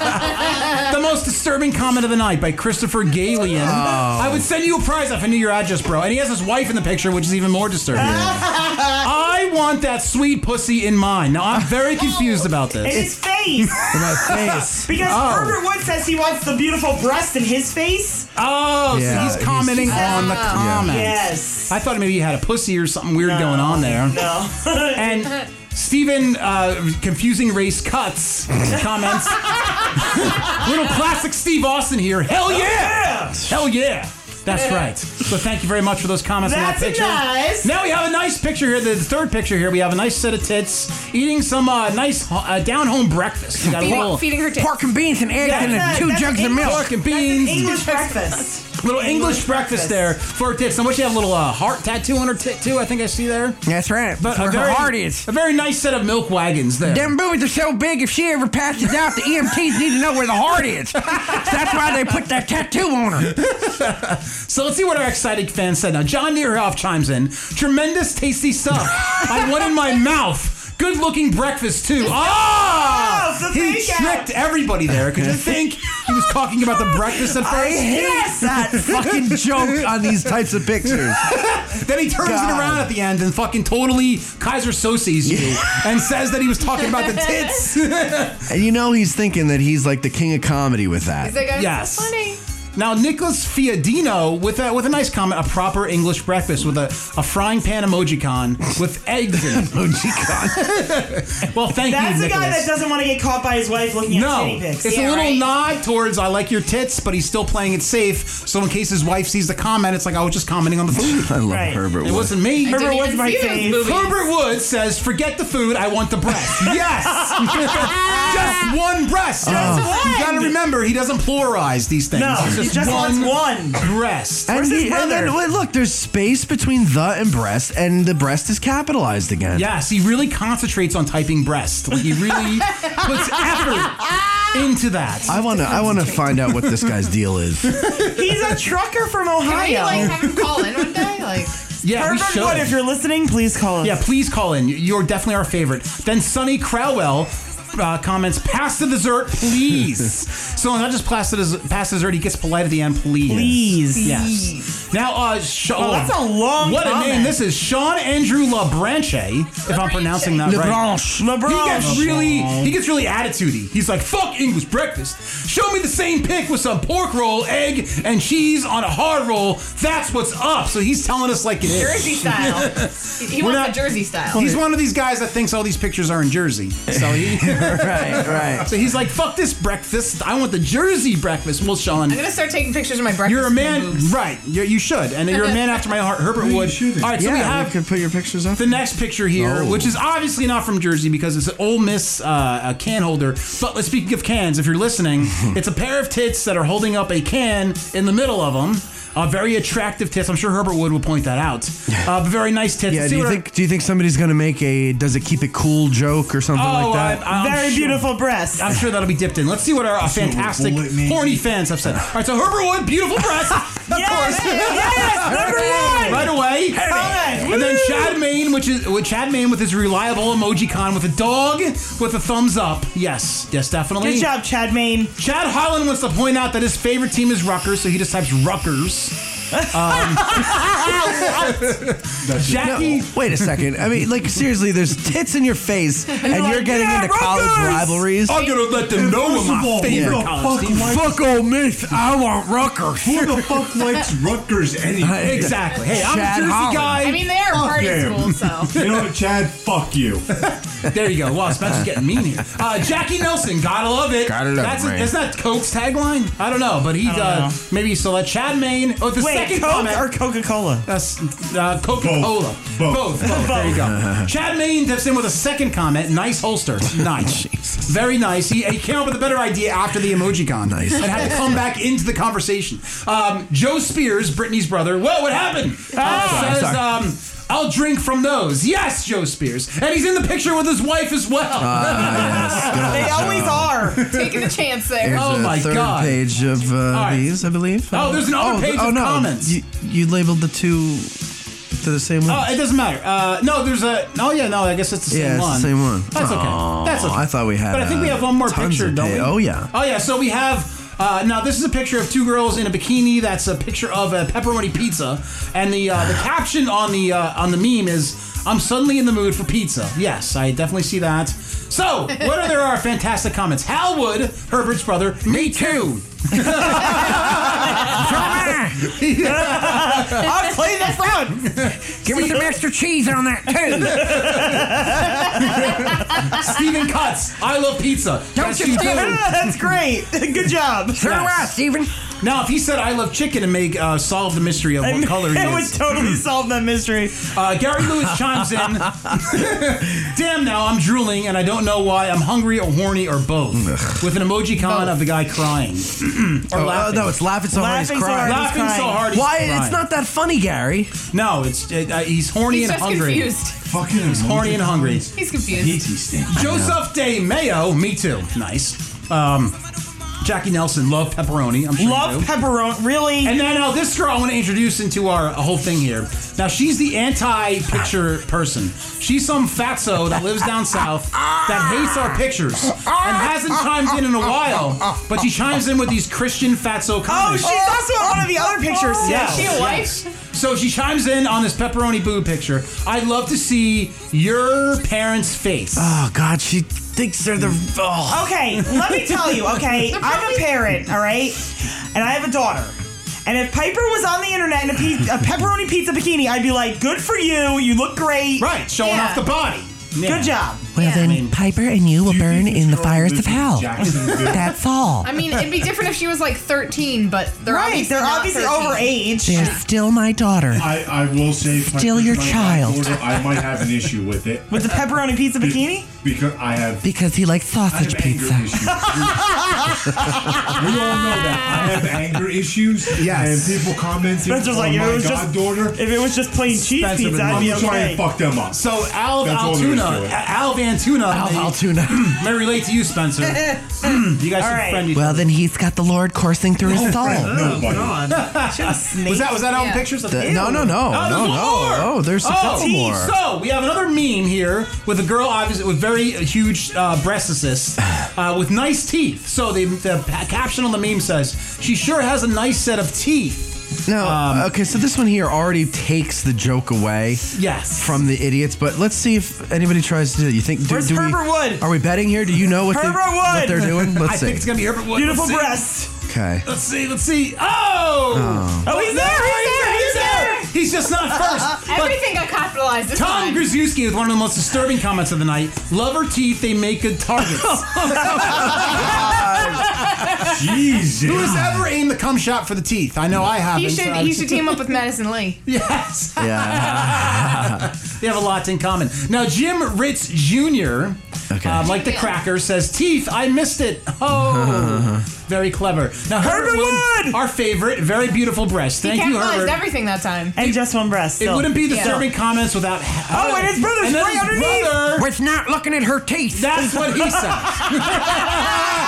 Speaker 1: the most disturbing comment of the night by Christopher Galian. I would send you a prize if I knew your address, bro. And he has his wife in the picture, which is even more disturbing. I want that sweet pussy in mine. Now, I'm very confused about
Speaker 2: In
Speaker 1: this.
Speaker 2: his face.
Speaker 3: In my face.
Speaker 2: Because Herbert Wood says he wants the beautiful breast in his face.
Speaker 1: Oh,
Speaker 3: Yeah,
Speaker 1: so he's
Speaker 3: he's-
Speaker 1: commenting on the comments.
Speaker 2: Yes.
Speaker 1: I thought maybe he had a pussy or something weird going on there.
Speaker 2: No.
Speaker 1: And Stephen, uh, confusing race cuts comments. Little classic Steve Austin here.
Speaker 2: Oh,
Speaker 1: Hell yeah! Hell yeah! That's right. So thank you very much for those comments on that
Speaker 2: That's
Speaker 1: picture.
Speaker 2: nice.
Speaker 1: Now we have a nice picture here. The third picture here, we have a nice set of tits eating some uh, nice uh, down home breakfast. We got a
Speaker 4: Feeding,
Speaker 1: little
Speaker 4: feeding her tits.
Speaker 3: Pork and beans and eggs and
Speaker 2: That's a-
Speaker 3: two
Speaker 2: that's
Speaker 3: jugs of
Speaker 2: English-
Speaker 3: milk.
Speaker 1: pork and
Speaker 2: That's an
Speaker 1: beans,
Speaker 2: English breakfast.
Speaker 1: little English,
Speaker 2: English
Speaker 1: breakfast
Speaker 2: breakfast.
Speaker 1: there for her tits. And what you have a little uh, heart tattoo on her tit too. I think I see there.
Speaker 3: That's right.
Speaker 1: But
Speaker 3: For
Speaker 1: a very,
Speaker 3: her hearties.
Speaker 1: a very nice set of milk wagons there.
Speaker 3: Them buoys are so big, if she ever passes out, the EMTs need to know where the heart is. So that's why they put that tattoo on her.
Speaker 1: So let's see what our excited fans said. Now, John Nierhoff chimes in. Tremendous tasty stuff. I want in my mouth. Good looking breakfast, too. Ah!
Speaker 2: Oh, it's a
Speaker 1: he
Speaker 2: fake out.
Speaker 1: tricked everybody there. Could you think he was talking about the breakfast at
Speaker 3: I
Speaker 1: first?
Speaker 3: hate that fucking joke on these types of pictures.
Speaker 1: Then he turns it
Speaker 3: God.
Speaker 1: around at the end and fucking totally Kaiser Sosies you and says that he was talking about the tits.
Speaker 3: And you know he's thinking that he's like the king of comedy with that.
Speaker 4: He's like, "I'm
Speaker 1: Yes.
Speaker 4: so funny.
Speaker 1: Now, Nicholas Fiadino with a, with a nice comment, a proper English breakfast with a, a frying pan emojicon with eggs in it. Well, thank
Speaker 2: That's
Speaker 1: you,
Speaker 2: the guy
Speaker 1: Nicholas.
Speaker 2: that doesn't want to get caught by his wife looking at
Speaker 1: No,
Speaker 2: titty pics.
Speaker 1: it's a little nod towards I like your tits, but he's still playing it safe. So in case his wife sees the comment, it's like I was just commenting on the food.
Speaker 3: I love
Speaker 2: Right.
Speaker 3: Herbert.
Speaker 1: it
Speaker 3: Wood.
Speaker 1: wasn't me.
Speaker 2: Herbert
Speaker 4: Didn't
Speaker 2: Wood's
Speaker 4: even
Speaker 2: my
Speaker 4: see those
Speaker 2: fave.
Speaker 4: movies.
Speaker 1: Herbert Wood says, "Forget the food. I want the breast." yes, just one breast.
Speaker 2: Just one.
Speaker 1: You gotta remember, he doesn't pluralize these things.
Speaker 2: No,
Speaker 1: It's
Speaker 2: he just wants one.
Speaker 1: breast.
Speaker 3: And,
Speaker 2: Where's his
Speaker 3: he- and then,
Speaker 2: brother?
Speaker 3: wait, look, there's space between the and breast, and the breast is capitalized again.
Speaker 1: Yes, he really concentrates on typing breast. Like he really puts effort into that.
Speaker 3: I wanna, I wanna find out what this guy's deal is.
Speaker 2: He's a trucker from
Speaker 4: Can we
Speaker 2: Ohio.
Speaker 4: like have him call in one day? Like,
Speaker 1: yeah, we
Speaker 2: Herbert
Speaker 1: should.
Speaker 2: Wood, if you're listening, please call us.
Speaker 1: Yeah, please call in. You're definitely our favorite. Then Sonny Crowell uh, comments, pass the dessert, please. so not just pass the, des- pass the dessert, he gets polite at the end, please.
Speaker 2: Please.
Speaker 1: Yes. Now, uh, Sha-
Speaker 2: Oh, that's a long
Speaker 1: What a name
Speaker 2: comment.
Speaker 1: this is. Sean Andrew LaBranche, if I'm pronouncing that right.
Speaker 3: LeBlanche.
Speaker 1: He
Speaker 2: LeBron.
Speaker 1: gets really he gets really attitudey. He's like, "Fuck English breakfast. Show me the same pick with some pork roll, egg, and cheese on a hard roll. That's what's up." So he's telling us like it is.
Speaker 4: Jersey style. He
Speaker 1: We're
Speaker 4: wants
Speaker 1: not-
Speaker 4: a Jersey style.
Speaker 1: He's one of these guys that thinks all these pictures are in Jersey. So he,
Speaker 3: right, right.
Speaker 1: so he's like, "Fuck this breakfast. I want the Jersey breakfast." Well, Sean,
Speaker 4: I'm gonna start taking pictures of my breakfast.
Speaker 1: you're a
Speaker 4: and my
Speaker 1: man,
Speaker 4: boobs.
Speaker 1: right? You're, you should, and you're a man after my heart, Herbert Wood.
Speaker 6: shouldn't.
Speaker 1: All right, so we
Speaker 3: Yeah, you
Speaker 1: have
Speaker 3: can put your pictures up.
Speaker 1: the next picture here,
Speaker 3: Oh.
Speaker 1: which is obviously not from Jersey because it's an Ole Miss uh, a can holder. But let's- speaking of cans, if you're listening, it's a pair of tits that are holding up a can in the middle of them. Uh, very attractive tits. I'm sure Herbert Wood will point that out. Uh, but very nice tits.
Speaker 3: Yeah,
Speaker 1: Let's
Speaker 3: do
Speaker 1: see
Speaker 3: you
Speaker 1: what
Speaker 3: think do you think somebody's gonna make a does it keep it cool joke or something
Speaker 1: Our, oh,
Speaker 3: like that?
Speaker 1: I, am
Speaker 2: Very beautiful breasts.
Speaker 1: I'm sure that'll be dipped in. Let's see what our uh,
Speaker 6: what
Speaker 1: fantastic
Speaker 6: bullet means.
Speaker 1: horny fans have said. All right, so Herbert Wood, beautiful breasts, of
Speaker 2: Yes,
Speaker 1: course.
Speaker 2: yes, number one.
Speaker 1: Right away,
Speaker 2: Alright,
Speaker 1: and then
Speaker 2: woo!
Speaker 1: Chad Maine, which is with Chad Maine with his reliable emoji con with a dog with a thumbs up. Yes, yes, definitely.
Speaker 2: Good job, Chad Maine.
Speaker 1: Chad Holland wants to point out that his favorite team is Rutgers, so he just types Rutgers. Um,
Speaker 6: That's it.
Speaker 1: Jackie,
Speaker 3: Wait a second. I mean, like seriously, there's tits in your face, and,
Speaker 2: like,
Speaker 3: you're getting
Speaker 2: "Yeah,
Speaker 3: into college
Speaker 2: Rutgers!"
Speaker 3: rivalries.
Speaker 1: I'm gonna let them know what
Speaker 6: First of
Speaker 1: my
Speaker 6: all,
Speaker 1: favorite
Speaker 6: who the
Speaker 1: college
Speaker 6: fuck
Speaker 1: team.
Speaker 6: likes-
Speaker 3: Fuck Ole Miss. I want Rutgers.
Speaker 6: Who the fuck likes Rutgers anyway?
Speaker 1: Exactly. Hey, I'm
Speaker 3: Chad
Speaker 1: a Jersey
Speaker 3: Holland.
Speaker 1: guy.
Speaker 4: I mean, they are party
Speaker 6: yeah.
Speaker 4: school, so.
Speaker 6: You know what, Chad? Fuck you.
Speaker 1: there you go. Wow, Spencer's getting mean here. Uh, Jackie Nelson, gotta love it.
Speaker 3: Gotta love it,
Speaker 1: that's
Speaker 3: man.
Speaker 1: That's not Coke's tagline. I don't know, but he uh,
Speaker 2: know.
Speaker 1: maybe so that Chad Maine. Oh, the
Speaker 2: Wait,
Speaker 1: second
Speaker 2: Coke
Speaker 1: comment.
Speaker 2: or Coca Cola?
Speaker 1: That's uh, Coca Cola. Both.
Speaker 6: Both. Both.
Speaker 1: Both. There you go. Chad Maine dips in with a second comment. Nice holster. Nice. Very nice. He, he came up with a better idea after the emoji con. Nice. And had to come back into the conversation. Um, Joe Spears, Brittany's brother. Whoa, what happened?
Speaker 2: Ah.
Speaker 1: Uh, says, um, I'll drink from those. Yes, Joe Spears. And he's in the picture with his wife as well.
Speaker 3: Ah.
Speaker 2: They always are.
Speaker 4: Taking a chance there.
Speaker 1: Oh
Speaker 3: There's a
Speaker 1: my
Speaker 3: third
Speaker 1: God.
Speaker 3: Page of uh,
Speaker 1: right.
Speaker 3: these, I believe.
Speaker 1: Oh, there's another
Speaker 3: th-
Speaker 1: page of comments.
Speaker 3: You, you labeled the two to the same one.
Speaker 1: Oh, it doesn't matter. Uh, no, there's a. Oh yeah, no. I guess it's the same
Speaker 3: Yeah, it's the
Speaker 1: one.
Speaker 3: same one.
Speaker 1: That's okay.
Speaker 3: Aw,
Speaker 1: That's okay.
Speaker 3: I thought we had,
Speaker 1: But I think we
Speaker 3: uh,
Speaker 1: have one more
Speaker 3: tons
Speaker 1: picture,
Speaker 3: of
Speaker 1: don't
Speaker 3: pa-
Speaker 1: we?
Speaker 3: oh, yeah.
Speaker 1: Oh yeah. So we have. Uh, now this is a picture of two girls in a bikini. That's a picture of a pepperoni pizza, and the uh, the caption on the uh, on the meme is "I'm suddenly in the mood for pizza." Yes, I definitely see that. So, what are there are fantastic comments? Hal Wood, Herbert's brother. Me too.
Speaker 2: I'm playing the front.
Speaker 9: Give me the master cheese on that too.
Speaker 1: Stephen Cuts. I love pizza.
Speaker 9: Don't
Speaker 1: Yes,
Speaker 9: you,
Speaker 1: do.
Speaker 9: Stephen?
Speaker 2: That's great. Good job.
Speaker 9: Turn around, Steven.
Speaker 1: Now, if he said "I love chicken" and make uh, solve the mystery of what color he
Speaker 2: it would
Speaker 1: is, Mm-hmm.
Speaker 2: totally solve that mystery.
Speaker 1: uh, Gary Lewis chimes in. Damn! Now I'm drooling, and I don't know why. I'm hungry or horny or both, with an emoji con of the guy crying or
Speaker 3: Oh,
Speaker 1: laughing.
Speaker 3: no, it's laughing so hard. He's
Speaker 2: Laughing so
Speaker 3: crying.
Speaker 2: hard.
Speaker 1: laughing so
Speaker 2: crying.
Speaker 1: hard. he's
Speaker 3: Why?
Speaker 1: crying.
Speaker 3: It's not that funny, Gary.
Speaker 1: No, it's uh, uh, he's horny
Speaker 4: He's
Speaker 1: and
Speaker 4: just
Speaker 1: hungry.
Speaker 4: confused.
Speaker 6: Fucking he's
Speaker 1: Horny and hungry.
Speaker 4: He's confused.
Speaker 1: Joseph De Mayo. Me too. Nice. Um, Jackie Nelson. Love pepperoni. I'm sure. you
Speaker 2: Love
Speaker 1: do.
Speaker 2: pepperoni. Really?
Speaker 1: And now, now this girl I want to introduce into our whole thing here. Now she's the anti-picture person. She's some fatso that lives down south that hates our pictures and hasn't chimed in in a while. But she chimes in with these Christian fatso
Speaker 2: oh,
Speaker 1: comments.
Speaker 2: she's also on one of the other pictures.
Speaker 1: Yes.
Speaker 4: Is she a wife?
Speaker 1: So she chimes in on this pepperoni boo picture. I'd love to see your parents' face.
Speaker 4: Uh,
Speaker 3: Oh God, she thinks they're the. Oh.
Speaker 2: Okay, let me tell you, okay? I'm a parent, all right? And I have a daughter. And if Piper was on the internet in a, pe- a pepperoni pizza bikini, I'd be like, good for you. You look great.
Speaker 1: right, showing
Speaker 4: Yeah.
Speaker 1: off the body. Yeah.
Speaker 2: Good job.
Speaker 9: Well then, Piper and you will burn in the fires of hell.
Speaker 6: Jacksonville.
Speaker 9: That's all.
Speaker 4: I mean, it'd be different if she was like 13, but they're
Speaker 2: Right.
Speaker 4: obviously
Speaker 2: They're
Speaker 4: not
Speaker 2: obviously
Speaker 4: 13.
Speaker 2: over age.
Speaker 9: They're still my daughter.
Speaker 6: I, I will say, if I
Speaker 9: Still
Speaker 6: put
Speaker 9: your
Speaker 6: my
Speaker 9: child.
Speaker 6: order, I might have an issue with it
Speaker 2: With the pepperoni pizza bikini?
Speaker 6: because I have.
Speaker 9: Because he likes
Speaker 6: I have
Speaker 9: sausage
Speaker 6: anger
Speaker 9: pizza.
Speaker 6: issues. we all know that. I have anger issues.
Speaker 1: Yes.
Speaker 6: And people commenting
Speaker 2: Spencer's
Speaker 1: Oh
Speaker 6: on
Speaker 2: like, if
Speaker 6: my
Speaker 2: it was just
Speaker 6: goddaughter.
Speaker 2: if it was just plain cheese
Speaker 1: Spencer
Speaker 2: pizza,
Speaker 1: would
Speaker 2: I'd
Speaker 1: love
Speaker 2: be
Speaker 1: it.
Speaker 6: I'm sorry
Speaker 2: okay.
Speaker 6: and fuck them up.
Speaker 1: So Al
Speaker 6: That's all there is to
Speaker 1: Altuna,
Speaker 6: it.
Speaker 1: Al Vantuna,
Speaker 3: Al
Speaker 1: may-
Speaker 3: Altuna.
Speaker 1: may Hmm, relate to you, Spencer. Hmm, you guys should
Speaker 2: right.
Speaker 1: friend each
Speaker 9: Well, Oh, then he's got the Lord coursing through his soul.
Speaker 6: Nobody.
Speaker 1: Was that was that on
Speaker 4: Yeah.
Speaker 1: pictures? Of
Speaker 3: The- no, no, no,
Speaker 1: Oh, there's
Speaker 3: no,
Speaker 1: one
Speaker 3: no,
Speaker 1: more. Oh,
Speaker 3: no, there's a couple more.
Speaker 1: So we have another meme here with a girl, obviously with very huge uh, breast assist, uh, with nice teeth. So the, the pa- caption on the meme says, "She sure has a nice set of teeth."
Speaker 3: No, uh, okay, so this one here already takes the joke away
Speaker 1: Yes.
Speaker 3: from the idiots, but let's see if anybody tries to do it. You think? Do,
Speaker 2: Where's
Speaker 3: do
Speaker 2: Herbert
Speaker 3: we,
Speaker 2: Wood?
Speaker 3: Are we betting here? Do you know what, they,
Speaker 2: Herbert Wood!
Speaker 3: what they're doing? Let's
Speaker 1: I
Speaker 3: see.
Speaker 1: think it's gonna be Herbert Wood.
Speaker 2: Beautiful
Speaker 1: Let's see.
Speaker 2: breasts.
Speaker 3: okay.
Speaker 1: Let's see. Let's see. Oh!
Speaker 2: Oh, he's there! He's there! He's there!
Speaker 1: He's just not first. but-
Speaker 4: Everything got capitalized this
Speaker 1: Tom
Speaker 4: time.
Speaker 1: Grzyewski with one of the most disturbing comments of the night. Love her teeth, they make good targets.
Speaker 6: Jesus.
Speaker 1: Who has ever aimed the cum shot for the teeth? I know I haven't.
Speaker 4: He should
Speaker 1: so-
Speaker 4: he should team up with Madison Lee.
Speaker 1: Yes.
Speaker 3: Yeah.
Speaker 1: They have a lot in common. Now, Jim Ritz Jr.,
Speaker 3: Okay.
Speaker 1: uh, like the cracker, says, Teeth, I missed it. Oh, very clever. Now, Herbert,
Speaker 2: Herbert
Speaker 1: Wood,
Speaker 2: Wood!
Speaker 1: our favorite, very beautiful breast.
Speaker 4: He
Speaker 1: Thank you,
Speaker 4: capitalized
Speaker 1: Herbert.
Speaker 4: everything that time.
Speaker 2: And just one breast.
Speaker 1: it
Speaker 2: still.
Speaker 1: wouldn't be
Speaker 4: Yeah.
Speaker 1: disturbing comments without.
Speaker 2: Oh, and his brother's
Speaker 1: And then
Speaker 2: right
Speaker 1: his
Speaker 2: underneath!
Speaker 1: brother-
Speaker 9: With not looking at her teeth.
Speaker 1: That's what he said.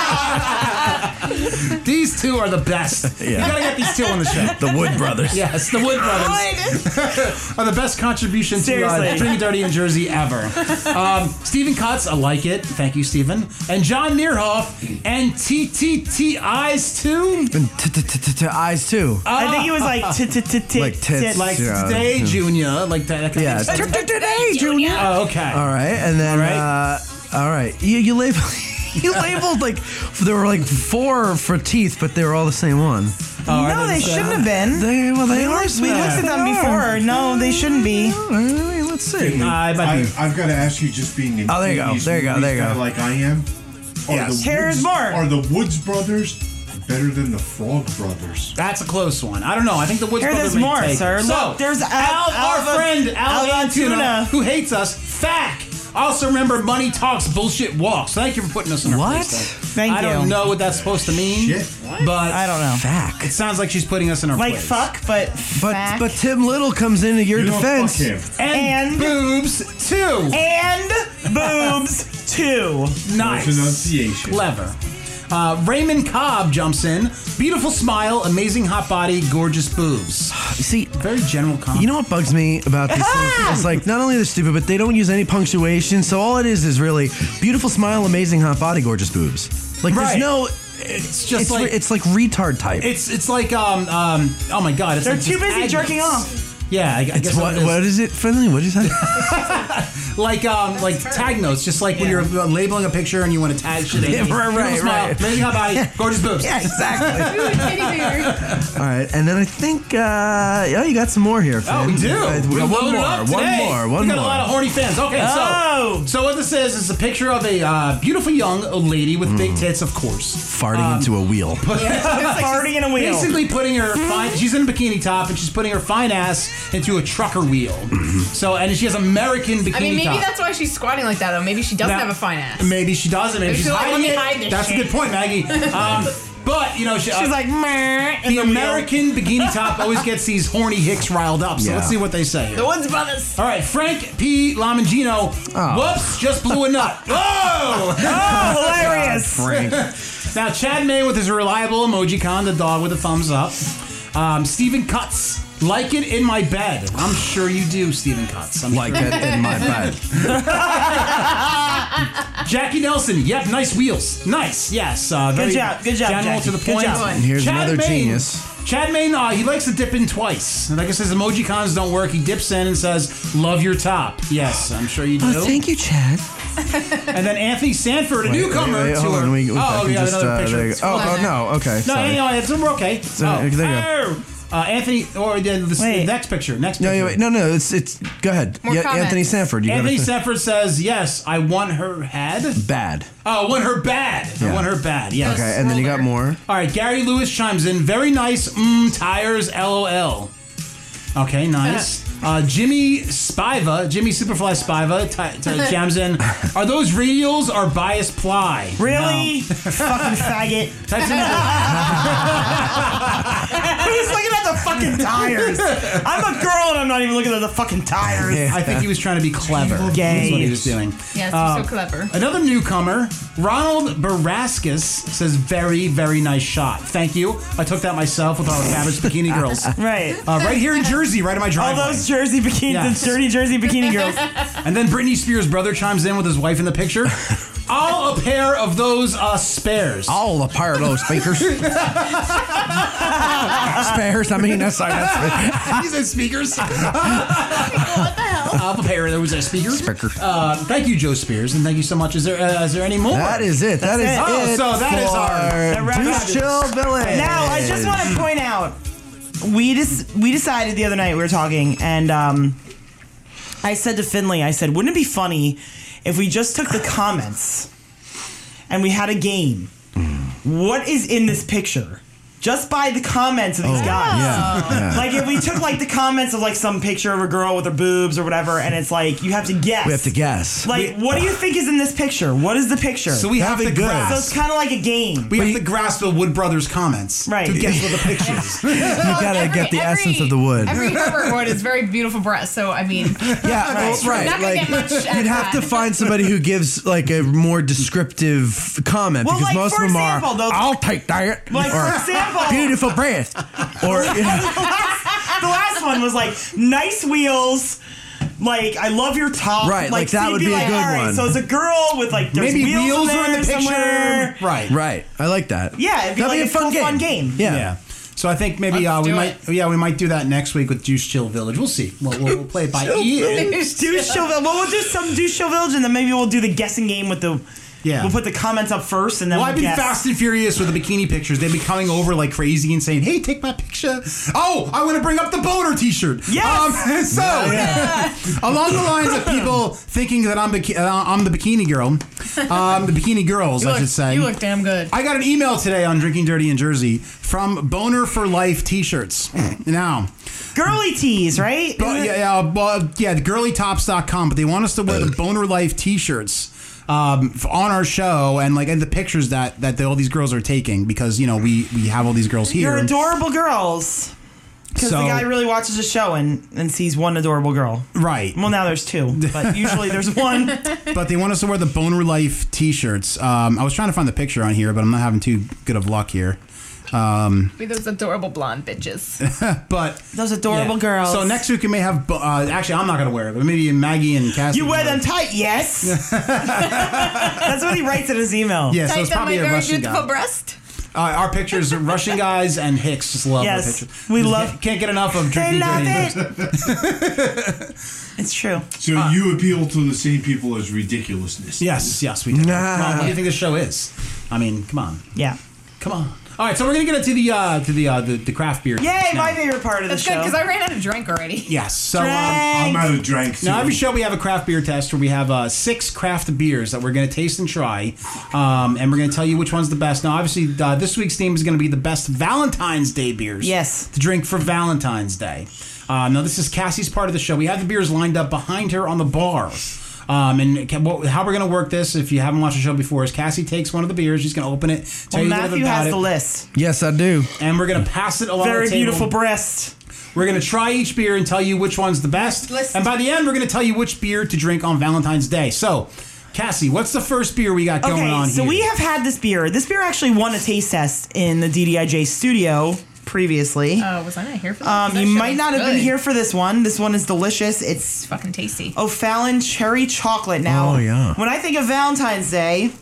Speaker 1: these two are the best. You gotta get these two on the show.
Speaker 3: the Wood Brothers.
Speaker 1: Yes, the Wood Brothers are the best contribution to uh,
Speaker 2: Seriously.
Speaker 1: Drinking Dirty in Jersey ever. Um, Stephen Kotz, I like it. Thank you, Stephen. And John Nierhoff and TTTIs too.
Speaker 3: And t- t- t- t- t- eyes too.
Speaker 2: I think he was like t t t t
Speaker 3: Like tits.
Speaker 2: tit.
Speaker 1: Like
Speaker 3: Yeah.
Speaker 1: today,
Speaker 3: Hmm.
Speaker 1: Junior. Like that.
Speaker 3: Yeah.
Speaker 1: that kind of-
Speaker 3: Today, Junior.
Speaker 1: Oh, okay.
Speaker 3: All right, and then
Speaker 1: All right.
Speaker 3: uh, all right. You you label. You labeled like there were like four for teeth, but they were all the same one.
Speaker 1: All right,
Speaker 2: No, they
Speaker 1: let's, uh,
Speaker 2: shouldn't have been.
Speaker 3: They well they are.
Speaker 2: Hmm? We
Speaker 3: similar.
Speaker 2: looked at them
Speaker 3: They are.
Speaker 2: before. No, they shouldn't be.
Speaker 3: All right, let's see.
Speaker 1: I bet
Speaker 6: I,
Speaker 1: you-
Speaker 6: I've got to ask you, just being in
Speaker 3: Oh, there you go,
Speaker 6: these
Speaker 3: there you go,
Speaker 6: movies
Speaker 3: there you go.
Speaker 6: kinda Like I am. Are
Speaker 3: Yes.
Speaker 6: the
Speaker 2: Here's
Speaker 6: Woods-
Speaker 2: more.
Speaker 6: Are the Woods brothers better than the Frog brothers?
Speaker 1: That's a close one. I don't know. I think the Woods
Speaker 2: Here,
Speaker 1: brothers
Speaker 2: there's
Speaker 1: may
Speaker 2: more,
Speaker 1: take it.
Speaker 2: sir.
Speaker 1: So,
Speaker 2: Look, there's
Speaker 1: Al,
Speaker 2: Al-
Speaker 1: our
Speaker 2: Alva-
Speaker 1: friend Al
Speaker 2: Alva
Speaker 1: Antuna,
Speaker 2: Antuna.
Speaker 1: who hates us. Fack. Also, remember, money talks, bullshit walks. Thank you for putting us in our
Speaker 9: What?
Speaker 1: place. though.
Speaker 2: Thank
Speaker 1: I don't
Speaker 2: you.
Speaker 1: know what that's supposed to mean,
Speaker 6: Shit.
Speaker 1: but
Speaker 2: I don't know.
Speaker 1: It
Speaker 9: Fact.
Speaker 1: sounds like she's putting us in our
Speaker 2: Like
Speaker 1: place.
Speaker 2: fuck, but
Speaker 3: But
Speaker 4: Fact.
Speaker 3: but Tim Little comes into your
Speaker 6: You know,
Speaker 3: defense.
Speaker 6: fuck him.
Speaker 1: and,
Speaker 2: And-
Speaker 1: boobs too.
Speaker 2: and boobs too.
Speaker 1: nice.
Speaker 6: Pronunciation.
Speaker 1: Clever. Uh, Raymond Cobb jumps in. Beautiful smile, amazing hot body, gorgeous boobs.
Speaker 3: See,
Speaker 1: Very general comment.
Speaker 3: you know what bugs me about these things? It's like not only they're stupid, but they don't use any punctuation. So all it is is really beautiful smile, amazing hot body, gorgeous boobs. Like
Speaker 1: Right.
Speaker 3: there's no.
Speaker 1: it's
Speaker 3: It's
Speaker 1: just
Speaker 3: it's
Speaker 1: like
Speaker 3: like, it's like retard type.
Speaker 1: It's it's like um um oh my god it's
Speaker 2: They're
Speaker 1: like
Speaker 2: too
Speaker 1: this
Speaker 2: busy
Speaker 1: agnes.
Speaker 2: jerking off.
Speaker 1: Yeah, I, I guess
Speaker 3: It's what,
Speaker 1: it is.
Speaker 3: what is it, Finley? What did you say?
Speaker 1: like um like tag notes, just like when you're uh, labeling a picture and you want to tag shit. in.
Speaker 3: Yeah, right,
Speaker 1: Beautiful
Speaker 3: right,
Speaker 1: smile,
Speaker 3: right.
Speaker 1: Amazing hot body, gorgeous boobs.
Speaker 3: yeah, exactly.
Speaker 4: Ooh, teddy bear.
Speaker 3: All right, and then I think uh, oh, you got some more here.
Speaker 1: Oh,
Speaker 3: Finn.
Speaker 1: we do.
Speaker 3: Uh, we
Speaker 1: we
Speaker 3: got one
Speaker 1: loaded
Speaker 3: more.
Speaker 1: up
Speaker 3: One
Speaker 1: today.
Speaker 3: more. One
Speaker 1: we got
Speaker 3: more.
Speaker 1: a lot of horny fans. Okay,
Speaker 2: Oh.
Speaker 1: so so what this is is a picture of a uh, beautiful young lady with
Speaker 3: Mm.
Speaker 1: big tits, of course.
Speaker 3: Farting into a wheel.
Speaker 2: Farting in a wheel.
Speaker 1: Basically, putting her fine. She's in a bikini top and she's putting her fine ass into a trucker wheel.
Speaker 3: Mm-hmm.
Speaker 1: so and she has American bikini
Speaker 4: I mean, maybe
Speaker 1: top.
Speaker 4: that's why she's squatting like that, though. Maybe she doesn't
Speaker 1: Now-
Speaker 4: have a fine ass.
Speaker 1: Maybe she doesn't. Maybe
Speaker 4: Maybe
Speaker 1: she's
Speaker 4: she's like, let
Speaker 1: hiding
Speaker 4: me
Speaker 1: it.
Speaker 4: hide this
Speaker 1: That's a
Speaker 4: shit.
Speaker 1: good point, Maggie. Um, but you know, she,
Speaker 2: She's
Speaker 1: uh,
Speaker 2: like, meh. in
Speaker 1: the
Speaker 2: wheel.
Speaker 1: American bikini top always gets these horny hicks riled up. So
Speaker 3: Yeah.
Speaker 1: let's see what they say. here.
Speaker 4: The Woods Brothers.
Speaker 1: All right, Frank P. Lamangino. Whoops, just blew a nut. Whoa!
Speaker 2: Oh, hilarious.
Speaker 3: Frank.
Speaker 1: now Chad May with his reliable emoji con, the dog with a thumbs up. Um, Stephen Cuts. Like it in my bed. I'm sure you do, Stephen Cuts. I'm
Speaker 3: like it in my bed.
Speaker 1: Jackie Nelson. Yep, nice wheels. Nice. Yes. Uh, very
Speaker 2: job, good job,
Speaker 1: General
Speaker 2: Jackie.
Speaker 1: to the
Speaker 2: Good
Speaker 1: point.
Speaker 2: job. And
Speaker 3: here's another genius.
Speaker 1: Chad Main, uh, he likes to dip in twice. And I guess his emoji cons don't work. He dips in and says, "Love your top." Yes, I'm sure you do.
Speaker 9: Oh, thank you, Chad.
Speaker 1: and then Anthony Sanford, a
Speaker 3: Wait,
Speaker 1: newcomer
Speaker 3: wait, wait,
Speaker 1: to
Speaker 3: hold
Speaker 1: her.
Speaker 3: on, we- we- I
Speaker 1: oh,
Speaker 3: can
Speaker 1: yeah,
Speaker 3: just,
Speaker 1: another
Speaker 3: uh,
Speaker 1: picture.
Speaker 3: there you go.
Speaker 1: It's-
Speaker 3: Oh, oh, no, okay.
Speaker 1: no,
Speaker 3: sorry.
Speaker 1: hang on, it's, we're okay. oh.
Speaker 3: there you go.
Speaker 1: oh. Uh, Anthony, or the, the, the
Speaker 2: Wait.
Speaker 1: next picture. Next
Speaker 3: No,
Speaker 1: picture.
Speaker 3: yeah, wait, no, no. It's it's. Go ahead.
Speaker 4: More
Speaker 3: yeah,
Speaker 4: comments.
Speaker 3: Anthony Sanford. You got
Speaker 1: Anthony
Speaker 3: it.
Speaker 1: Sanford says, "Yes, I want her head.
Speaker 3: Bad.
Speaker 1: Oh, I want her bad. I
Speaker 3: Yeah.
Speaker 1: want her bad. Yes.
Speaker 3: Okay, and then you got more.
Speaker 1: All right, Gary Lewis chimes in. Very nice. Mm, tires. LOL. Okay, nice. Uh, Jimmy Spiva, Jimmy Superfly Spiva, ti- ti- chimes in. Are those radials or bias ply?
Speaker 2: Really? fucking faggot.
Speaker 1: No. Types in the-
Speaker 2: Who's looking at the fucking tires? I'm a girl and I'm not even looking at the fucking tires.
Speaker 1: I think he was trying to be clever. That's what he was doing.
Speaker 4: Yes, so clever.
Speaker 1: Another newcomer, Ronald Baraskis, says, "Very, very nice shot. Thank you. I took that myself with all the Savage Bikini Girls. Uh,
Speaker 2: Right.
Speaker 1: right here in Jersey, right in my
Speaker 2: All
Speaker 1: driveway."
Speaker 2: those Jersey bikini,
Speaker 1: Yeah.
Speaker 2: the dirty Jersey bikini girls.
Speaker 1: And then Britney Spears' brother chimes in with his wife in the picture. All a pair of those uh, spares.
Speaker 3: All the pyro speakers. Spares. I mean, that's like that's
Speaker 1: He said speakers. what the hell? All a pair of those uh, speakers.
Speaker 3: Speakers.
Speaker 1: Uh, thank you, Joe Spears, and thank you so much. Is there uh, is there any more?
Speaker 3: that is it. That is it.
Speaker 1: That's it. Oh, so that is our-
Speaker 2: That wraps
Speaker 3: Deuce
Speaker 2: it.
Speaker 3: Chill Village.
Speaker 2: Now, I just want to point out we just we decided the other night we were talking, and um, I said to Finley, I said, wouldn't it be funny if we just took the comments and we had a game? What is in this picture? Just by the comments of these guys.
Speaker 3: Oh, Yeah.
Speaker 2: Like if we took like the comments of like some picture of a girl with her boobs or whatever, and it's like you have to guess.
Speaker 3: We have to guess.
Speaker 2: Like, what do you think is in this picture? What is the picture?
Speaker 1: So we have,
Speaker 3: That'd
Speaker 1: to
Speaker 3: be good.
Speaker 2: So
Speaker 1: grasp.
Speaker 2: it's kind of like a game.
Speaker 1: we have to grasp the Wood Brothers comments
Speaker 2: Right.
Speaker 1: to guess what the picture is.
Speaker 3: you gotta get the essence of the wood.
Speaker 4: Every Herbert wood is very beautiful breast, so I mean,
Speaker 3: Yeah, well,
Speaker 4: We're not gonna
Speaker 3: right.
Speaker 4: get
Speaker 3: Like
Speaker 4: much at
Speaker 3: you'd have
Speaker 4: that.
Speaker 3: to find somebody who gives like a more descriptive comment
Speaker 2: Well,
Speaker 3: because
Speaker 2: like,
Speaker 3: most
Speaker 2: for
Speaker 3: of them
Speaker 2: example,
Speaker 3: are.
Speaker 2: though-
Speaker 3: I'll take diet.
Speaker 2: Like, for
Speaker 3: or
Speaker 2: example-
Speaker 3: beautiful breath, or
Speaker 2: the last one was like nice wheels. Like I love your top.
Speaker 3: Right, like, that
Speaker 2: you'd
Speaker 3: would be a good
Speaker 2: "All
Speaker 3: one."
Speaker 2: So it's a girl with like there's
Speaker 1: Maybe
Speaker 2: wheels,
Speaker 1: wheels
Speaker 2: in
Speaker 1: are in the
Speaker 2: there
Speaker 1: picture.
Speaker 2: somewhere.
Speaker 1: Right.
Speaker 3: right. I like that.
Speaker 2: Yeah, it'd be
Speaker 3: That'd
Speaker 2: like
Speaker 3: be a fun
Speaker 2: cool,
Speaker 3: game.
Speaker 2: fun game.
Speaker 3: Yeah.
Speaker 1: Yeah. So I think maybe
Speaker 4: Let's
Speaker 1: uh, we
Speaker 4: do
Speaker 1: might yeah we might do that next week with Juice Chill Village. We'll see. We'll, we'll, we'll play it by ear.
Speaker 2: Do Chauville. Well, we'll do some do Chauville, and then maybe we'll do the guessing game with the
Speaker 1: Yeah.
Speaker 2: We'll put the comments up first, and then
Speaker 1: Well,
Speaker 2: we'll
Speaker 1: I've been
Speaker 2: guess.
Speaker 1: fast and furious with the bikini pictures. They've been coming over like crazy and saying, "Hey, take my picture." Oh, I want to bring up the boner T-shirt.
Speaker 2: Yes!
Speaker 1: Um, so, along the lines of people thinking that I'm biki- uh, I'm the bikini girl, um, the bikini girls, I should say.
Speaker 4: You look damn good.
Speaker 1: I got an email today on Drinking Dirty in Jersey from Boner for Life T-shirts. now,
Speaker 2: Girly tees, right?
Speaker 1: but, yeah, yeah, uh, well, yeah, the girlytops.com, but they want us to wear the Boner Life T-shirts. Um, f- on our show and like and the pictures that that the, all these girls are taking because you know we we have all these girls here.
Speaker 2: You're adorable girls. Because
Speaker 1: So-
Speaker 2: the guy really watches a show and, and sees one adorable girl.
Speaker 1: Right.
Speaker 2: Well, now there's two, but usually there's one.
Speaker 1: But they want us to wear the Boner Life T-shirts. Um, I was trying to find the picture on here, but I'm not having too good of luck here.
Speaker 4: With those adorable blonde bitches.
Speaker 1: But
Speaker 2: Those adorable
Speaker 1: yeah.
Speaker 2: girls.
Speaker 1: So next week we may have. bo- Uh, actually, I'm not gonna wear it, but maybe Maggie and Cassie.
Speaker 2: You
Speaker 1: can
Speaker 2: wear them
Speaker 1: it.
Speaker 2: tight, yes. That's what he writes in his email.
Speaker 1: Yeah, so
Speaker 4: Tight
Speaker 1: it's
Speaker 4: on my
Speaker 1: probably a
Speaker 4: very
Speaker 1: Russian
Speaker 4: beautiful
Speaker 1: guy.
Speaker 4: breast.
Speaker 1: Uh, our pictures, Russian guys and Hicks just love
Speaker 2: Yes,
Speaker 1: our pictures.
Speaker 2: we
Speaker 1: Just
Speaker 2: love-
Speaker 1: can't, can't get enough of
Speaker 2: They
Speaker 1: drinking.
Speaker 2: love
Speaker 1: Dirty Jersey.
Speaker 2: it. it's true.
Speaker 6: So you appeal to the same people as ridiculousness.
Speaker 1: Yes, yes, we do. Come on, what do you think this show is? I mean, come on,
Speaker 2: Yeah.
Speaker 1: come on. All right, so we're gonna get into the uh, to the, uh, the the craft beer.
Speaker 2: Yay,
Speaker 1: now.
Speaker 2: my favorite part of the
Speaker 4: That's good
Speaker 2: show.
Speaker 4: because I ran out of drink already.
Speaker 1: Yes, so. Um,
Speaker 6: I'm out of drank.
Speaker 1: Now,
Speaker 6: too.
Speaker 1: every show we have a craft beer test where we have uh, six craft beers that we're going to taste and try, um, and we're going to tell you which one's the best. Now, obviously, uh, this week's theme is going to be the best Valentine's Day beers.
Speaker 2: Yes.
Speaker 1: To drink for Valentine's Day. Uh, now, this is Cassie's part of the show. We have the beers lined up behind her on the bar. Um, and ca- what, how we're going to work this, if you haven't watched the show before, is Cassie takes one of the beers, she's going to open it, tell
Speaker 2: well,
Speaker 1: you a little bit
Speaker 2: Matthew
Speaker 1: about
Speaker 2: has
Speaker 1: it,
Speaker 2: the list.
Speaker 3: Yes, I do.
Speaker 1: and we're going to pass it along.
Speaker 2: Very
Speaker 1: the table.
Speaker 2: beautiful breast.
Speaker 1: We're going to try each beer and tell you which one's the best.
Speaker 4: Listen.
Speaker 1: And by the end, we're going to tell you which beer to drink on Valentine's Day. So, Cassie, what's the first beer we got going
Speaker 2: Okay,
Speaker 1: on
Speaker 2: so
Speaker 1: here?
Speaker 2: we have had this beer. This beer actually won a taste test in the DDIJ studio previously.
Speaker 4: Oh, was I not here for
Speaker 2: Um,
Speaker 4: that?
Speaker 2: you might not have been here
Speaker 4: for
Speaker 2: for this one. This one is delicious. It's
Speaker 4: It's fucking tasty.
Speaker 2: O'Fallon cherry chocolate now.
Speaker 3: Oh, yeah.
Speaker 2: When I think of Valentine's Day,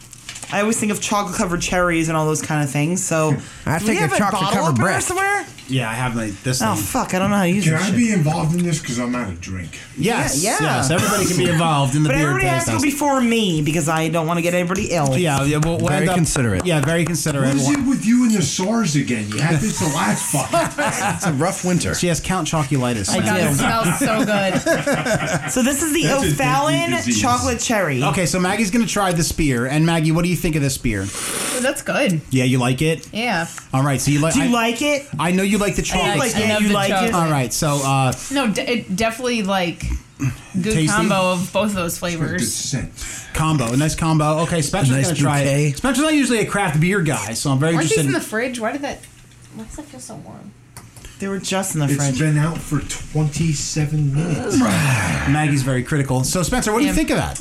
Speaker 2: I always think of chocolate covered cherries and all those kind of things. So
Speaker 3: I
Speaker 2: do
Speaker 3: think
Speaker 2: we have
Speaker 3: of
Speaker 2: a
Speaker 3: chocolate
Speaker 2: bottle
Speaker 3: covered
Speaker 2: up here
Speaker 3: breast.
Speaker 2: somewhere.
Speaker 1: yeah, I have like, this
Speaker 2: Oh
Speaker 1: thing.
Speaker 2: fuck, I don't know how to use
Speaker 6: Can
Speaker 2: this
Speaker 6: I
Speaker 2: shit.
Speaker 6: be involved in this? Because I'm out of drink.
Speaker 1: yes,
Speaker 2: yeah, yeah.
Speaker 1: yes. Everybody can be involved in the
Speaker 2: but
Speaker 1: beer
Speaker 2: everybody has to go
Speaker 1: contest.
Speaker 2: before me because I don't want to get anybody ill.
Speaker 1: yeah, yeah, we'll, we'll
Speaker 3: Very
Speaker 1: end up,
Speaker 3: considerate.
Speaker 1: Yeah, very considerate.
Speaker 6: What is
Speaker 1: Everyone-
Speaker 6: it with you and the SARS again? You had this the last fucking
Speaker 3: It's a rough winter.
Speaker 1: She has Count Chocolitis.
Speaker 2: I
Speaker 1: now.
Speaker 4: God, it
Speaker 2: do.
Speaker 4: smells so good.
Speaker 2: So this is the
Speaker 6: That's a deadly
Speaker 2: O'Fallon
Speaker 6: disease.
Speaker 2: chocolate cherry.
Speaker 1: Okay, so Maggie's going to try this beer. And Maggie, what do you think of this beer?
Speaker 4: Ooh, that's good.
Speaker 1: Yeah, you like it?
Speaker 4: Yeah.
Speaker 1: All right, so you like
Speaker 2: Do you
Speaker 1: I,
Speaker 2: like it?
Speaker 1: I know you like the chocolate.
Speaker 2: like
Speaker 1: stuff.
Speaker 2: it.
Speaker 4: love
Speaker 2: you
Speaker 4: the
Speaker 2: like it?
Speaker 4: chocolate.
Speaker 1: All right, so uh,
Speaker 4: No, d- it definitely like good
Speaker 1: Tasty?
Speaker 4: combo of both of those flavors.
Speaker 6: descent.
Speaker 1: combo, a nice combo. Okay, Spencer's
Speaker 3: nice
Speaker 1: going to try
Speaker 3: bouquet.
Speaker 1: it. Spencer's not usually a craft beer guy, so I'm very
Speaker 4: Aren't
Speaker 1: interested
Speaker 4: these
Speaker 1: in
Speaker 4: in the fridge? Why did that? Why does that feel so warm?
Speaker 2: They were just in the
Speaker 6: It's
Speaker 2: fridge.
Speaker 6: been out for 27 minutes.
Speaker 1: Maggie's very critical. So Spencer, what do you
Speaker 4: Yeah.
Speaker 1: think of that?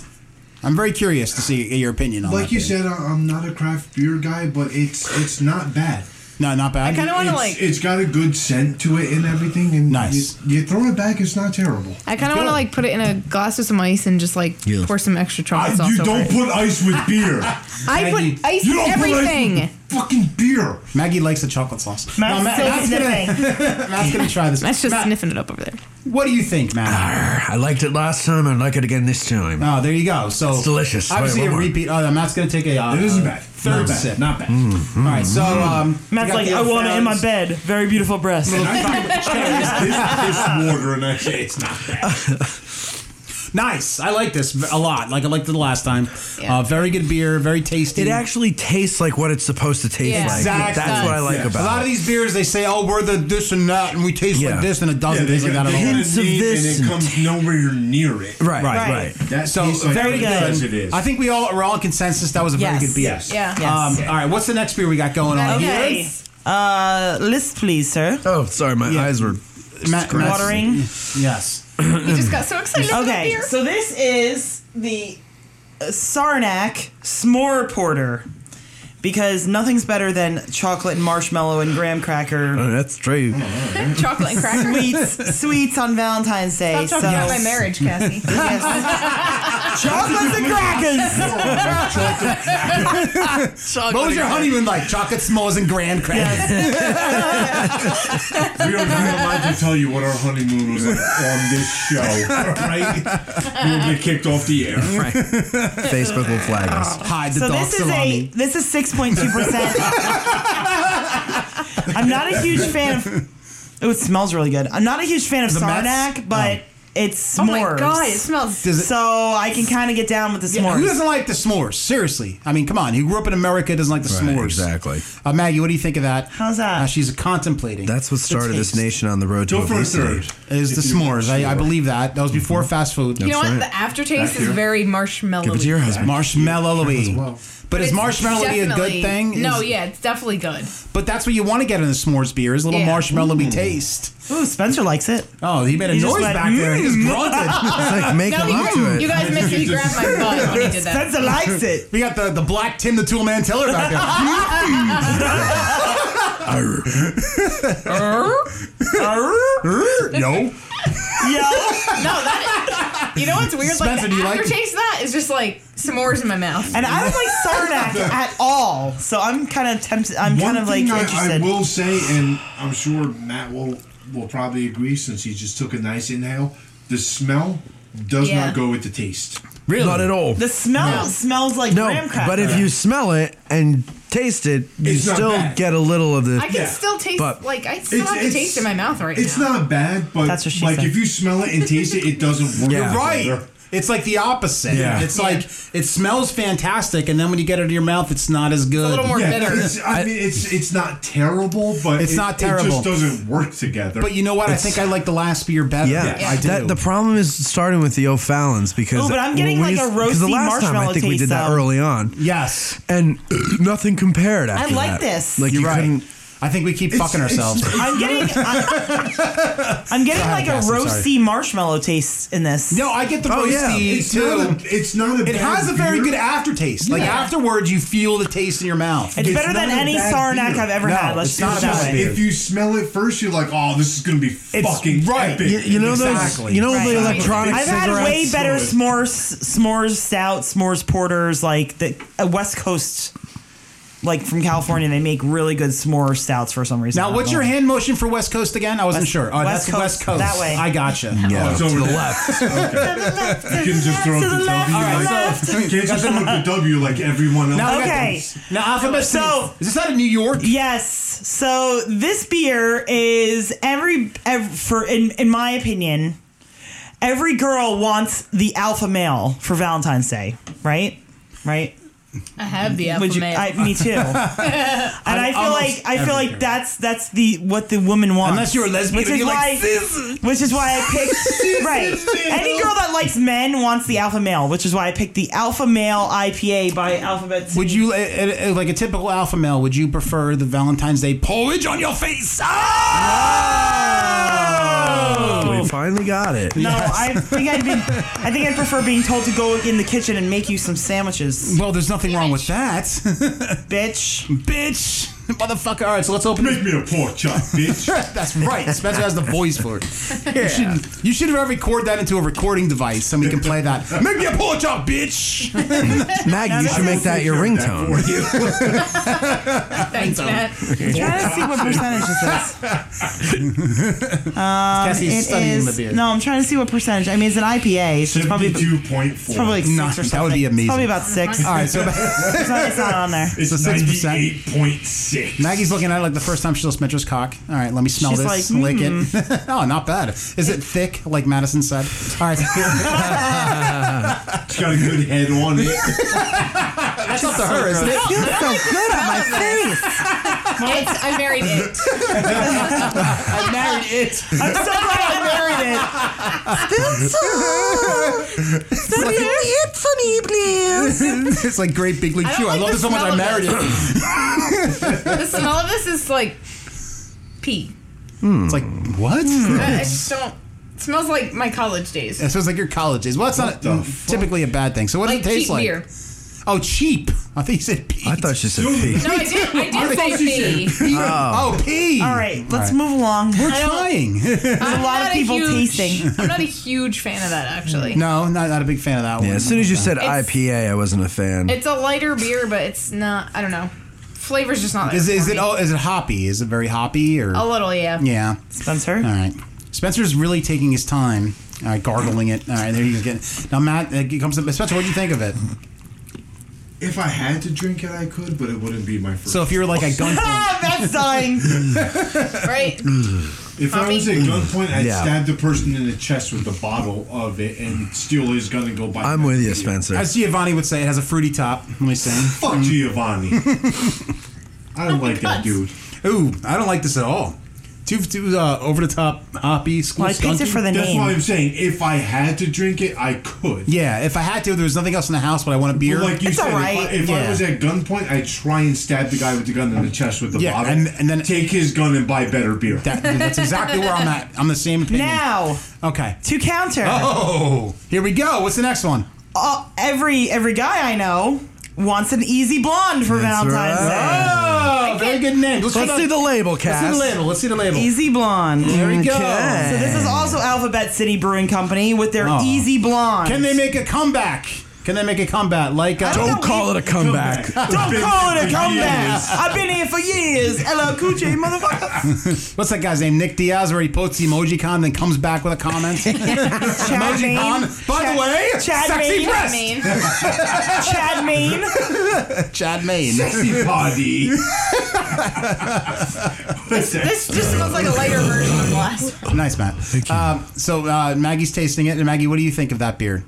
Speaker 1: I'm very curious to see your opinion on
Speaker 6: like
Speaker 1: that
Speaker 6: you
Speaker 1: beer.
Speaker 6: said, I- I'm not a craft beer guy, but it's it's not bad.
Speaker 1: No, not bad.
Speaker 4: I kind of want to
Speaker 6: It's,
Speaker 4: like.
Speaker 6: it's got a good scent to it and everything. And
Speaker 1: Nice.
Speaker 6: You, you throw it back, it's not terrible.
Speaker 4: I kind of want to like put it in a glass with some ice and just like pour some extra chocolate sauce over it.
Speaker 6: put ice with beer.
Speaker 4: I
Speaker 1: Maggie.
Speaker 4: put ice in everything.
Speaker 6: with fucking beer.
Speaker 1: Maggie likes the chocolate sauce.
Speaker 2: Matt's
Speaker 1: Matt-
Speaker 2: still
Speaker 1: Matt's gonna,
Speaker 2: sniffing.
Speaker 1: Matt's gonna try this.
Speaker 4: That's just
Speaker 1: Matt,
Speaker 4: sniffing it up over there.
Speaker 1: what do you think, Matt?
Speaker 7: I liked it last time. I like it again this time.
Speaker 1: Oh, there you go. So
Speaker 7: It's delicious.
Speaker 1: Obviously,
Speaker 7: Wait,
Speaker 1: a
Speaker 7: one more.
Speaker 1: repeat. Oh, then Matt's gonna take a. Uh,
Speaker 6: It isn't
Speaker 1: uh,
Speaker 6: bad.
Speaker 1: Third
Speaker 6: not bad.
Speaker 1: sip.
Speaker 6: Not bad.
Speaker 7: Mm-hmm.
Speaker 1: All right. So um,
Speaker 2: Matt's
Speaker 1: we got
Speaker 2: like,
Speaker 1: the
Speaker 2: I want it in my
Speaker 1: O'Fallon's-
Speaker 2: bed. Uh, Very beautiful breast.
Speaker 6: this, this water and I say it's not bad.
Speaker 1: Nice. I like this a lot. Like I liked it the last time.
Speaker 4: Yeah.
Speaker 1: Uh, very good beer. Very tasty.
Speaker 7: It actually tastes like what it's supposed to taste
Speaker 4: Yeah.
Speaker 7: like.
Speaker 1: Exactly.
Speaker 7: That's what I like
Speaker 6: Yeah.
Speaker 1: A lot
Speaker 7: about it.
Speaker 1: of these beers, they say, "Oh, we're the this and that," and we taste
Speaker 7: Yeah.
Speaker 1: like this, and it doesn't taste like that at all.
Speaker 7: Hints of this and
Speaker 6: and it comes nowhere near it.
Speaker 7: Right,
Speaker 1: Right.
Speaker 7: right,
Speaker 2: Right.
Speaker 7: right.
Speaker 6: That
Speaker 1: So
Speaker 6: tastes like
Speaker 1: very
Speaker 6: it
Speaker 1: good.
Speaker 6: As it is.
Speaker 1: I think we all we're all in consensus that was a very
Speaker 2: Yes.
Speaker 1: good beer.
Speaker 6: Yes.
Speaker 4: Yeah.
Speaker 1: Um, All right, what's the next beer we got going
Speaker 4: Oh,
Speaker 1: on?
Speaker 4: Okay.
Speaker 2: Uh, list, please, sir.
Speaker 7: Oh, sorry, my
Speaker 1: Yeah.
Speaker 7: eyes were.
Speaker 1: Matt- Matt's-
Speaker 2: Watering.
Speaker 1: Yes.
Speaker 4: You just got so excited about
Speaker 2: Okay,
Speaker 4: beer.
Speaker 2: so this is the uh, Sarnak S'more Porter. because nothing's better than chocolate and marshmallow and graham cracker
Speaker 3: uh, That's true.
Speaker 4: Chocolate and cracker.
Speaker 2: sweets sweets on Valentine's Day.
Speaker 4: Stop talking
Speaker 2: so
Speaker 4: about my marriage, Cassie.
Speaker 2: chocolates and crackers.
Speaker 1: What was your honeymoon like? Chocolate s'mores and grand crackers.
Speaker 6: We are not allowed to tell you what our honeymoon was like on this show, right? We will get kicked off the air.
Speaker 3: Facebook will flag us.
Speaker 1: Hide the
Speaker 2: So
Speaker 1: dog
Speaker 2: this is a
Speaker 1: salami.
Speaker 2: this is six point two percent. I'm not a huge fan of. Oh, it smells really good. I'm not a huge fan of
Speaker 1: The Mets?
Speaker 2: Sarnak, but it's s'mores.
Speaker 4: oh my god, it smells.
Speaker 1: Does it-
Speaker 2: So I can kind of get down with the
Speaker 1: Yeah,
Speaker 2: s'mores.
Speaker 1: who doesn't like the s'mores? Seriously, I mean, come on. Who grew up in America doesn't like the s'mores?
Speaker 3: exactly.
Speaker 1: Uh, Maggie, what do you think of that?
Speaker 2: How's that?
Speaker 1: Uh, she's contemplating.
Speaker 3: That's what
Speaker 1: The
Speaker 3: started this
Speaker 1: taste
Speaker 3: nation on the road to
Speaker 6: Go for a
Speaker 3: obesity.
Speaker 6: third.
Speaker 1: Is the
Speaker 6: If you want
Speaker 1: s'mores? I, I
Speaker 6: s'more.
Speaker 1: believe that. That was before fast food.
Speaker 4: you know what?
Speaker 3: right.
Speaker 4: The aftertaste is
Speaker 6: here.
Speaker 4: very marshmallow.
Speaker 3: Give it to your husband.
Speaker 1: Marshmallowy. But is marshmallowy a good thing?
Speaker 4: No,
Speaker 1: Is-
Speaker 4: yeah, it's definitely good.
Speaker 1: But that's what you want to get in a s'mores beer is a little
Speaker 4: Yeah.
Speaker 1: marshmallowy taste.
Speaker 2: Ooh, Spencer likes it.
Speaker 1: Mm. Oh, he made a
Speaker 2: He just
Speaker 1: noise
Speaker 2: went,
Speaker 1: back there. He just grunted.
Speaker 3: It's like make
Speaker 4: No,
Speaker 3: him up
Speaker 4: you,
Speaker 3: to it.
Speaker 4: you guys missed me grab my butt when he did that.
Speaker 2: Spencer likes it.
Speaker 1: we got the, the black Tim the Tool Man Teller back there.
Speaker 3: no.
Speaker 2: Yeah.
Speaker 4: No, that is, you know what's weird?
Speaker 1: Spencer,
Speaker 4: like
Speaker 1: do
Speaker 4: the
Speaker 1: you like it?
Speaker 4: aftertaste of that is just like s'mores in my mouth.
Speaker 2: And I don't like Sarnak at all. So I'm kind of tempted. I'm
Speaker 6: One
Speaker 2: kind of like
Speaker 6: thing I,
Speaker 2: interested.
Speaker 6: I will say, and I'm sure Matt will will probably agree since he just took a nice inhale. The smell does
Speaker 4: Yeah.
Speaker 6: not go with the taste.
Speaker 1: Really?
Speaker 3: Not at all.
Speaker 2: The smell
Speaker 4: No.
Speaker 2: smells like
Speaker 3: No,
Speaker 2: graham cracker.
Speaker 3: but if you smell it and taste it, you
Speaker 6: It's not
Speaker 3: still
Speaker 6: bad.
Speaker 3: get a little of the.
Speaker 4: I can
Speaker 6: Yeah.
Speaker 4: still taste,
Speaker 3: But-
Speaker 4: like, I still have the taste in my mouth right
Speaker 6: It's
Speaker 4: now.
Speaker 6: not bad, but
Speaker 2: That's what she
Speaker 6: like
Speaker 2: said.
Speaker 6: if you smell it and taste it, it doesn't work.
Speaker 3: Yeah.
Speaker 1: You're right. It's like the opposite.
Speaker 3: Yeah.
Speaker 1: It's like it smells fantastic, and then when you get it into your mouth, it's not as good.
Speaker 4: a little more
Speaker 6: Yeah,
Speaker 4: bitter.
Speaker 6: it's, I mean, it's it's not terrible, but
Speaker 1: It's
Speaker 6: it-
Speaker 1: not
Speaker 6: It
Speaker 1: terrible.
Speaker 6: just doesn't work together.
Speaker 1: but you know what? I think I like the last beer better.
Speaker 3: yeah,
Speaker 1: I do.
Speaker 3: That, the problem is starting with the O'Fallons because.
Speaker 2: Ooh, but I'm getting
Speaker 3: when
Speaker 2: like
Speaker 3: you-
Speaker 2: a
Speaker 3: 'cause the
Speaker 2: roasty
Speaker 3: last time I
Speaker 2: marshmallow
Speaker 3: think we
Speaker 2: taste,
Speaker 3: did that
Speaker 2: though.
Speaker 3: early on,
Speaker 1: yes,
Speaker 3: and nothing compared. After
Speaker 2: like
Speaker 3: that.
Speaker 2: this.
Speaker 3: Like
Speaker 1: you're
Speaker 3: you
Speaker 1: right.
Speaker 3: couldn't.
Speaker 1: I think we keep fucking ourselves.
Speaker 2: I'm getting, I'm, I'm getting
Speaker 1: ahead,
Speaker 2: like a
Speaker 1: Cass, I'm sorry.
Speaker 2: roasty marshmallow taste in this.
Speaker 1: no, I get the
Speaker 3: Oh,
Speaker 1: roasty
Speaker 3: yeah.
Speaker 6: it's
Speaker 1: too.
Speaker 6: not a, it's not a
Speaker 1: it
Speaker 6: bad
Speaker 1: has a very
Speaker 6: beer.
Speaker 1: good aftertaste. Like
Speaker 4: Yeah.
Speaker 1: afterwards, you feel the taste in your mouth.
Speaker 2: it's, better
Speaker 6: not
Speaker 2: than
Speaker 6: a
Speaker 2: any
Speaker 6: bad
Speaker 2: Saranac
Speaker 6: beer.
Speaker 2: I've ever
Speaker 1: No,
Speaker 2: had. Let's
Speaker 1: it's
Speaker 2: do
Speaker 1: not
Speaker 2: it
Speaker 1: a
Speaker 2: that
Speaker 1: bad
Speaker 2: way.
Speaker 1: beer.
Speaker 6: If you smell it first, you're like, "Oh, this is gonna be fucking
Speaker 1: right.
Speaker 6: epic."
Speaker 3: You, you know those.
Speaker 1: Exactly.
Speaker 3: You know
Speaker 2: Right.
Speaker 3: the electronic
Speaker 2: I've
Speaker 3: cigarettes.
Speaker 2: had way better
Speaker 6: so-
Speaker 2: s'mores, s'mores stout, s'mores porters, like the uh, West Coast, like from California. They make really good s'more stouts for some reason.
Speaker 1: now, what's your hand motion for West Coast again? I wasn't
Speaker 2: West-
Speaker 1: sure. Oh,
Speaker 2: West
Speaker 1: that's West Coast.
Speaker 2: Coast, that way.
Speaker 1: I gotcha.
Speaker 6: Oh,
Speaker 3: Yeah,
Speaker 6: it's over the left. okay. You can just throw up
Speaker 2: To the
Speaker 6: the
Speaker 2: left,
Speaker 6: W.
Speaker 2: to the
Speaker 6: like,
Speaker 2: left.
Speaker 6: You can't just throw up the W like everyone else.
Speaker 1: Now we got
Speaker 2: Okay.
Speaker 1: the- Now, alphabet.
Speaker 2: So-
Speaker 1: Soup. is this out of New York?
Speaker 2: Yes. So this beer is every, ev for in in my opinion, every girl wants the alpha male for Valentine's Day, right? Right?
Speaker 4: I have the apple
Speaker 2: Would you?
Speaker 4: mayo.
Speaker 2: I, me too. and I feel
Speaker 1: almost
Speaker 2: like I feel
Speaker 1: every girl.
Speaker 2: like that's that's the what the woman wants.
Speaker 1: Unless you're a lesbian
Speaker 2: which
Speaker 1: and
Speaker 2: is
Speaker 1: you're
Speaker 2: why,
Speaker 1: like,
Speaker 2: which is why I picked right. Any girl that likes men wants the alpha male, which is why I picked the alpha male IPA by Alphabet.
Speaker 1: Would you, uh, uh, uh, like a typical alpha male, would you prefer the Valentine's Day porridge on your face? Ah!
Speaker 3: We finally got it.
Speaker 2: No, I think I'd be. I think I'd prefer being told to go in the kitchen and make you some sandwiches,
Speaker 1: Well, there's nothing wrong with that.
Speaker 2: bitch.
Speaker 1: Bitch! Motherfucker. All right, so let's open
Speaker 6: Make
Speaker 1: it.
Speaker 6: me a pork chop, bitch.
Speaker 1: That's right. Spencer has the voice for it. You should you should record that into a recording device. Somebody can play that. Make me a porridge up, bitch.
Speaker 2: Um,
Speaker 3: Maggie, you should make that your ringtone.
Speaker 4: Thanks, Matt.
Speaker 2: Trying to see what percentage this is.
Speaker 1: Cassie's
Speaker 2: It
Speaker 1: studying
Speaker 2: is
Speaker 1: the beer.
Speaker 2: no. I'm trying to see what percentage. I mean, it's an IPA, so it's probably it's
Speaker 6: Seventy-two point four.
Speaker 2: probably like six
Speaker 1: No,
Speaker 2: or
Speaker 1: that would
Speaker 2: something.
Speaker 1: be
Speaker 2: It's
Speaker 1: amazing.
Speaker 2: probably about six.
Speaker 1: All right, so
Speaker 2: It's not, it's not on there.
Speaker 6: It's
Speaker 1: So 6%.
Speaker 6: ninety-eight point six.
Speaker 1: Maggie's looking at it like the first time she smells Mitch's cock. All right, let me smell
Speaker 2: She's
Speaker 1: this.
Speaker 2: like,
Speaker 1: lick it.
Speaker 4: hmm.
Speaker 1: oh, not bad. Is it thick, like Madison said? All right.
Speaker 6: It's got a good head on it.
Speaker 1: That's up to her, isn't it?
Speaker 9: Feels so good on my face.
Speaker 4: It's, I married it.
Speaker 1: I married it.
Speaker 2: I'm so glad I married it.
Speaker 9: Feels so. So it for me, please.
Speaker 1: it's like great big league
Speaker 4: I don't
Speaker 1: chew. I
Speaker 4: like
Speaker 1: love
Speaker 4: the
Speaker 1: it so much. I
Speaker 4: smell of
Speaker 1: married
Speaker 4: it.
Speaker 1: it.
Speaker 4: The smell of this is like pee.
Speaker 1: It's like what?
Speaker 4: I just don't. It smells like my college days.
Speaker 1: It smells like your college days. Well, that's not
Speaker 6: the
Speaker 1: mm,
Speaker 6: fuck?
Speaker 1: typically a bad thing. So what
Speaker 4: like
Speaker 1: does it taste
Speaker 4: cheap
Speaker 1: like?
Speaker 4: beer.
Speaker 1: Oh, cheap. I thought you said Pete.
Speaker 3: I thought she said Pete.
Speaker 4: No, I did. I did say fee.
Speaker 1: Oh, Pete.
Speaker 2: All right, let's move along.
Speaker 1: We're
Speaker 4: I don't-
Speaker 1: trying.
Speaker 2: There's a lot of
Speaker 4: Not a
Speaker 2: people
Speaker 4: huge-
Speaker 2: tasting.
Speaker 4: I'm not a huge fan of that actually.
Speaker 1: no, not, not a big fan of that one.
Speaker 3: Yeah, as soon as you said
Speaker 4: It's-
Speaker 3: IPA, I wasn't a fan.
Speaker 4: It's a lighter beer, but it's not. I don't know. Flavor's just not. there
Speaker 1: Is, is
Speaker 4: for
Speaker 1: it
Speaker 4: me.
Speaker 1: oh, is it hoppy? Is it very hoppy or?
Speaker 4: A little, yeah.
Speaker 1: yeah.
Speaker 2: Spencer?
Speaker 1: All right. Spencer's really taking his time. All right, gargling it. All right, there you go. Now, Matt, it comes to Spencer. What do you think of it?
Speaker 6: If I had to drink it, I could, but it wouldn't be my first.
Speaker 1: So, if you were like a gunpoint,
Speaker 2: Ah, Matt's dying.
Speaker 4: Right.
Speaker 2: Mm.
Speaker 6: if I
Speaker 4: Tommy?
Speaker 6: was at gunpoint, I'd
Speaker 3: Yeah.
Speaker 6: stab the person in the chest with the bottle of it and steal his gun and go buy.
Speaker 3: I'm
Speaker 6: the
Speaker 3: with
Speaker 6: next
Speaker 3: you,
Speaker 6: beer.
Speaker 3: Spencer.
Speaker 1: as Giovanni would say, it has a fruity top. Let me say.
Speaker 6: Fuck Giovanni. I don't like
Speaker 4: Cuts.
Speaker 6: that dude.
Speaker 1: Ooh, I don't like this at all. Too, too uh, over the top, hoppy, school
Speaker 2: Well, I picked it
Speaker 1: skunky.
Speaker 2: for the
Speaker 6: That's
Speaker 2: name.
Speaker 6: why I'm saying if I had to drink it, I could.
Speaker 1: Yeah, if I had to, there was nothing else in the house, but I want a beer.
Speaker 6: But like you
Speaker 2: It's
Speaker 6: said,
Speaker 2: alright.
Speaker 6: if, I, if
Speaker 1: Yeah.
Speaker 6: I was at gunpoint, I'd try and stab the guy with the gun in the chest with the
Speaker 1: Yeah,
Speaker 6: bottle,
Speaker 1: and- and then-
Speaker 6: take his gun and buy better beer.
Speaker 1: That- that's exactly where I'm at. I'm the same opinion.
Speaker 2: Now,
Speaker 1: Okay.
Speaker 2: to counter,
Speaker 1: Oh, here we go. What's the next one?
Speaker 2: uh, every every guy I know wants an easy blonde for Valentine's Day.
Speaker 1: Oh, very good name. Let's,
Speaker 3: Let's
Speaker 1: put
Speaker 3: see
Speaker 1: up-
Speaker 3: the label,
Speaker 1: Let's see
Speaker 3: Cass.
Speaker 1: the label. Let's see the label.
Speaker 2: Easy blonde.
Speaker 1: There we go.
Speaker 2: So this is also Alphabet City Brewing Company with their
Speaker 1: Oh.
Speaker 2: Easy Blonde.
Speaker 1: Can they make a comeback? Can they make a comeback? Like uh,
Speaker 3: Don't call it a comeback.
Speaker 2: Don't call it a comeback.
Speaker 6: years.
Speaker 2: I've been here for years. Hello, Coochie, motherfucker.
Speaker 1: what's that guy's name? Nick Diaz, where he posts the emoji con, then comes back with a comment.
Speaker 2: Chad
Speaker 1: emoji con.
Speaker 2: Maine.
Speaker 1: By
Speaker 2: Chad-
Speaker 1: the way,
Speaker 2: Chad
Speaker 1: sexy
Speaker 2: Maine.
Speaker 1: breast.
Speaker 4: I mean,
Speaker 2: Chad Maine.
Speaker 1: Chad Maine.
Speaker 6: Sexy body. What's that?
Speaker 4: this just smells like a lighter version of the last. one.
Speaker 1: nice, Matt. Um, so uh, Maggie's tasting it, and Maggie, what do you think of that beer?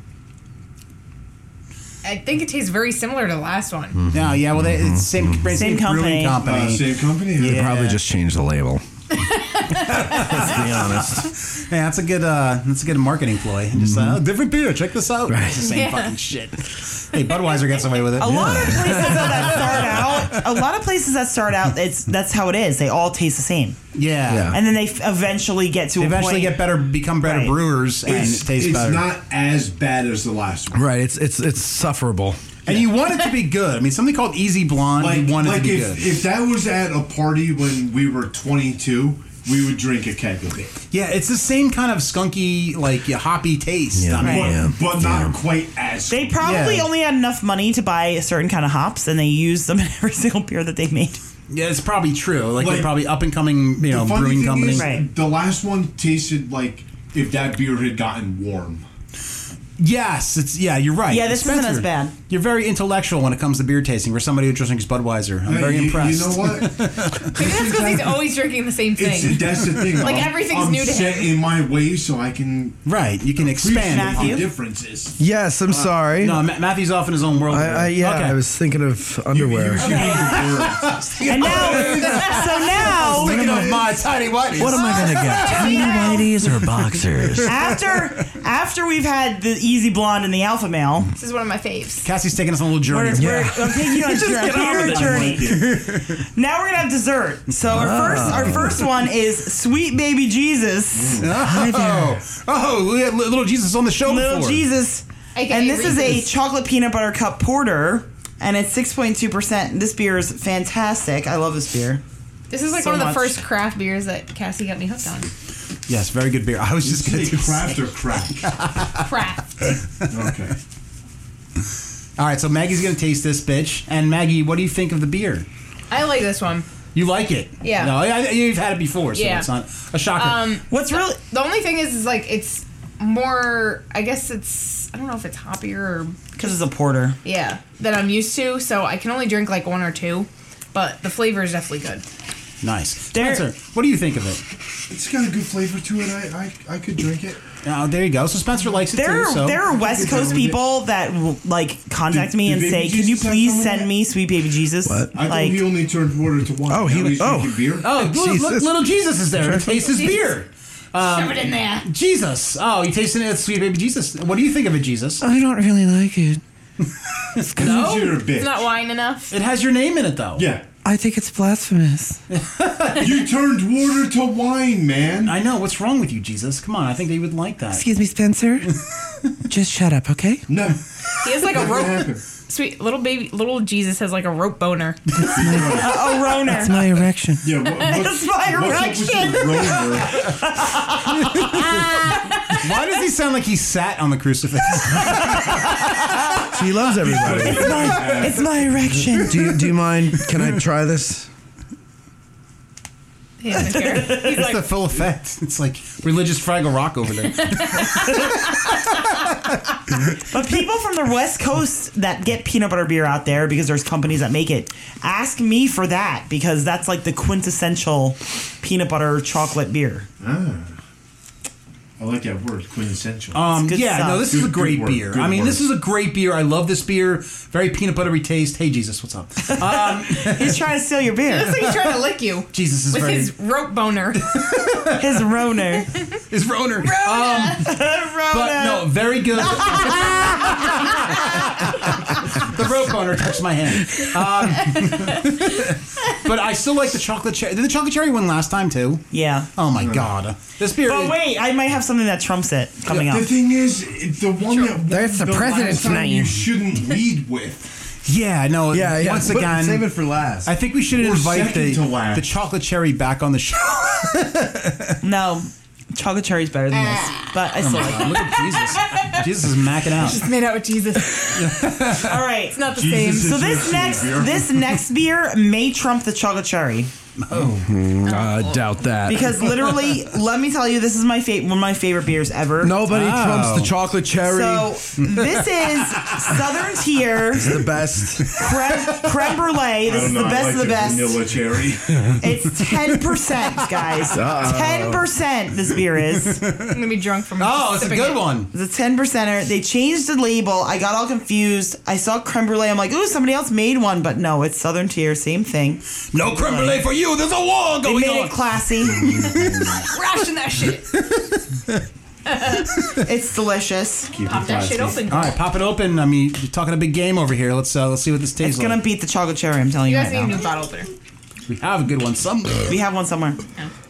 Speaker 4: I think it tastes very similar to the last one.
Speaker 2: Mm.
Speaker 1: No, yeah, well, they, it's same same, brewing
Speaker 2: company.
Speaker 1: company.
Speaker 6: Uh, same company.
Speaker 3: They probably just changed the label. Let's be honest.
Speaker 1: Yeah, that's a good uh, that's a good marketing ploy. Just uh, different beer. Check this out. It's the same
Speaker 4: Yeah.
Speaker 1: fucking shit. Hey, Budweiser gets away with it.
Speaker 2: A lot of places that start out. A lot of places that start out. It's that's how it is. They all taste the same,
Speaker 1: yeah.
Speaker 3: Yeah.
Speaker 2: and then they f- eventually get to
Speaker 1: They
Speaker 2: a
Speaker 1: eventually
Speaker 2: point.
Speaker 1: get better, become better
Speaker 2: Right.
Speaker 1: brewers, and
Speaker 6: It's,
Speaker 1: it tastes
Speaker 6: it's
Speaker 1: better.
Speaker 6: not as bad as the last one.
Speaker 3: Right, it's it's it's sufferable.
Speaker 1: and you want it to be good. I mean, something called Easy Blonde.
Speaker 6: Like,
Speaker 1: you want it
Speaker 6: like
Speaker 1: to be
Speaker 6: if,
Speaker 1: good.
Speaker 6: if that was at a party when we were 22, we would drink a keg of it.
Speaker 1: yeah, it's the same kind of skunky, like yeah, hoppy taste.
Speaker 3: Yeah.
Speaker 1: I mean,
Speaker 2: Right.
Speaker 6: But, but not quite as.
Speaker 2: They probably
Speaker 1: Yeah.
Speaker 2: only had enough money to buy a certain kind of hops, and they use them in every single beer that they made.
Speaker 1: yeah, it's probably true. Like, they're
Speaker 6: Like-
Speaker 1: probably up and coming, you know,
Speaker 6: funny
Speaker 1: brewing
Speaker 6: thing
Speaker 1: company.
Speaker 6: is,
Speaker 2: Right.
Speaker 6: The last one tasted like if that beer had gotten warm.
Speaker 1: Yes, it's yeah. You're right.
Speaker 2: Yeah, this isn't as bad.
Speaker 1: You're very intellectual when it comes to beer tasting. For somebody who just drinks Budweiser, I'm
Speaker 6: Hey,
Speaker 1: very
Speaker 6: you-
Speaker 1: impressed.
Speaker 6: You know what?
Speaker 4: Maybe that's because he's always drinking the same thing.
Speaker 6: It's, that's the thing.
Speaker 4: Like,
Speaker 6: I'm-
Speaker 4: everything's
Speaker 6: I'm
Speaker 4: new to
Speaker 6: set
Speaker 4: him.
Speaker 6: in my way, so I can
Speaker 1: Right, you can expand.
Speaker 6: appreciate
Speaker 1: it.
Speaker 2: Matthew?
Speaker 6: the differences.
Speaker 3: Yes, I'm sorry.
Speaker 1: No, Ma- Matthew's off in his own world.
Speaker 3: I, I yeah, I was thinking of underwear.
Speaker 2: And now, so now,
Speaker 1: thinking of my tiny whiteies.
Speaker 9: What am I gonna get? Tiny whiteies or boxers?
Speaker 2: after after we've had the easy blonde and the alpha male,
Speaker 4: this is one of my faves.
Speaker 1: Cassie's taking us on a little
Speaker 2: we're,
Speaker 1: journey.
Speaker 2: we're I'm taking you on a journey. You're a journey. Now we're gonna have dessert. So our
Speaker 6: Ah.
Speaker 2: first our first one is sweet baby Jesus,
Speaker 1: Oh, oh, we had Li- little Jesus on the show
Speaker 2: little
Speaker 1: before.
Speaker 2: Jesus,
Speaker 4: AKA
Speaker 2: and this is a
Speaker 4: Reese's.
Speaker 2: chocolate peanut butter cup porter, and it's six point two percent. This beer is fantastic. I love this beer.
Speaker 4: This is like
Speaker 2: so
Speaker 4: one of the
Speaker 2: much.
Speaker 4: first craft beers that Cassie got me hooked on.
Speaker 1: Yes, very good beer. I was just
Speaker 6: Just
Speaker 1: going to
Speaker 6: gonna craft or crack.
Speaker 4: Craft.
Speaker 6: Okay.
Speaker 1: All right, so Maggie's going to taste this bitch. And Maggie, what do you think of the beer?
Speaker 4: I like this one.
Speaker 1: You like it?
Speaker 4: Yeah.
Speaker 1: No, I, I- you've had it before, so
Speaker 4: Yeah.
Speaker 1: it's not a shocker.
Speaker 2: What's really
Speaker 4: The only thing is, is like it's more. I guess it's. I don't know if it's hoppier or
Speaker 2: because it's a porter.
Speaker 4: yeah that I'm used to. So I can only drink like one or two, but the flavor is definitely good.
Speaker 1: nice.
Speaker 2: There-
Speaker 1: Spencer, what do you think of it?
Speaker 6: It's got a good flavor to it. I I, I could drink it.
Speaker 1: Oh, there you go. So Spencer likes it
Speaker 2: There
Speaker 1: too.
Speaker 2: are
Speaker 1: So
Speaker 2: there are West Coast people that will, like contact me
Speaker 6: Did-
Speaker 2: and
Speaker 6: did
Speaker 2: say,
Speaker 6: Baby
Speaker 2: "Can you
Speaker 6: Jesus have
Speaker 2: please
Speaker 6: some of
Speaker 2: send
Speaker 6: that?"
Speaker 2: me Sweet Baby Jesus?"
Speaker 3: What?
Speaker 6: I
Speaker 2: Like
Speaker 6: thought he only turned water to wine.
Speaker 3: Oh, he-
Speaker 6: Now he's
Speaker 3: oh.
Speaker 6: drinking beer.
Speaker 1: Oh, look, look,
Speaker 3: Jesus.
Speaker 1: little Jesus is there. He tastes his beer.
Speaker 4: Shove it in there.
Speaker 1: Jesus. Oh, you tasting it, sweet baby Jesus. What do you think of it, Jesus?
Speaker 9: I don't really like it.
Speaker 6: no, you're a
Speaker 4: It's
Speaker 6: bitch.
Speaker 4: not oh, wine enough.
Speaker 1: It has your name in it, though.
Speaker 6: yeah,
Speaker 9: I think it's blasphemous.
Speaker 6: you turned water to wine, man.
Speaker 1: I know. What's wrong with you, Jesus? Come on. I think they would like that.
Speaker 9: Excuse me, Spencer. Just shut up, okay?
Speaker 6: no,
Speaker 4: He has like a
Speaker 6: what
Speaker 4: rope.
Speaker 6: happened?
Speaker 4: Sweet little baby, little Jesus has like a rope boner.
Speaker 2: A
Speaker 4: Oh,
Speaker 9: That's
Speaker 2: roner.
Speaker 9: my erection.
Speaker 6: Yeah, what,
Speaker 2: That's my erection.
Speaker 6: erection.
Speaker 1: Why does he sound like he sat on the crucifix?
Speaker 3: She loves everybody.
Speaker 2: It's my erection.
Speaker 3: do you do you mind? Can I try this?
Speaker 4: He doesn't care. He's
Speaker 1: It's
Speaker 4: like,
Speaker 1: the full effect. It's like religious Fraggle Rock over there.
Speaker 2: But people from the West Coast that get peanut butter beer out there because there's companies that make it, ask me for that because that's like the quintessential peanut butter chocolate beer.
Speaker 6: I like that word, quintessential.
Speaker 1: Um,
Speaker 2: good
Speaker 1: yeah,
Speaker 2: stuff.
Speaker 1: no, this is a
Speaker 6: Good-
Speaker 1: great
Speaker 6: good work,
Speaker 1: beer.
Speaker 6: good
Speaker 1: I mean,
Speaker 6: work.
Speaker 1: this is a great beer. I love this beer. Very peanut buttery taste. Hey, Jesus, what's up? Um,
Speaker 2: He's trying to steal your beer.
Speaker 4: it's like he's trying to lick you
Speaker 1: Jesus is
Speaker 4: with
Speaker 1: very
Speaker 4: his rope boner.
Speaker 2: His Roner.
Speaker 1: is Roner. Um, but no, very good. the rope owner touched my hand. Um, but I still like the chocolate cherry. Did the chocolate cherry win last time too?
Speaker 2: Yeah.
Speaker 1: Oh my god, this beer.
Speaker 2: But
Speaker 1: is-
Speaker 2: wait, I might have something that trumps it coming up.
Speaker 6: the thing is, it- the one that won
Speaker 9: That's the
Speaker 6: last
Speaker 9: president's
Speaker 6: time
Speaker 9: name.
Speaker 6: you shouldn't lead with.
Speaker 1: Yeah, no.
Speaker 3: Yeah, yeah.
Speaker 1: Once
Speaker 3: But
Speaker 1: again,
Speaker 3: save it for last.
Speaker 1: I think we should invite
Speaker 6: second
Speaker 1: the,
Speaker 6: to last.
Speaker 1: the chocolate cherry back on the show.
Speaker 2: No, chocolate cherry's better than this. But I still like
Speaker 1: Uh, Look at Jesus. Jesus is macking out.
Speaker 4: It's made out with Jesus.
Speaker 2: it. All right.
Speaker 4: Not the
Speaker 6: Jesus
Speaker 4: same.
Speaker 2: So
Speaker 6: is your
Speaker 2: this next
Speaker 6: savior.
Speaker 2: this next beer may trump the chocolate cherry.
Speaker 3: I doubt that.
Speaker 2: Because literally, let me tell you, this is my fa- one of my favorite beers ever.
Speaker 3: Nobody
Speaker 1: Wow.
Speaker 3: trumps the chocolate cherry.
Speaker 2: So this is Southern Tier
Speaker 3: It's the best.
Speaker 2: creme, creme brulee.
Speaker 6: I
Speaker 2: This is
Speaker 6: don't
Speaker 2: the
Speaker 6: know, I
Speaker 2: best
Speaker 6: like
Speaker 2: of the best.
Speaker 6: Vanilla cherry.
Speaker 2: It's ten percent, guys. Ten percent. This beer is.
Speaker 4: I'm gonna be drunk from.
Speaker 1: Oh, it's a
Speaker 4: sipping
Speaker 1: good
Speaker 4: it.
Speaker 1: one.
Speaker 2: It's a ten percenter. They changed the label. I got all confused. I saw creme brulee. I'm like, ooh, somebody else made one, but no, it's Southern Tier. Same thing.
Speaker 1: No creme brulee for you. There's a war
Speaker 6: Oh,
Speaker 2: They
Speaker 1: going
Speaker 2: made
Speaker 1: on.
Speaker 2: it classy.
Speaker 4: Ration that shit.
Speaker 2: it's delicious.
Speaker 4: Pop that shit open.
Speaker 1: All right, pop it open. I mean, you're talking a big game over here. Let's uh, let's see what this tastes
Speaker 2: It's gonna
Speaker 1: like.
Speaker 2: beat the chocolate cherry. I'm telling
Speaker 4: You
Speaker 2: you
Speaker 4: guys
Speaker 2: right
Speaker 4: need a
Speaker 2: now.
Speaker 4: new bottle opener.
Speaker 1: We have a good one. Some.
Speaker 2: We have one somewhere.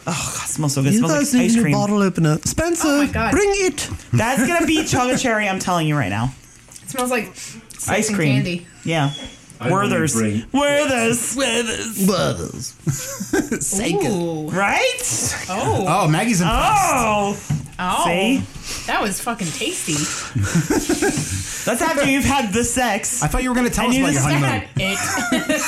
Speaker 2: Oh God, smells so good. It smells like ice
Speaker 9: your
Speaker 2: cream.
Speaker 9: bottle opener. Spencer,
Speaker 4: Oh my God.
Speaker 9: bring it.
Speaker 2: That's gonna beat chocolate cherry. I'm telling you right now.
Speaker 4: It smells like
Speaker 2: Ice
Speaker 4: some
Speaker 2: cream.
Speaker 4: candy.
Speaker 2: Yeah. Werther's.
Speaker 6: bring-
Speaker 2: Werther's. Werther's.
Speaker 4: Ooh.
Speaker 2: Right?
Speaker 4: Oh.
Speaker 1: Oh, Maggie's in.
Speaker 2: Oh.
Speaker 4: Oh.
Speaker 2: See?
Speaker 4: That was fucking tasty.
Speaker 2: That's after you've had the sex
Speaker 1: I thought you were going to tell
Speaker 2: I
Speaker 1: us
Speaker 2: knew
Speaker 1: about your
Speaker 2: this
Speaker 1: honeymoon.
Speaker 4: God,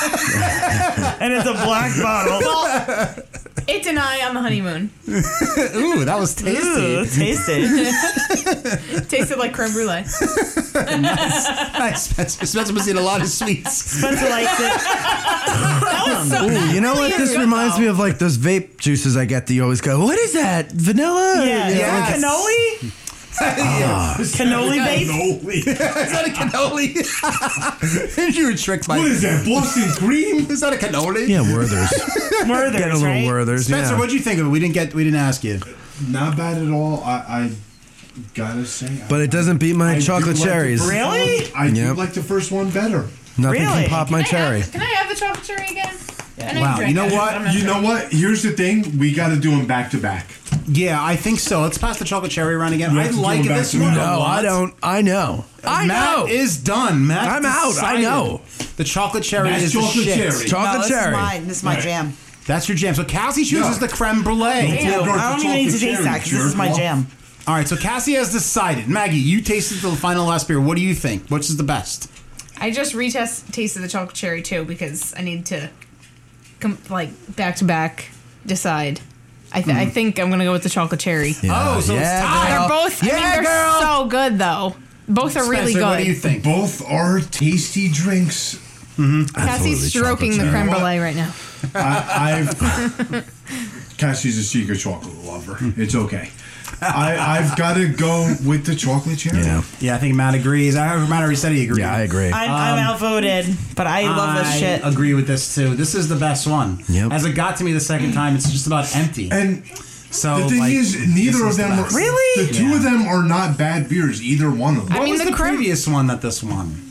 Speaker 4: it.
Speaker 2: and it's a black bottle.
Speaker 4: It's an eye on the honeymoon.
Speaker 1: Ooh, that was tasty.
Speaker 2: Ooh, taste it.
Speaker 4: Tasted like creme brulee.
Speaker 1: Nice. Spencer, Spencer must eat a lot of sweets.
Speaker 2: Spencer likes it.
Speaker 3: Ooh, you know what? This reminds me of like those vape juices I get that you always go, what is that? Vanilla?
Speaker 2: Yeah.
Speaker 3: You know,
Speaker 1: Yeah.
Speaker 3: like-
Speaker 2: Cannoli? Cannoli vape?
Speaker 6: Cannoli.
Speaker 1: Is that a cannoli? you were tricked by.
Speaker 6: What is that? Boston cream?
Speaker 1: Is that a cannoli?
Speaker 3: yeah, Werther's.
Speaker 2: Werther's,
Speaker 3: Get a little
Speaker 2: right?
Speaker 3: Werther's.
Speaker 1: Spencer,
Speaker 3: yeah.
Speaker 1: what'd you think of it? We didn't get. We didn't ask you.
Speaker 6: Not bad at all. I, I gotta say. I-
Speaker 3: But it doesn't beat my
Speaker 6: I do
Speaker 3: chocolate
Speaker 6: like the
Speaker 3: cherries.
Speaker 6: first
Speaker 2: Really?
Speaker 6: one- I do
Speaker 3: Yep.
Speaker 6: like the first one better.
Speaker 3: Nothing
Speaker 2: Really?
Speaker 3: can pop my
Speaker 4: Can I
Speaker 3: cherry.
Speaker 4: have- Can I have the chocolate cherry again? I know
Speaker 1: Wow,
Speaker 4: drank
Speaker 1: you know
Speaker 4: it, but
Speaker 1: what?
Speaker 4: I'm not
Speaker 6: You
Speaker 4: sure.
Speaker 6: know what? Here's the thing. We gotta do them back to back.
Speaker 1: Yeah, I think so. Let's pass the chocolate cherry around again.
Speaker 6: You
Speaker 1: I
Speaker 6: have to do
Speaker 1: like
Speaker 6: them back
Speaker 1: this
Speaker 6: to
Speaker 1: one. a
Speaker 6: back.
Speaker 3: No,
Speaker 1: lot.
Speaker 3: I don't. I know. I
Speaker 1: Matt
Speaker 3: know.
Speaker 1: is done. Matt,
Speaker 3: I'm out. I
Speaker 1: decided.
Speaker 3: know.
Speaker 1: The chocolate cherry
Speaker 6: Matt's
Speaker 1: is the
Speaker 6: chocolate
Speaker 1: shit.
Speaker 6: cherry.
Speaker 2: No,
Speaker 3: chocolate
Speaker 2: this is
Speaker 3: cherry.
Speaker 2: mine. This is my jam.
Speaker 1: That's your jam. So Cassie chooses
Speaker 6: Yeah.
Speaker 1: the creme brulee.
Speaker 4: Damn.
Speaker 6: Regard
Speaker 2: I
Speaker 6: for
Speaker 2: don't even need to taste
Speaker 6: chocolate cherry,
Speaker 2: that because this is
Speaker 6: jerk
Speaker 2: my
Speaker 6: off.
Speaker 2: jam.
Speaker 1: All right. So Cassie has decided. Maggie, you tasted the final last beer. What do you think? Which is the best?
Speaker 4: I just retest tasted the chocolate cherry too because I need to, com- like back to back, decide. I, th- I think I'm gonna go with the chocolate cherry.
Speaker 1: Oh, so it's
Speaker 3: yeah,
Speaker 1: tied.
Speaker 3: girl.
Speaker 4: They're both. I mean,
Speaker 3: Yeah,
Speaker 4: they're
Speaker 3: girl.
Speaker 4: so good though. Both are really
Speaker 1: Spencer,
Speaker 4: good.
Speaker 1: What do you think?
Speaker 6: Both are tasty drinks.
Speaker 4: Cassie's
Speaker 3: Absolutely
Speaker 4: stroking the
Speaker 3: chocolate
Speaker 4: creme
Speaker 6: cherry.
Speaker 4: brulee right now.
Speaker 6: I, I've Cassie's a secret chocolate lover. It's okay. I, I've got to go with the chocolate cherry.
Speaker 3: Yeah,
Speaker 1: Yeah, I think Matt agrees. I remember Matt already said he agreed.
Speaker 3: yeah, I agree. Uh,
Speaker 2: I'm, I'm outvoted, but I love this
Speaker 1: I
Speaker 2: shit. Um,
Speaker 1: agree with this too. This is the best one.
Speaker 3: Yep.
Speaker 1: As it got to me the second time, it's just about empty.
Speaker 6: And
Speaker 1: So
Speaker 2: Oh,
Speaker 6: the thing
Speaker 1: like,
Speaker 6: is,
Speaker 1: this
Speaker 6: neither of them
Speaker 1: the
Speaker 6: are,
Speaker 1: best.
Speaker 2: Really?
Speaker 6: The two
Speaker 1: Yeah.
Speaker 6: of them are not bad beers. Either one of them.
Speaker 4: I
Speaker 1: What
Speaker 4: mean,
Speaker 1: was
Speaker 4: the
Speaker 1: the,
Speaker 4: creme-
Speaker 1: previous one that this one?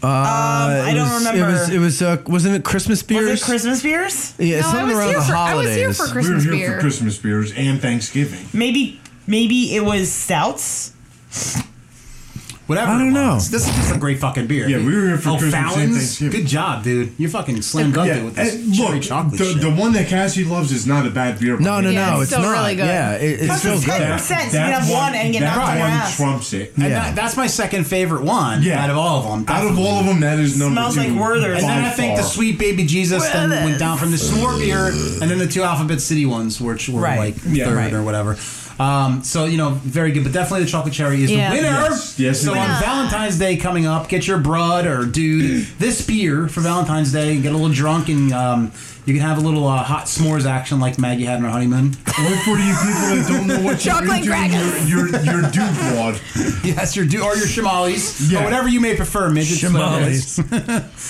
Speaker 2: Um, I
Speaker 3: It
Speaker 2: don't
Speaker 3: was-
Speaker 2: remember.
Speaker 3: It was. It was. Uh, wasn't it Christmas beers?
Speaker 2: was it Christmas beers?
Speaker 3: Yeah,
Speaker 4: no, I
Speaker 3: something
Speaker 4: was
Speaker 3: around
Speaker 4: here
Speaker 3: the
Speaker 4: for I was
Speaker 3: holidays.
Speaker 4: here for
Speaker 6: we were
Speaker 4: Christmas
Speaker 6: here
Speaker 4: beer.
Speaker 6: for Christmas beers and Thanksgiving.
Speaker 2: Maybe maybe it was stouts.
Speaker 1: Whatever.
Speaker 3: I don't
Speaker 1: it
Speaker 3: know.
Speaker 1: was. This is just a great fucking beer.
Speaker 6: Yeah, we were here for
Speaker 1: oh,
Speaker 6: Christmas and
Speaker 1: Fallon's?
Speaker 6: Thanksgiving.
Speaker 1: Good job, dude. You fucking slam dunked it with this
Speaker 6: and
Speaker 1: cherry
Speaker 6: look,
Speaker 1: chocolate
Speaker 6: the,
Speaker 1: shit.
Speaker 6: the one that Cassie loves is not a bad beer.
Speaker 3: No, no,
Speaker 4: Yeah,
Speaker 3: no.
Speaker 4: it's
Speaker 3: It's
Speaker 4: still
Speaker 3: not.
Speaker 4: really good.
Speaker 3: Yeah, it, it's
Speaker 2: Plus
Speaker 3: still
Speaker 2: it's
Speaker 3: good.
Speaker 2: ten
Speaker 6: That-
Speaker 2: percent. You
Speaker 6: that
Speaker 2: can have one and get
Speaker 6: that
Speaker 2: knocked on your
Speaker 6: one
Speaker 2: ass.
Speaker 6: trumps it.
Speaker 1: and
Speaker 3: yeah.
Speaker 1: that, that's my second favorite one
Speaker 6: Yeah.
Speaker 1: out of all of them.
Speaker 6: Out of
Speaker 1: definitely.
Speaker 6: all of them, that is number
Speaker 2: Smells
Speaker 6: two.
Speaker 2: like Werther's.
Speaker 1: And then
Speaker 6: by
Speaker 1: I think the
Speaker 6: far.
Speaker 1: sweet baby Jesus then
Speaker 4: Brothers.
Speaker 1: went down from the s'more beer, and then the two Alphabet City ones, which were
Speaker 2: Right.
Speaker 1: like
Speaker 6: Yeah.
Speaker 1: third
Speaker 6: Right.
Speaker 1: or whatever. Um, so you know, very good, but definitely the chocolate cherry is
Speaker 4: Yeah.
Speaker 1: the winner.
Speaker 6: Yes. Yes, it
Speaker 1: so on
Speaker 6: is.
Speaker 1: Valentine's Day coming up, get your broad or dude this beer for Valentine's Day. Get a little drunk, and um, you can have a little uh, hot s'mores action like Maggie had in her honeymoon.
Speaker 6: Or for you people that don't know what you're
Speaker 4: Chocolate
Speaker 6: doing,
Speaker 4: dragons.
Speaker 6: you're, you're, you're dude broad.
Speaker 1: yes, your do or your shimales
Speaker 6: Yeah.
Speaker 1: or whatever you may prefer. Midgets, whatever it is.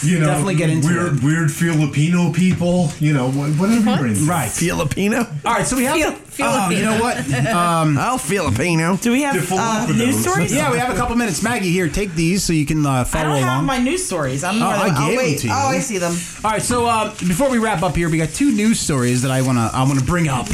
Speaker 6: You know,
Speaker 1: Definitely get into
Speaker 6: weird,
Speaker 1: it.
Speaker 6: Weird Filipino people, you know, wh- whatever you're into.
Speaker 1: Right.
Speaker 3: Filipino?
Speaker 1: All right. So we have.
Speaker 4: Feel-
Speaker 1: to-
Speaker 4: feel
Speaker 1: oh,
Speaker 4: it.
Speaker 1: you know what?
Speaker 3: I'll Filipino.
Speaker 2: Do we have
Speaker 6: Different
Speaker 2: uh,
Speaker 6: Whopper
Speaker 2: news
Speaker 6: those.
Speaker 2: stories?
Speaker 1: Yeah, we have a couple minutes. Maggie, here, take these so you can uh,
Speaker 2: I
Speaker 1: follow
Speaker 2: don't have
Speaker 1: along.
Speaker 2: my news stories. I'm not.
Speaker 1: I gave
Speaker 2: oh,
Speaker 1: them
Speaker 2: wait.
Speaker 1: to you.
Speaker 2: Oh, I see them.
Speaker 1: All right, so uh, before we wrap up here, we got two news stories that I wanna I wanna bring up.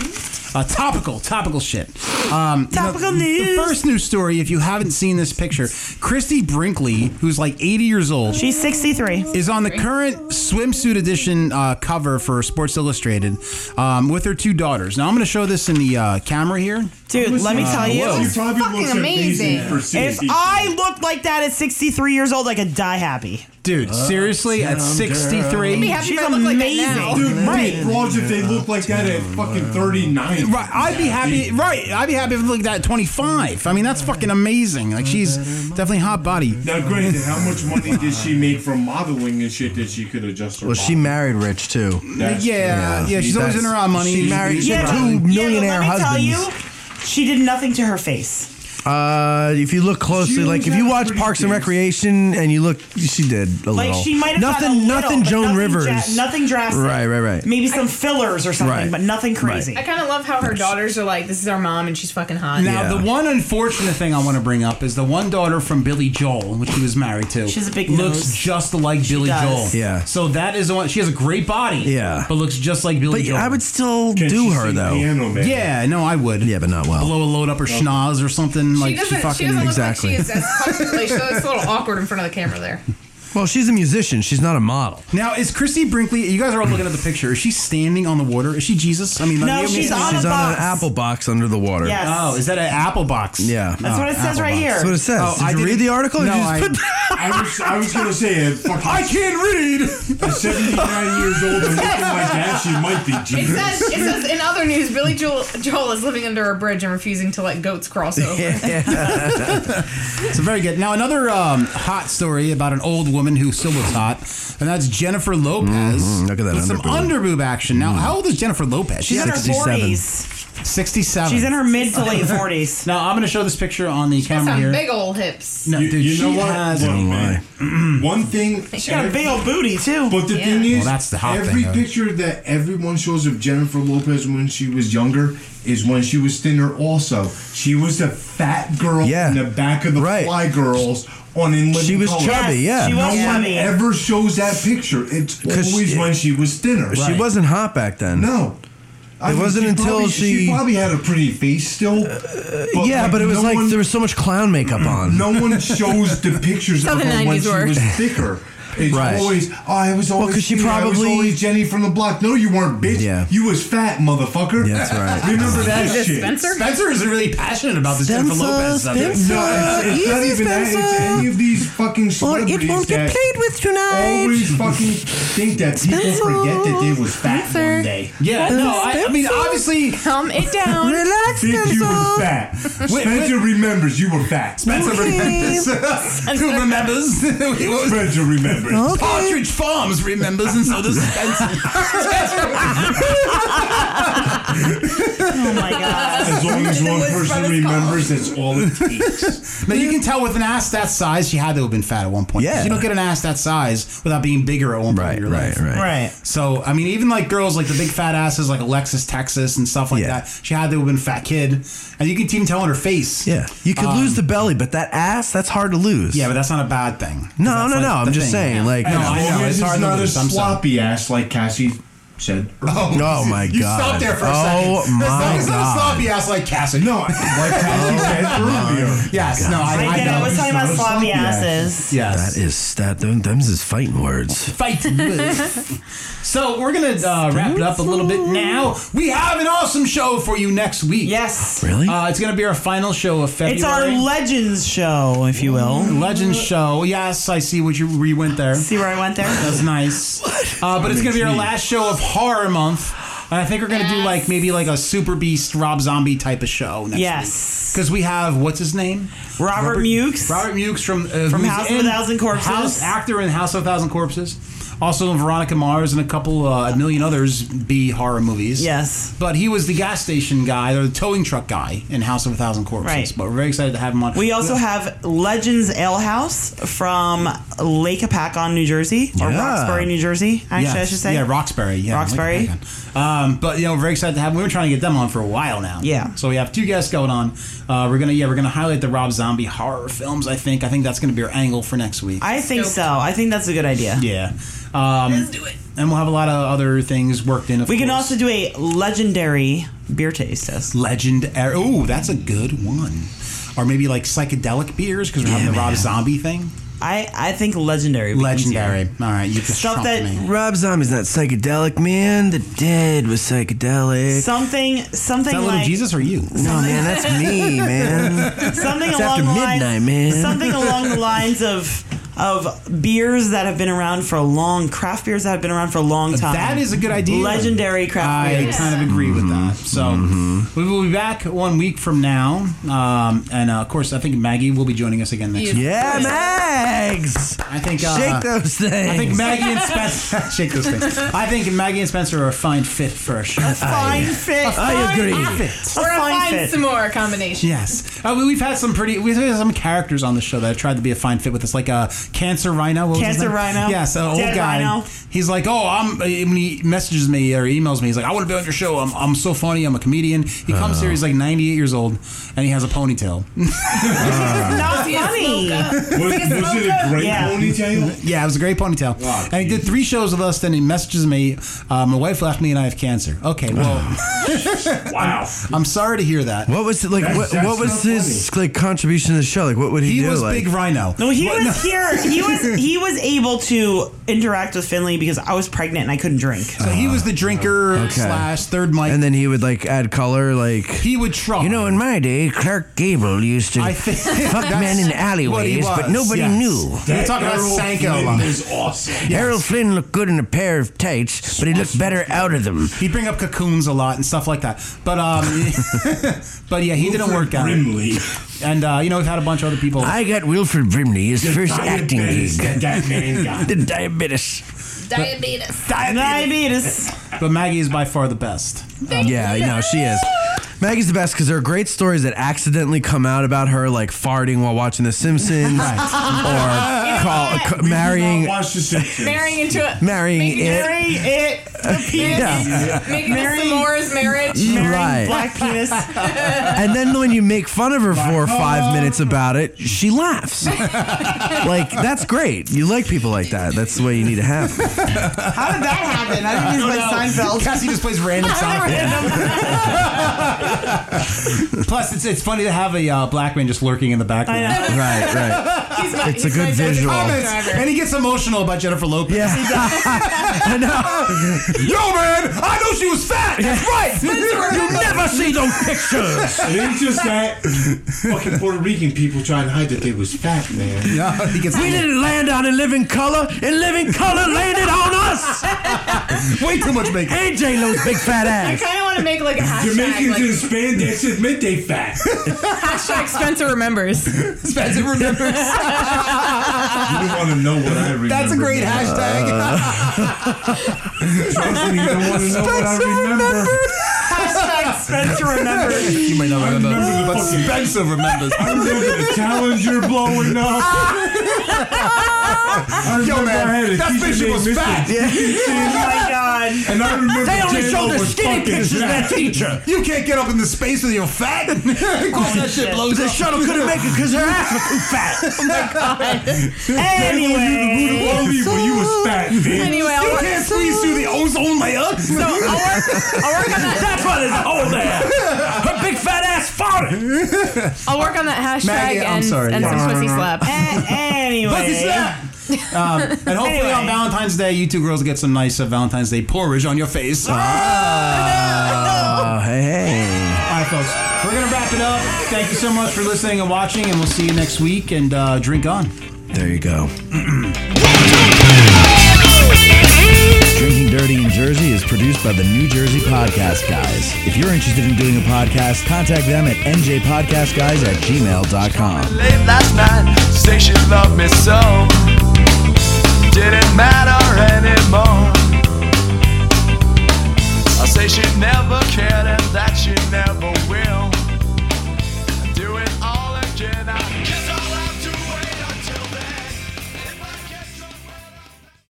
Speaker 1: Uh, topical, topical shit. Um, you know,
Speaker 2: Topical
Speaker 1: The
Speaker 2: news.
Speaker 1: first news story, if you haven't seen this picture, Christy Brinkley, who's like 80 years old,
Speaker 2: She's 63.
Speaker 1: is on the current swimsuit edition uh, cover for Sports Illustrated um, with her two daughters. Now I'm going to show this in the uh, camera here.
Speaker 2: Dude, let me tell
Speaker 6: She
Speaker 2: you.
Speaker 6: probably
Speaker 4: fucking
Speaker 6: looks amazing.
Speaker 4: amazing.
Speaker 6: for seeing
Speaker 2: If
Speaker 6: people.
Speaker 2: I looked like that at 63 years old, I could die happy.
Speaker 1: Dude, seriously, at 63,
Speaker 4: Be happy
Speaker 2: She's
Speaker 4: if I look like that now.
Speaker 2: amazing.
Speaker 6: Dude, right. broads if they look like that at fucking 39.
Speaker 1: Right, I'd be happy. Right, I'd be happy if it looked at 25. I mean, that's fucking amazing. Like she's definitely hot body.
Speaker 6: Now, granted, how much money did she make from modeling and shit that she could adjust her
Speaker 3: Well, she
Speaker 6: body?
Speaker 3: married rich too.
Speaker 1: Yeah,
Speaker 6: That's-
Speaker 1: yeah, she's always in
Speaker 3: That's-
Speaker 1: her own money.
Speaker 3: She married
Speaker 2: Yeah,
Speaker 3: two
Speaker 2: but- yeah, but let
Speaker 3: millionaire
Speaker 2: me
Speaker 3: husbands.
Speaker 2: tell you, she did nothing to her face.
Speaker 3: Uh, if you look closely,
Speaker 6: She
Speaker 3: like
Speaker 6: was
Speaker 3: if you
Speaker 6: having
Speaker 3: watch
Speaker 6: pretty
Speaker 3: Parks and
Speaker 6: days.
Speaker 3: Recreation, and you look, she did a little.
Speaker 2: Like she might have
Speaker 3: nothing,
Speaker 2: done a little,
Speaker 3: nothing.
Speaker 2: but
Speaker 3: Joan
Speaker 2: nothing
Speaker 3: Rivers,
Speaker 2: dra- nothing drastic.
Speaker 3: Right, right, right.
Speaker 2: Maybe some fillers or something,
Speaker 3: Right.
Speaker 2: but nothing crazy.
Speaker 4: I kind of love how her daughters are like, this is our mom and she's fucking hot.
Speaker 1: Now,
Speaker 3: Yeah.
Speaker 1: the one unfortunate thing I want to bring up is the one daughter from Billy Joel, which he was married to.
Speaker 2: She has a big
Speaker 1: looks
Speaker 2: nose.
Speaker 1: just like Billy
Speaker 2: does.
Speaker 1: Joel.
Speaker 3: Yeah.
Speaker 1: So that is the one. She has a great body.
Speaker 3: Yeah.
Speaker 1: But looks just like Billy
Speaker 3: But
Speaker 1: Joel.
Speaker 3: I would still
Speaker 6: Can
Speaker 3: do
Speaker 6: she
Speaker 3: her
Speaker 6: sing
Speaker 3: though.
Speaker 6: Piano Man?
Speaker 1: Yeah, no, I would.
Speaker 3: Yeah, but not well.
Speaker 1: Blow a load up her schnoz or something.
Speaker 4: She
Speaker 1: like
Speaker 4: doesn't,
Speaker 1: she fucking
Speaker 4: she doesn't look
Speaker 3: exactly.
Speaker 4: like she is as comfortable. She looks a little awkward in front of the camera there.
Speaker 3: Well, she's a musician. She's not a model.
Speaker 1: Now is Christy Brinkley? You guys are all looking at the picture. Is she standing on the water? Is she Jesus? I mean,
Speaker 2: No,
Speaker 1: like,
Speaker 2: she's
Speaker 1: I mean,
Speaker 2: on a
Speaker 3: She's on an
Speaker 2: box.
Speaker 3: apple box under the water.
Speaker 2: Yes.
Speaker 1: Oh, is that an apple box?
Speaker 3: Yeah.
Speaker 2: That's what it says
Speaker 1: apple
Speaker 2: right
Speaker 1: box.
Speaker 2: here.
Speaker 3: That's what it says.
Speaker 1: Oh,
Speaker 3: Did
Speaker 1: I
Speaker 3: you
Speaker 1: didn't-
Speaker 3: read the article? or
Speaker 1: No,
Speaker 3: did you just
Speaker 1: I-
Speaker 3: put
Speaker 6: I was, I was going to say, at fucking
Speaker 1: I can't read.
Speaker 6: 79 years old and looking like that, she might be
Speaker 4: It
Speaker 6: Jesus.
Speaker 4: says, it says in other news, Billy Joel, Joel is living under a bridge and refusing to let goats cross over.
Speaker 1: So very good. Now another um, hot story about an old woman who still looks hot, and that's Jennifer Lopez.
Speaker 3: Look at that
Speaker 1: with some
Speaker 3: underboob.
Speaker 1: underboob action. Now, how old is Jennifer Lopez?
Speaker 2: She's in her
Speaker 3: 67.
Speaker 2: 40s.
Speaker 1: sixty-seven.
Speaker 2: She's in her mid to late 40s.
Speaker 1: Now I'm going to show this picture on the
Speaker 4: That's
Speaker 1: camera
Speaker 4: some
Speaker 1: here.
Speaker 4: big old hips.
Speaker 1: No,
Speaker 6: You,
Speaker 1: dude,
Speaker 6: you know
Speaker 1: she
Speaker 6: what?
Speaker 1: has.
Speaker 6: Look, man, One thing.
Speaker 2: She got a big old booty, too.
Speaker 6: But the
Speaker 4: Yeah.
Speaker 6: thing is,
Speaker 1: Well, that's the hot
Speaker 6: every
Speaker 1: thing, though.
Speaker 6: picture that everyone shows of Jennifer Lopez when she was younger is when she was thinner. Also, she was the fat girl
Speaker 3: Yeah.
Speaker 6: in the back of the
Speaker 3: Right.
Speaker 6: Fly Girls on In Living
Speaker 3: She was
Speaker 6: Color.
Speaker 3: chubby, yeah.
Speaker 2: She
Speaker 6: No
Speaker 2: was
Speaker 6: one
Speaker 2: chubby.
Speaker 6: ever shows that picture. It's
Speaker 3: 'Cause
Speaker 6: always
Speaker 3: she-
Speaker 6: when she was thinner.
Speaker 3: She wasn't hot back then.
Speaker 6: No. I
Speaker 3: It wasn't until
Speaker 6: probably,
Speaker 3: she- Uh,
Speaker 6: probably had a pretty face still. but
Speaker 3: yeah,
Speaker 6: like,
Speaker 3: but it was
Speaker 6: no
Speaker 3: like
Speaker 6: one-
Speaker 3: there was so much clown makeup on.
Speaker 6: no one shows the pictures
Speaker 4: How
Speaker 6: of
Speaker 4: the
Speaker 6: her when
Speaker 4: 90s
Speaker 6: she
Speaker 4: were.
Speaker 6: was thicker. It's
Speaker 3: Right.
Speaker 6: always oh, I was always
Speaker 3: 'cause she
Speaker 6: thin, I was
Speaker 3: probably-
Speaker 6: always Jenny from the block. No, you weren't, bitch.
Speaker 3: Yeah.
Speaker 6: You was fat, motherfucker.
Speaker 3: Yeah, that's right.
Speaker 6: Remember that shit.
Speaker 4: Spencer?
Speaker 1: Spencer is really passionate about this Jennifer
Speaker 9: Spencer,
Speaker 1: Lopez subject.
Speaker 9: Spencer.
Speaker 6: No, it's, it's not
Speaker 9: Easy,
Speaker 6: even that. It's
Speaker 9: Spencer.
Speaker 6: any of these fucking
Speaker 9: Or
Speaker 6: celebrities
Speaker 9: it won't get
Speaker 6: that
Speaker 9: played with tonight.
Speaker 6: always fucking think that people
Speaker 9: Spencer.
Speaker 6: forget that they was fat
Speaker 4: Spencer.
Speaker 6: one day.
Speaker 1: Yeah, no, I, I mean
Speaker 9: Spencer.
Speaker 1: obviously
Speaker 4: Calm it down.
Speaker 9: Relax,
Speaker 6: Bitch, you was
Speaker 9: Spencer.
Speaker 6: fat. Spencer remembers you were fat.
Speaker 1: Spencer
Speaker 9: Okay.
Speaker 1: remembers. Who remembers? What was-
Speaker 6: Spencer remembers.
Speaker 9: Oh.
Speaker 1: Partridge Farms remembers, and so does Spencer.
Speaker 2: Oh, my God.
Speaker 6: As long as one
Speaker 4: was
Speaker 6: person
Speaker 4: from his
Speaker 6: remembers, that's all it takes.
Speaker 1: now you can tell with an ass that size, she had to have been fat at one point. 'cause
Speaker 3: Yeah.
Speaker 1: you don't get an ass that size without being bigger at one point.
Speaker 3: Right,
Speaker 1: in your
Speaker 3: right,
Speaker 1: life.
Speaker 3: right.
Speaker 2: Right.
Speaker 1: So I mean, even like girls like the big fat asses like Alexis Texas and stuff like
Speaker 3: Yeah.
Speaker 1: that. She had to have been a fat kid, and you can even tell on her face.
Speaker 3: Yeah, you could
Speaker 1: Um,
Speaker 3: lose the belly, but that ass—that's hard to lose.
Speaker 1: Yeah, but that's not a bad thing. 'Cause
Speaker 3: No,
Speaker 1: that's,
Speaker 3: no,
Speaker 1: like,
Speaker 3: no,
Speaker 1: the
Speaker 3: I'm just
Speaker 1: thing.
Speaker 3: saying, like,
Speaker 1: no,
Speaker 3: you know.
Speaker 1: I know
Speaker 6: As long as
Speaker 1: it's hard to
Speaker 6: not
Speaker 1: lose.
Speaker 6: a
Speaker 1: I'm sorry.
Speaker 6: sloppy ass like Cassie said.
Speaker 1: Oh,
Speaker 3: Oh, my
Speaker 1: You
Speaker 3: God.
Speaker 1: stopped there for a
Speaker 3: Oh,
Speaker 1: second. It's not-
Speaker 3: my
Speaker 1: it's not a
Speaker 3: God.
Speaker 1: sloppy ass like Cassie. No,
Speaker 6: like Cassie said
Speaker 3: Oh
Speaker 6: earlier.
Speaker 1: yes, no, I,
Speaker 2: I,
Speaker 1: I
Speaker 2: did, I
Speaker 1: know.
Speaker 2: was talking about
Speaker 6: It's not
Speaker 2: sloppy
Speaker 6: sloppy
Speaker 2: asses.
Speaker 1: Yes.
Speaker 3: That is that. Them, them's is fighting words.
Speaker 1: fight. so we're gonna uh, wrap it up a little bit now. We have an awesome show for you next week.
Speaker 2: Yes.
Speaker 3: Really?
Speaker 1: Uh, it's gonna be our final show of February.
Speaker 2: It's our legends show, if you will.
Speaker 1: Legends show. Yes, I see what you where you went there.
Speaker 2: See where I went there?
Speaker 1: That's nice. Uh, but it's gonna be our last show of horror month. And I think we're gonna do like maybe like a super beast Rob Zombie type of show next
Speaker 2: Yes.
Speaker 1: Because we have what's his name?
Speaker 2: Robert, Mukes.
Speaker 1: Robert Mukes from uh,
Speaker 2: From
Speaker 1: who's
Speaker 2: House of a
Speaker 1: in
Speaker 2: Thousand Corpses.
Speaker 1: House actor in House of a Thousand Corpses. Also in Veronica Mars and a couple uh, a million others B horror movies.
Speaker 2: Yes.
Speaker 1: But he was the gas station guy or the towing truck guy in House of a Thousand Corpses.
Speaker 2: Right.
Speaker 1: But we're very excited to have him on.
Speaker 2: We also have Legends Ale House from Lake Apacon, New Jersey, or
Speaker 3: Yeah.
Speaker 2: Roxbury, New Jersey. Actually, I
Speaker 1: Yes.
Speaker 2: should say.
Speaker 1: Yeah, Roxbury. Yeah,
Speaker 2: Roxbury.
Speaker 1: I like that. Um, but you know, we're very excited to have. We've been trying to get them on for a while now.
Speaker 2: Yeah.
Speaker 1: So we have two guests going on. Uh, we're gonna yeah, we're gonna highlight the Rob Zombie horror films. I think I think that's gonna be our angle for next week.
Speaker 2: I think so. I think that's a good idea.
Speaker 1: yeah. Um,
Speaker 4: Let's do it.
Speaker 1: And we'll have a lot of other things worked in. Of
Speaker 2: We can
Speaker 1: course.
Speaker 2: also do a legendary beer taste test.
Speaker 1: legend. Oh, that's a good one. Or maybe like psychedelic beers because we're having the Rob Zombie thing.
Speaker 2: I, I think legendary. becomes-
Speaker 1: Legendary. All right, you just
Speaker 2: Stuff
Speaker 1: trumped
Speaker 2: that-
Speaker 1: me.
Speaker 3: Rob Zombie's not psychedelic, man. The dead was psychedelic.
Speaker 2: Something something
Speaker 1: Is that little
Speaker 2: like
Speaker 1: Jesus or you?
Speaker 3: no, man, that's me, man.
Speaker 2: something
Speaker 3: It's
Speaker 2: along
Speaker 3: after
Speaker 2: the
Speaker 3: midnight,
Speaker 2: lines,
Speaker 3: man.
Speaker 2: Something along the lines of of beers that have been around for a long craft beers that have been around for a long time.
Speaker 1: That is a good idea.
Speaker 2: legendary craft
Speaker 1: I
Speaker 2: beers. Mm-hmm.
Speaker 1: kind of agree with that. So we will be back one week from now, um, and uh, of course, I think Maggie will be joining us again next week.
Speaker 3: Yeah, Mags.
Speaker 1: I think uh,
Speaker 3: Shake those things.
Speaker 1: I think Maggie and Spencer shake those things. I think Maggie and Spencer are a fine fit for a show.
Speaker 2: Fine fit.
Speaker 3: I agree.
Speaker 1: fit.
Speaker 4: We're
Speaker 2: A
Speaker 4: gonna
Speaker 2: fine
Speaker 4: find
Speaker 2: fit.
Speaker 4: some more combination.
Speaker 1: Yes, uh, we, we've had some pretty we've had some characters on the show that have tried to be a fine fit with us, like uh, Cancer Rhino. What was his
Speaker 2: Cancer
Speaker 1: name?
Speaker 2: Rhino.
Speaker 1: Yes, an old
Speaker 2: Dead
Speaker 1: guy.
Speaker 2: Rhino.
Speaker 1: He's like, oh, I'm. When he messages me or emails me, he's like, I want to be on your show. I'm, I'm so funny. I'm a comedian. He comes
Speaker 3: Uh-huh.
Speaker 1: here. He's like 98 years old, and he has a ponytail.
Speaker 2: Not
Speaker 4: See a
Speaker 2: funny.
Speaker 4: smoke up.
Speaker 6: Was, was it a great
Speaker 2: Yeah.
Speaker 6: ponytail?
Speaker 1: Yeah, it was a great ponytail.
Speaker 3: Oh,
Speaker 6: Wow,
Speaker 1: and he did three shows with us. Then he messages me, uh, my wife left me, and I have cancer. Okay, well,
Speaker 6: Wow.
Speaker 1: I'm sorry to hear that.
Speaker 3: What was it like?
Speaker 6: That's-
Speaker 3: what,
Speaker 6: that's
Speaker 3: what was
Speaker 6: not
Speaker 3: his like contribution to the show? Like, what would he,
Speaker 1: He
Speaker 3: do?
Speaker 1: was
Speaker 3: like,
Speaker 1: Big Rhino.
Speaker 2: No, he was here. He was he was able to interact with Finley because I was pregnant and I couldn't drink.
Speaker 1: So he was the drinker
Speaker 3: Uh, Okay.
Speaker 1: slash third mic.
Speaker 3: and then he would like add color, like.
Speaker 1: he would try.
Speaker 3: You know, in my day, Clark Gable used to
Speaker 1: I think
Speaker 3: fuck men in alleyways, but nobody knew.
Speaker 1: We're talking about
Speaker 6: Errol
Speaker 1: Sanko a
Speaker 6: Flynn
Speaker 1: lot.
Speaker 6: is awesome.
Speaker 3: Harold Flynn looked good in a pair of tights, but he looked better out of them.
Speaker 1: He'd bring up cocoons a lot and stuff like that. But um, but yeah, he didn't work out.
Speaker 6: Grimly.
Speaker 1: And uh, you know, we've had a bunch of other people.
Speaker 3: I got Wilfred Brimley his first acting
Speaker 6: Diabetes
Speaker 3: gig.
Speaker 6: That, that man got.
Speaker 3: The diabetes.
Speaker 4: Diabetes.
Speaker 2: Diabetes.
Speaker 1: but Maggie is by far the best.
Speaker 3: Yeah, no, she is. Maggie's the best because there are great stories that accidentally come out about her, like farting while watching The Simpsons, or call,
Speaker 4: what?
Speaker 3: ca-
Speaker 6: We do not
Speaker 3: marrying.
Speaker 6: Watch the Simpsons.
Speaker 4: Marrying into it.
Speaker 3: Marrying
Speaker 4: making
Speaker 3: it.
Speaker 4: Marrying
Speaker 2: it.
Speaker 4: it. Making
Speaker 2: Marrying-
Speaker 4: a S'mores marriage.
Speaker 3: Right.
Speaker 2: Black penis.
Speaker 3: E. And then when you make fun of her for five minutes about it, she laughs. like, that's great. You like people like that. That's the way you need to have. them.
Speaker 2: How did that happen? I think it was by Seinfeld.
Speaker 1: Cassie just plays random songs. Plus, it's it's funny to have a uh, black man just lurking in the background.
Speaker 2: I know.
Speaker 3: Right, right.
Speaker 4: He's my,
Speaker 3: It's a
Speaker 4: he's
Speaker 3: good
Speaker 4: my best
Speaker 3: visual.
Speaker 4: driver.
Speaker 1: And he gets emotional about Jennifer Lopez.
Speaker 3: Yeah. I know.
Speaker 1: Yo, man, I know she was fat. That's right.
Speaker 3: You never see those pictures.
Speaker 6: It ain't just that fucking Puerto Rican people trying to hide that they was fat, man.
Speaker 1: Yeah, he gets
Speaker 3: We didn't land on In Living Color, and Living Color landed on us.
Speaker 1: way too much makeup.
Speaker 3: And J Lo's big fat
Speaker 4: I
Speaker 3: ass.
Speaker 4: kind of want to make like a hashtag.
Speaker 6: Jamaicans in
Speaker 4: Like,
Speaker 6: spandex admit they fat. You
Speaker 4: hashtag Spencer remembers.
Speaker 1: Spencer remembers.
Speaker 6: don't want to know what I remember.
Speaker 1: That's a great
Speaker 6: man.
Speaker 1: hashtag.
Speaker 6: Trust me, you don't want to know what I remember.
Speaker 2: Hashtag Spencer remembers.
Speaker 1: You may not remember,
Speaker 6: remember the
Speaker 1: but
Speaker 6: fucking-
Speaker 1: Spencer remembers.
Speaker 6: I remember the Challenger blowing up. I remember
Speaker 1: man,
Speaker 6: I had a
Speaker 1: that
Speaker 6: teacher
Speaker 1: bitch was
Speaker 6: named Mr.
Speaker 1: fat.
Speaker 2: Oh
Speaker 6: Dixon,
Speaker 2: my god.
Speaker 6: And I remember
Speaker 3: They only
Speaker 6: J-Lo
Speaker 3: showed the
Speaker 6: was
Speaker 3: skinny
Speaker 6: fucking
Speaker 3: pictures of that
Speaker 6: fat.
Speaker 3: teacher.
Speaker 1: You can't get up in the space with your fat. of course, that shit blows
Speaker 3: The
Speaker 1: up.
Speaker 3: shuttle couldn't make it because her ass was too
Speaker 9: Oh
Speaker 3: fat.
Speaker 2: Anyway.
Speaker 6: Believe when you was fat, man.
Speaker 4: Anyway, I'll
Speaker 1: You can't squeeze through the ozone
Speaker 2: my own. So I'll work, I'll work on that.
Speaker 9: That's why there's a hole there. Her big fat ass farted.
Speaker 4: I'll work on that hashtag
Speaker 1: Maggie, I'm
Speaker 4: and,
Speaker 1: sorry,
Speaker 4: and
Speaker 1: yeah.
Speaker 4: some pussy slap.
Speaker 2: A-
Speaker 1: Pussy
Speaker 2: anyway.
Speaker 1: slap. Um, and hopefully
Speaker 2: Anyway.
Speaker 1: on Valentine's Day, you two girls get some nice uh, Valentine's Day porridge on your face. Ah!
Speaker 3: Oh, hey, hey.
Speaker 1: Uh, All right, folks, we're gonna wrap it up. Thank you so much for listening and watching, and we'll see you next week. And uh, drink on.
Speaker 3: There you go. Drinking Dirty in Jersey is produced by the New Jersey Podcast Guys. If you're interested in doing a podcast, contact them at njpodcastguys at gmail.com.
Speaker 10: Late last night, say she loved me so. Did it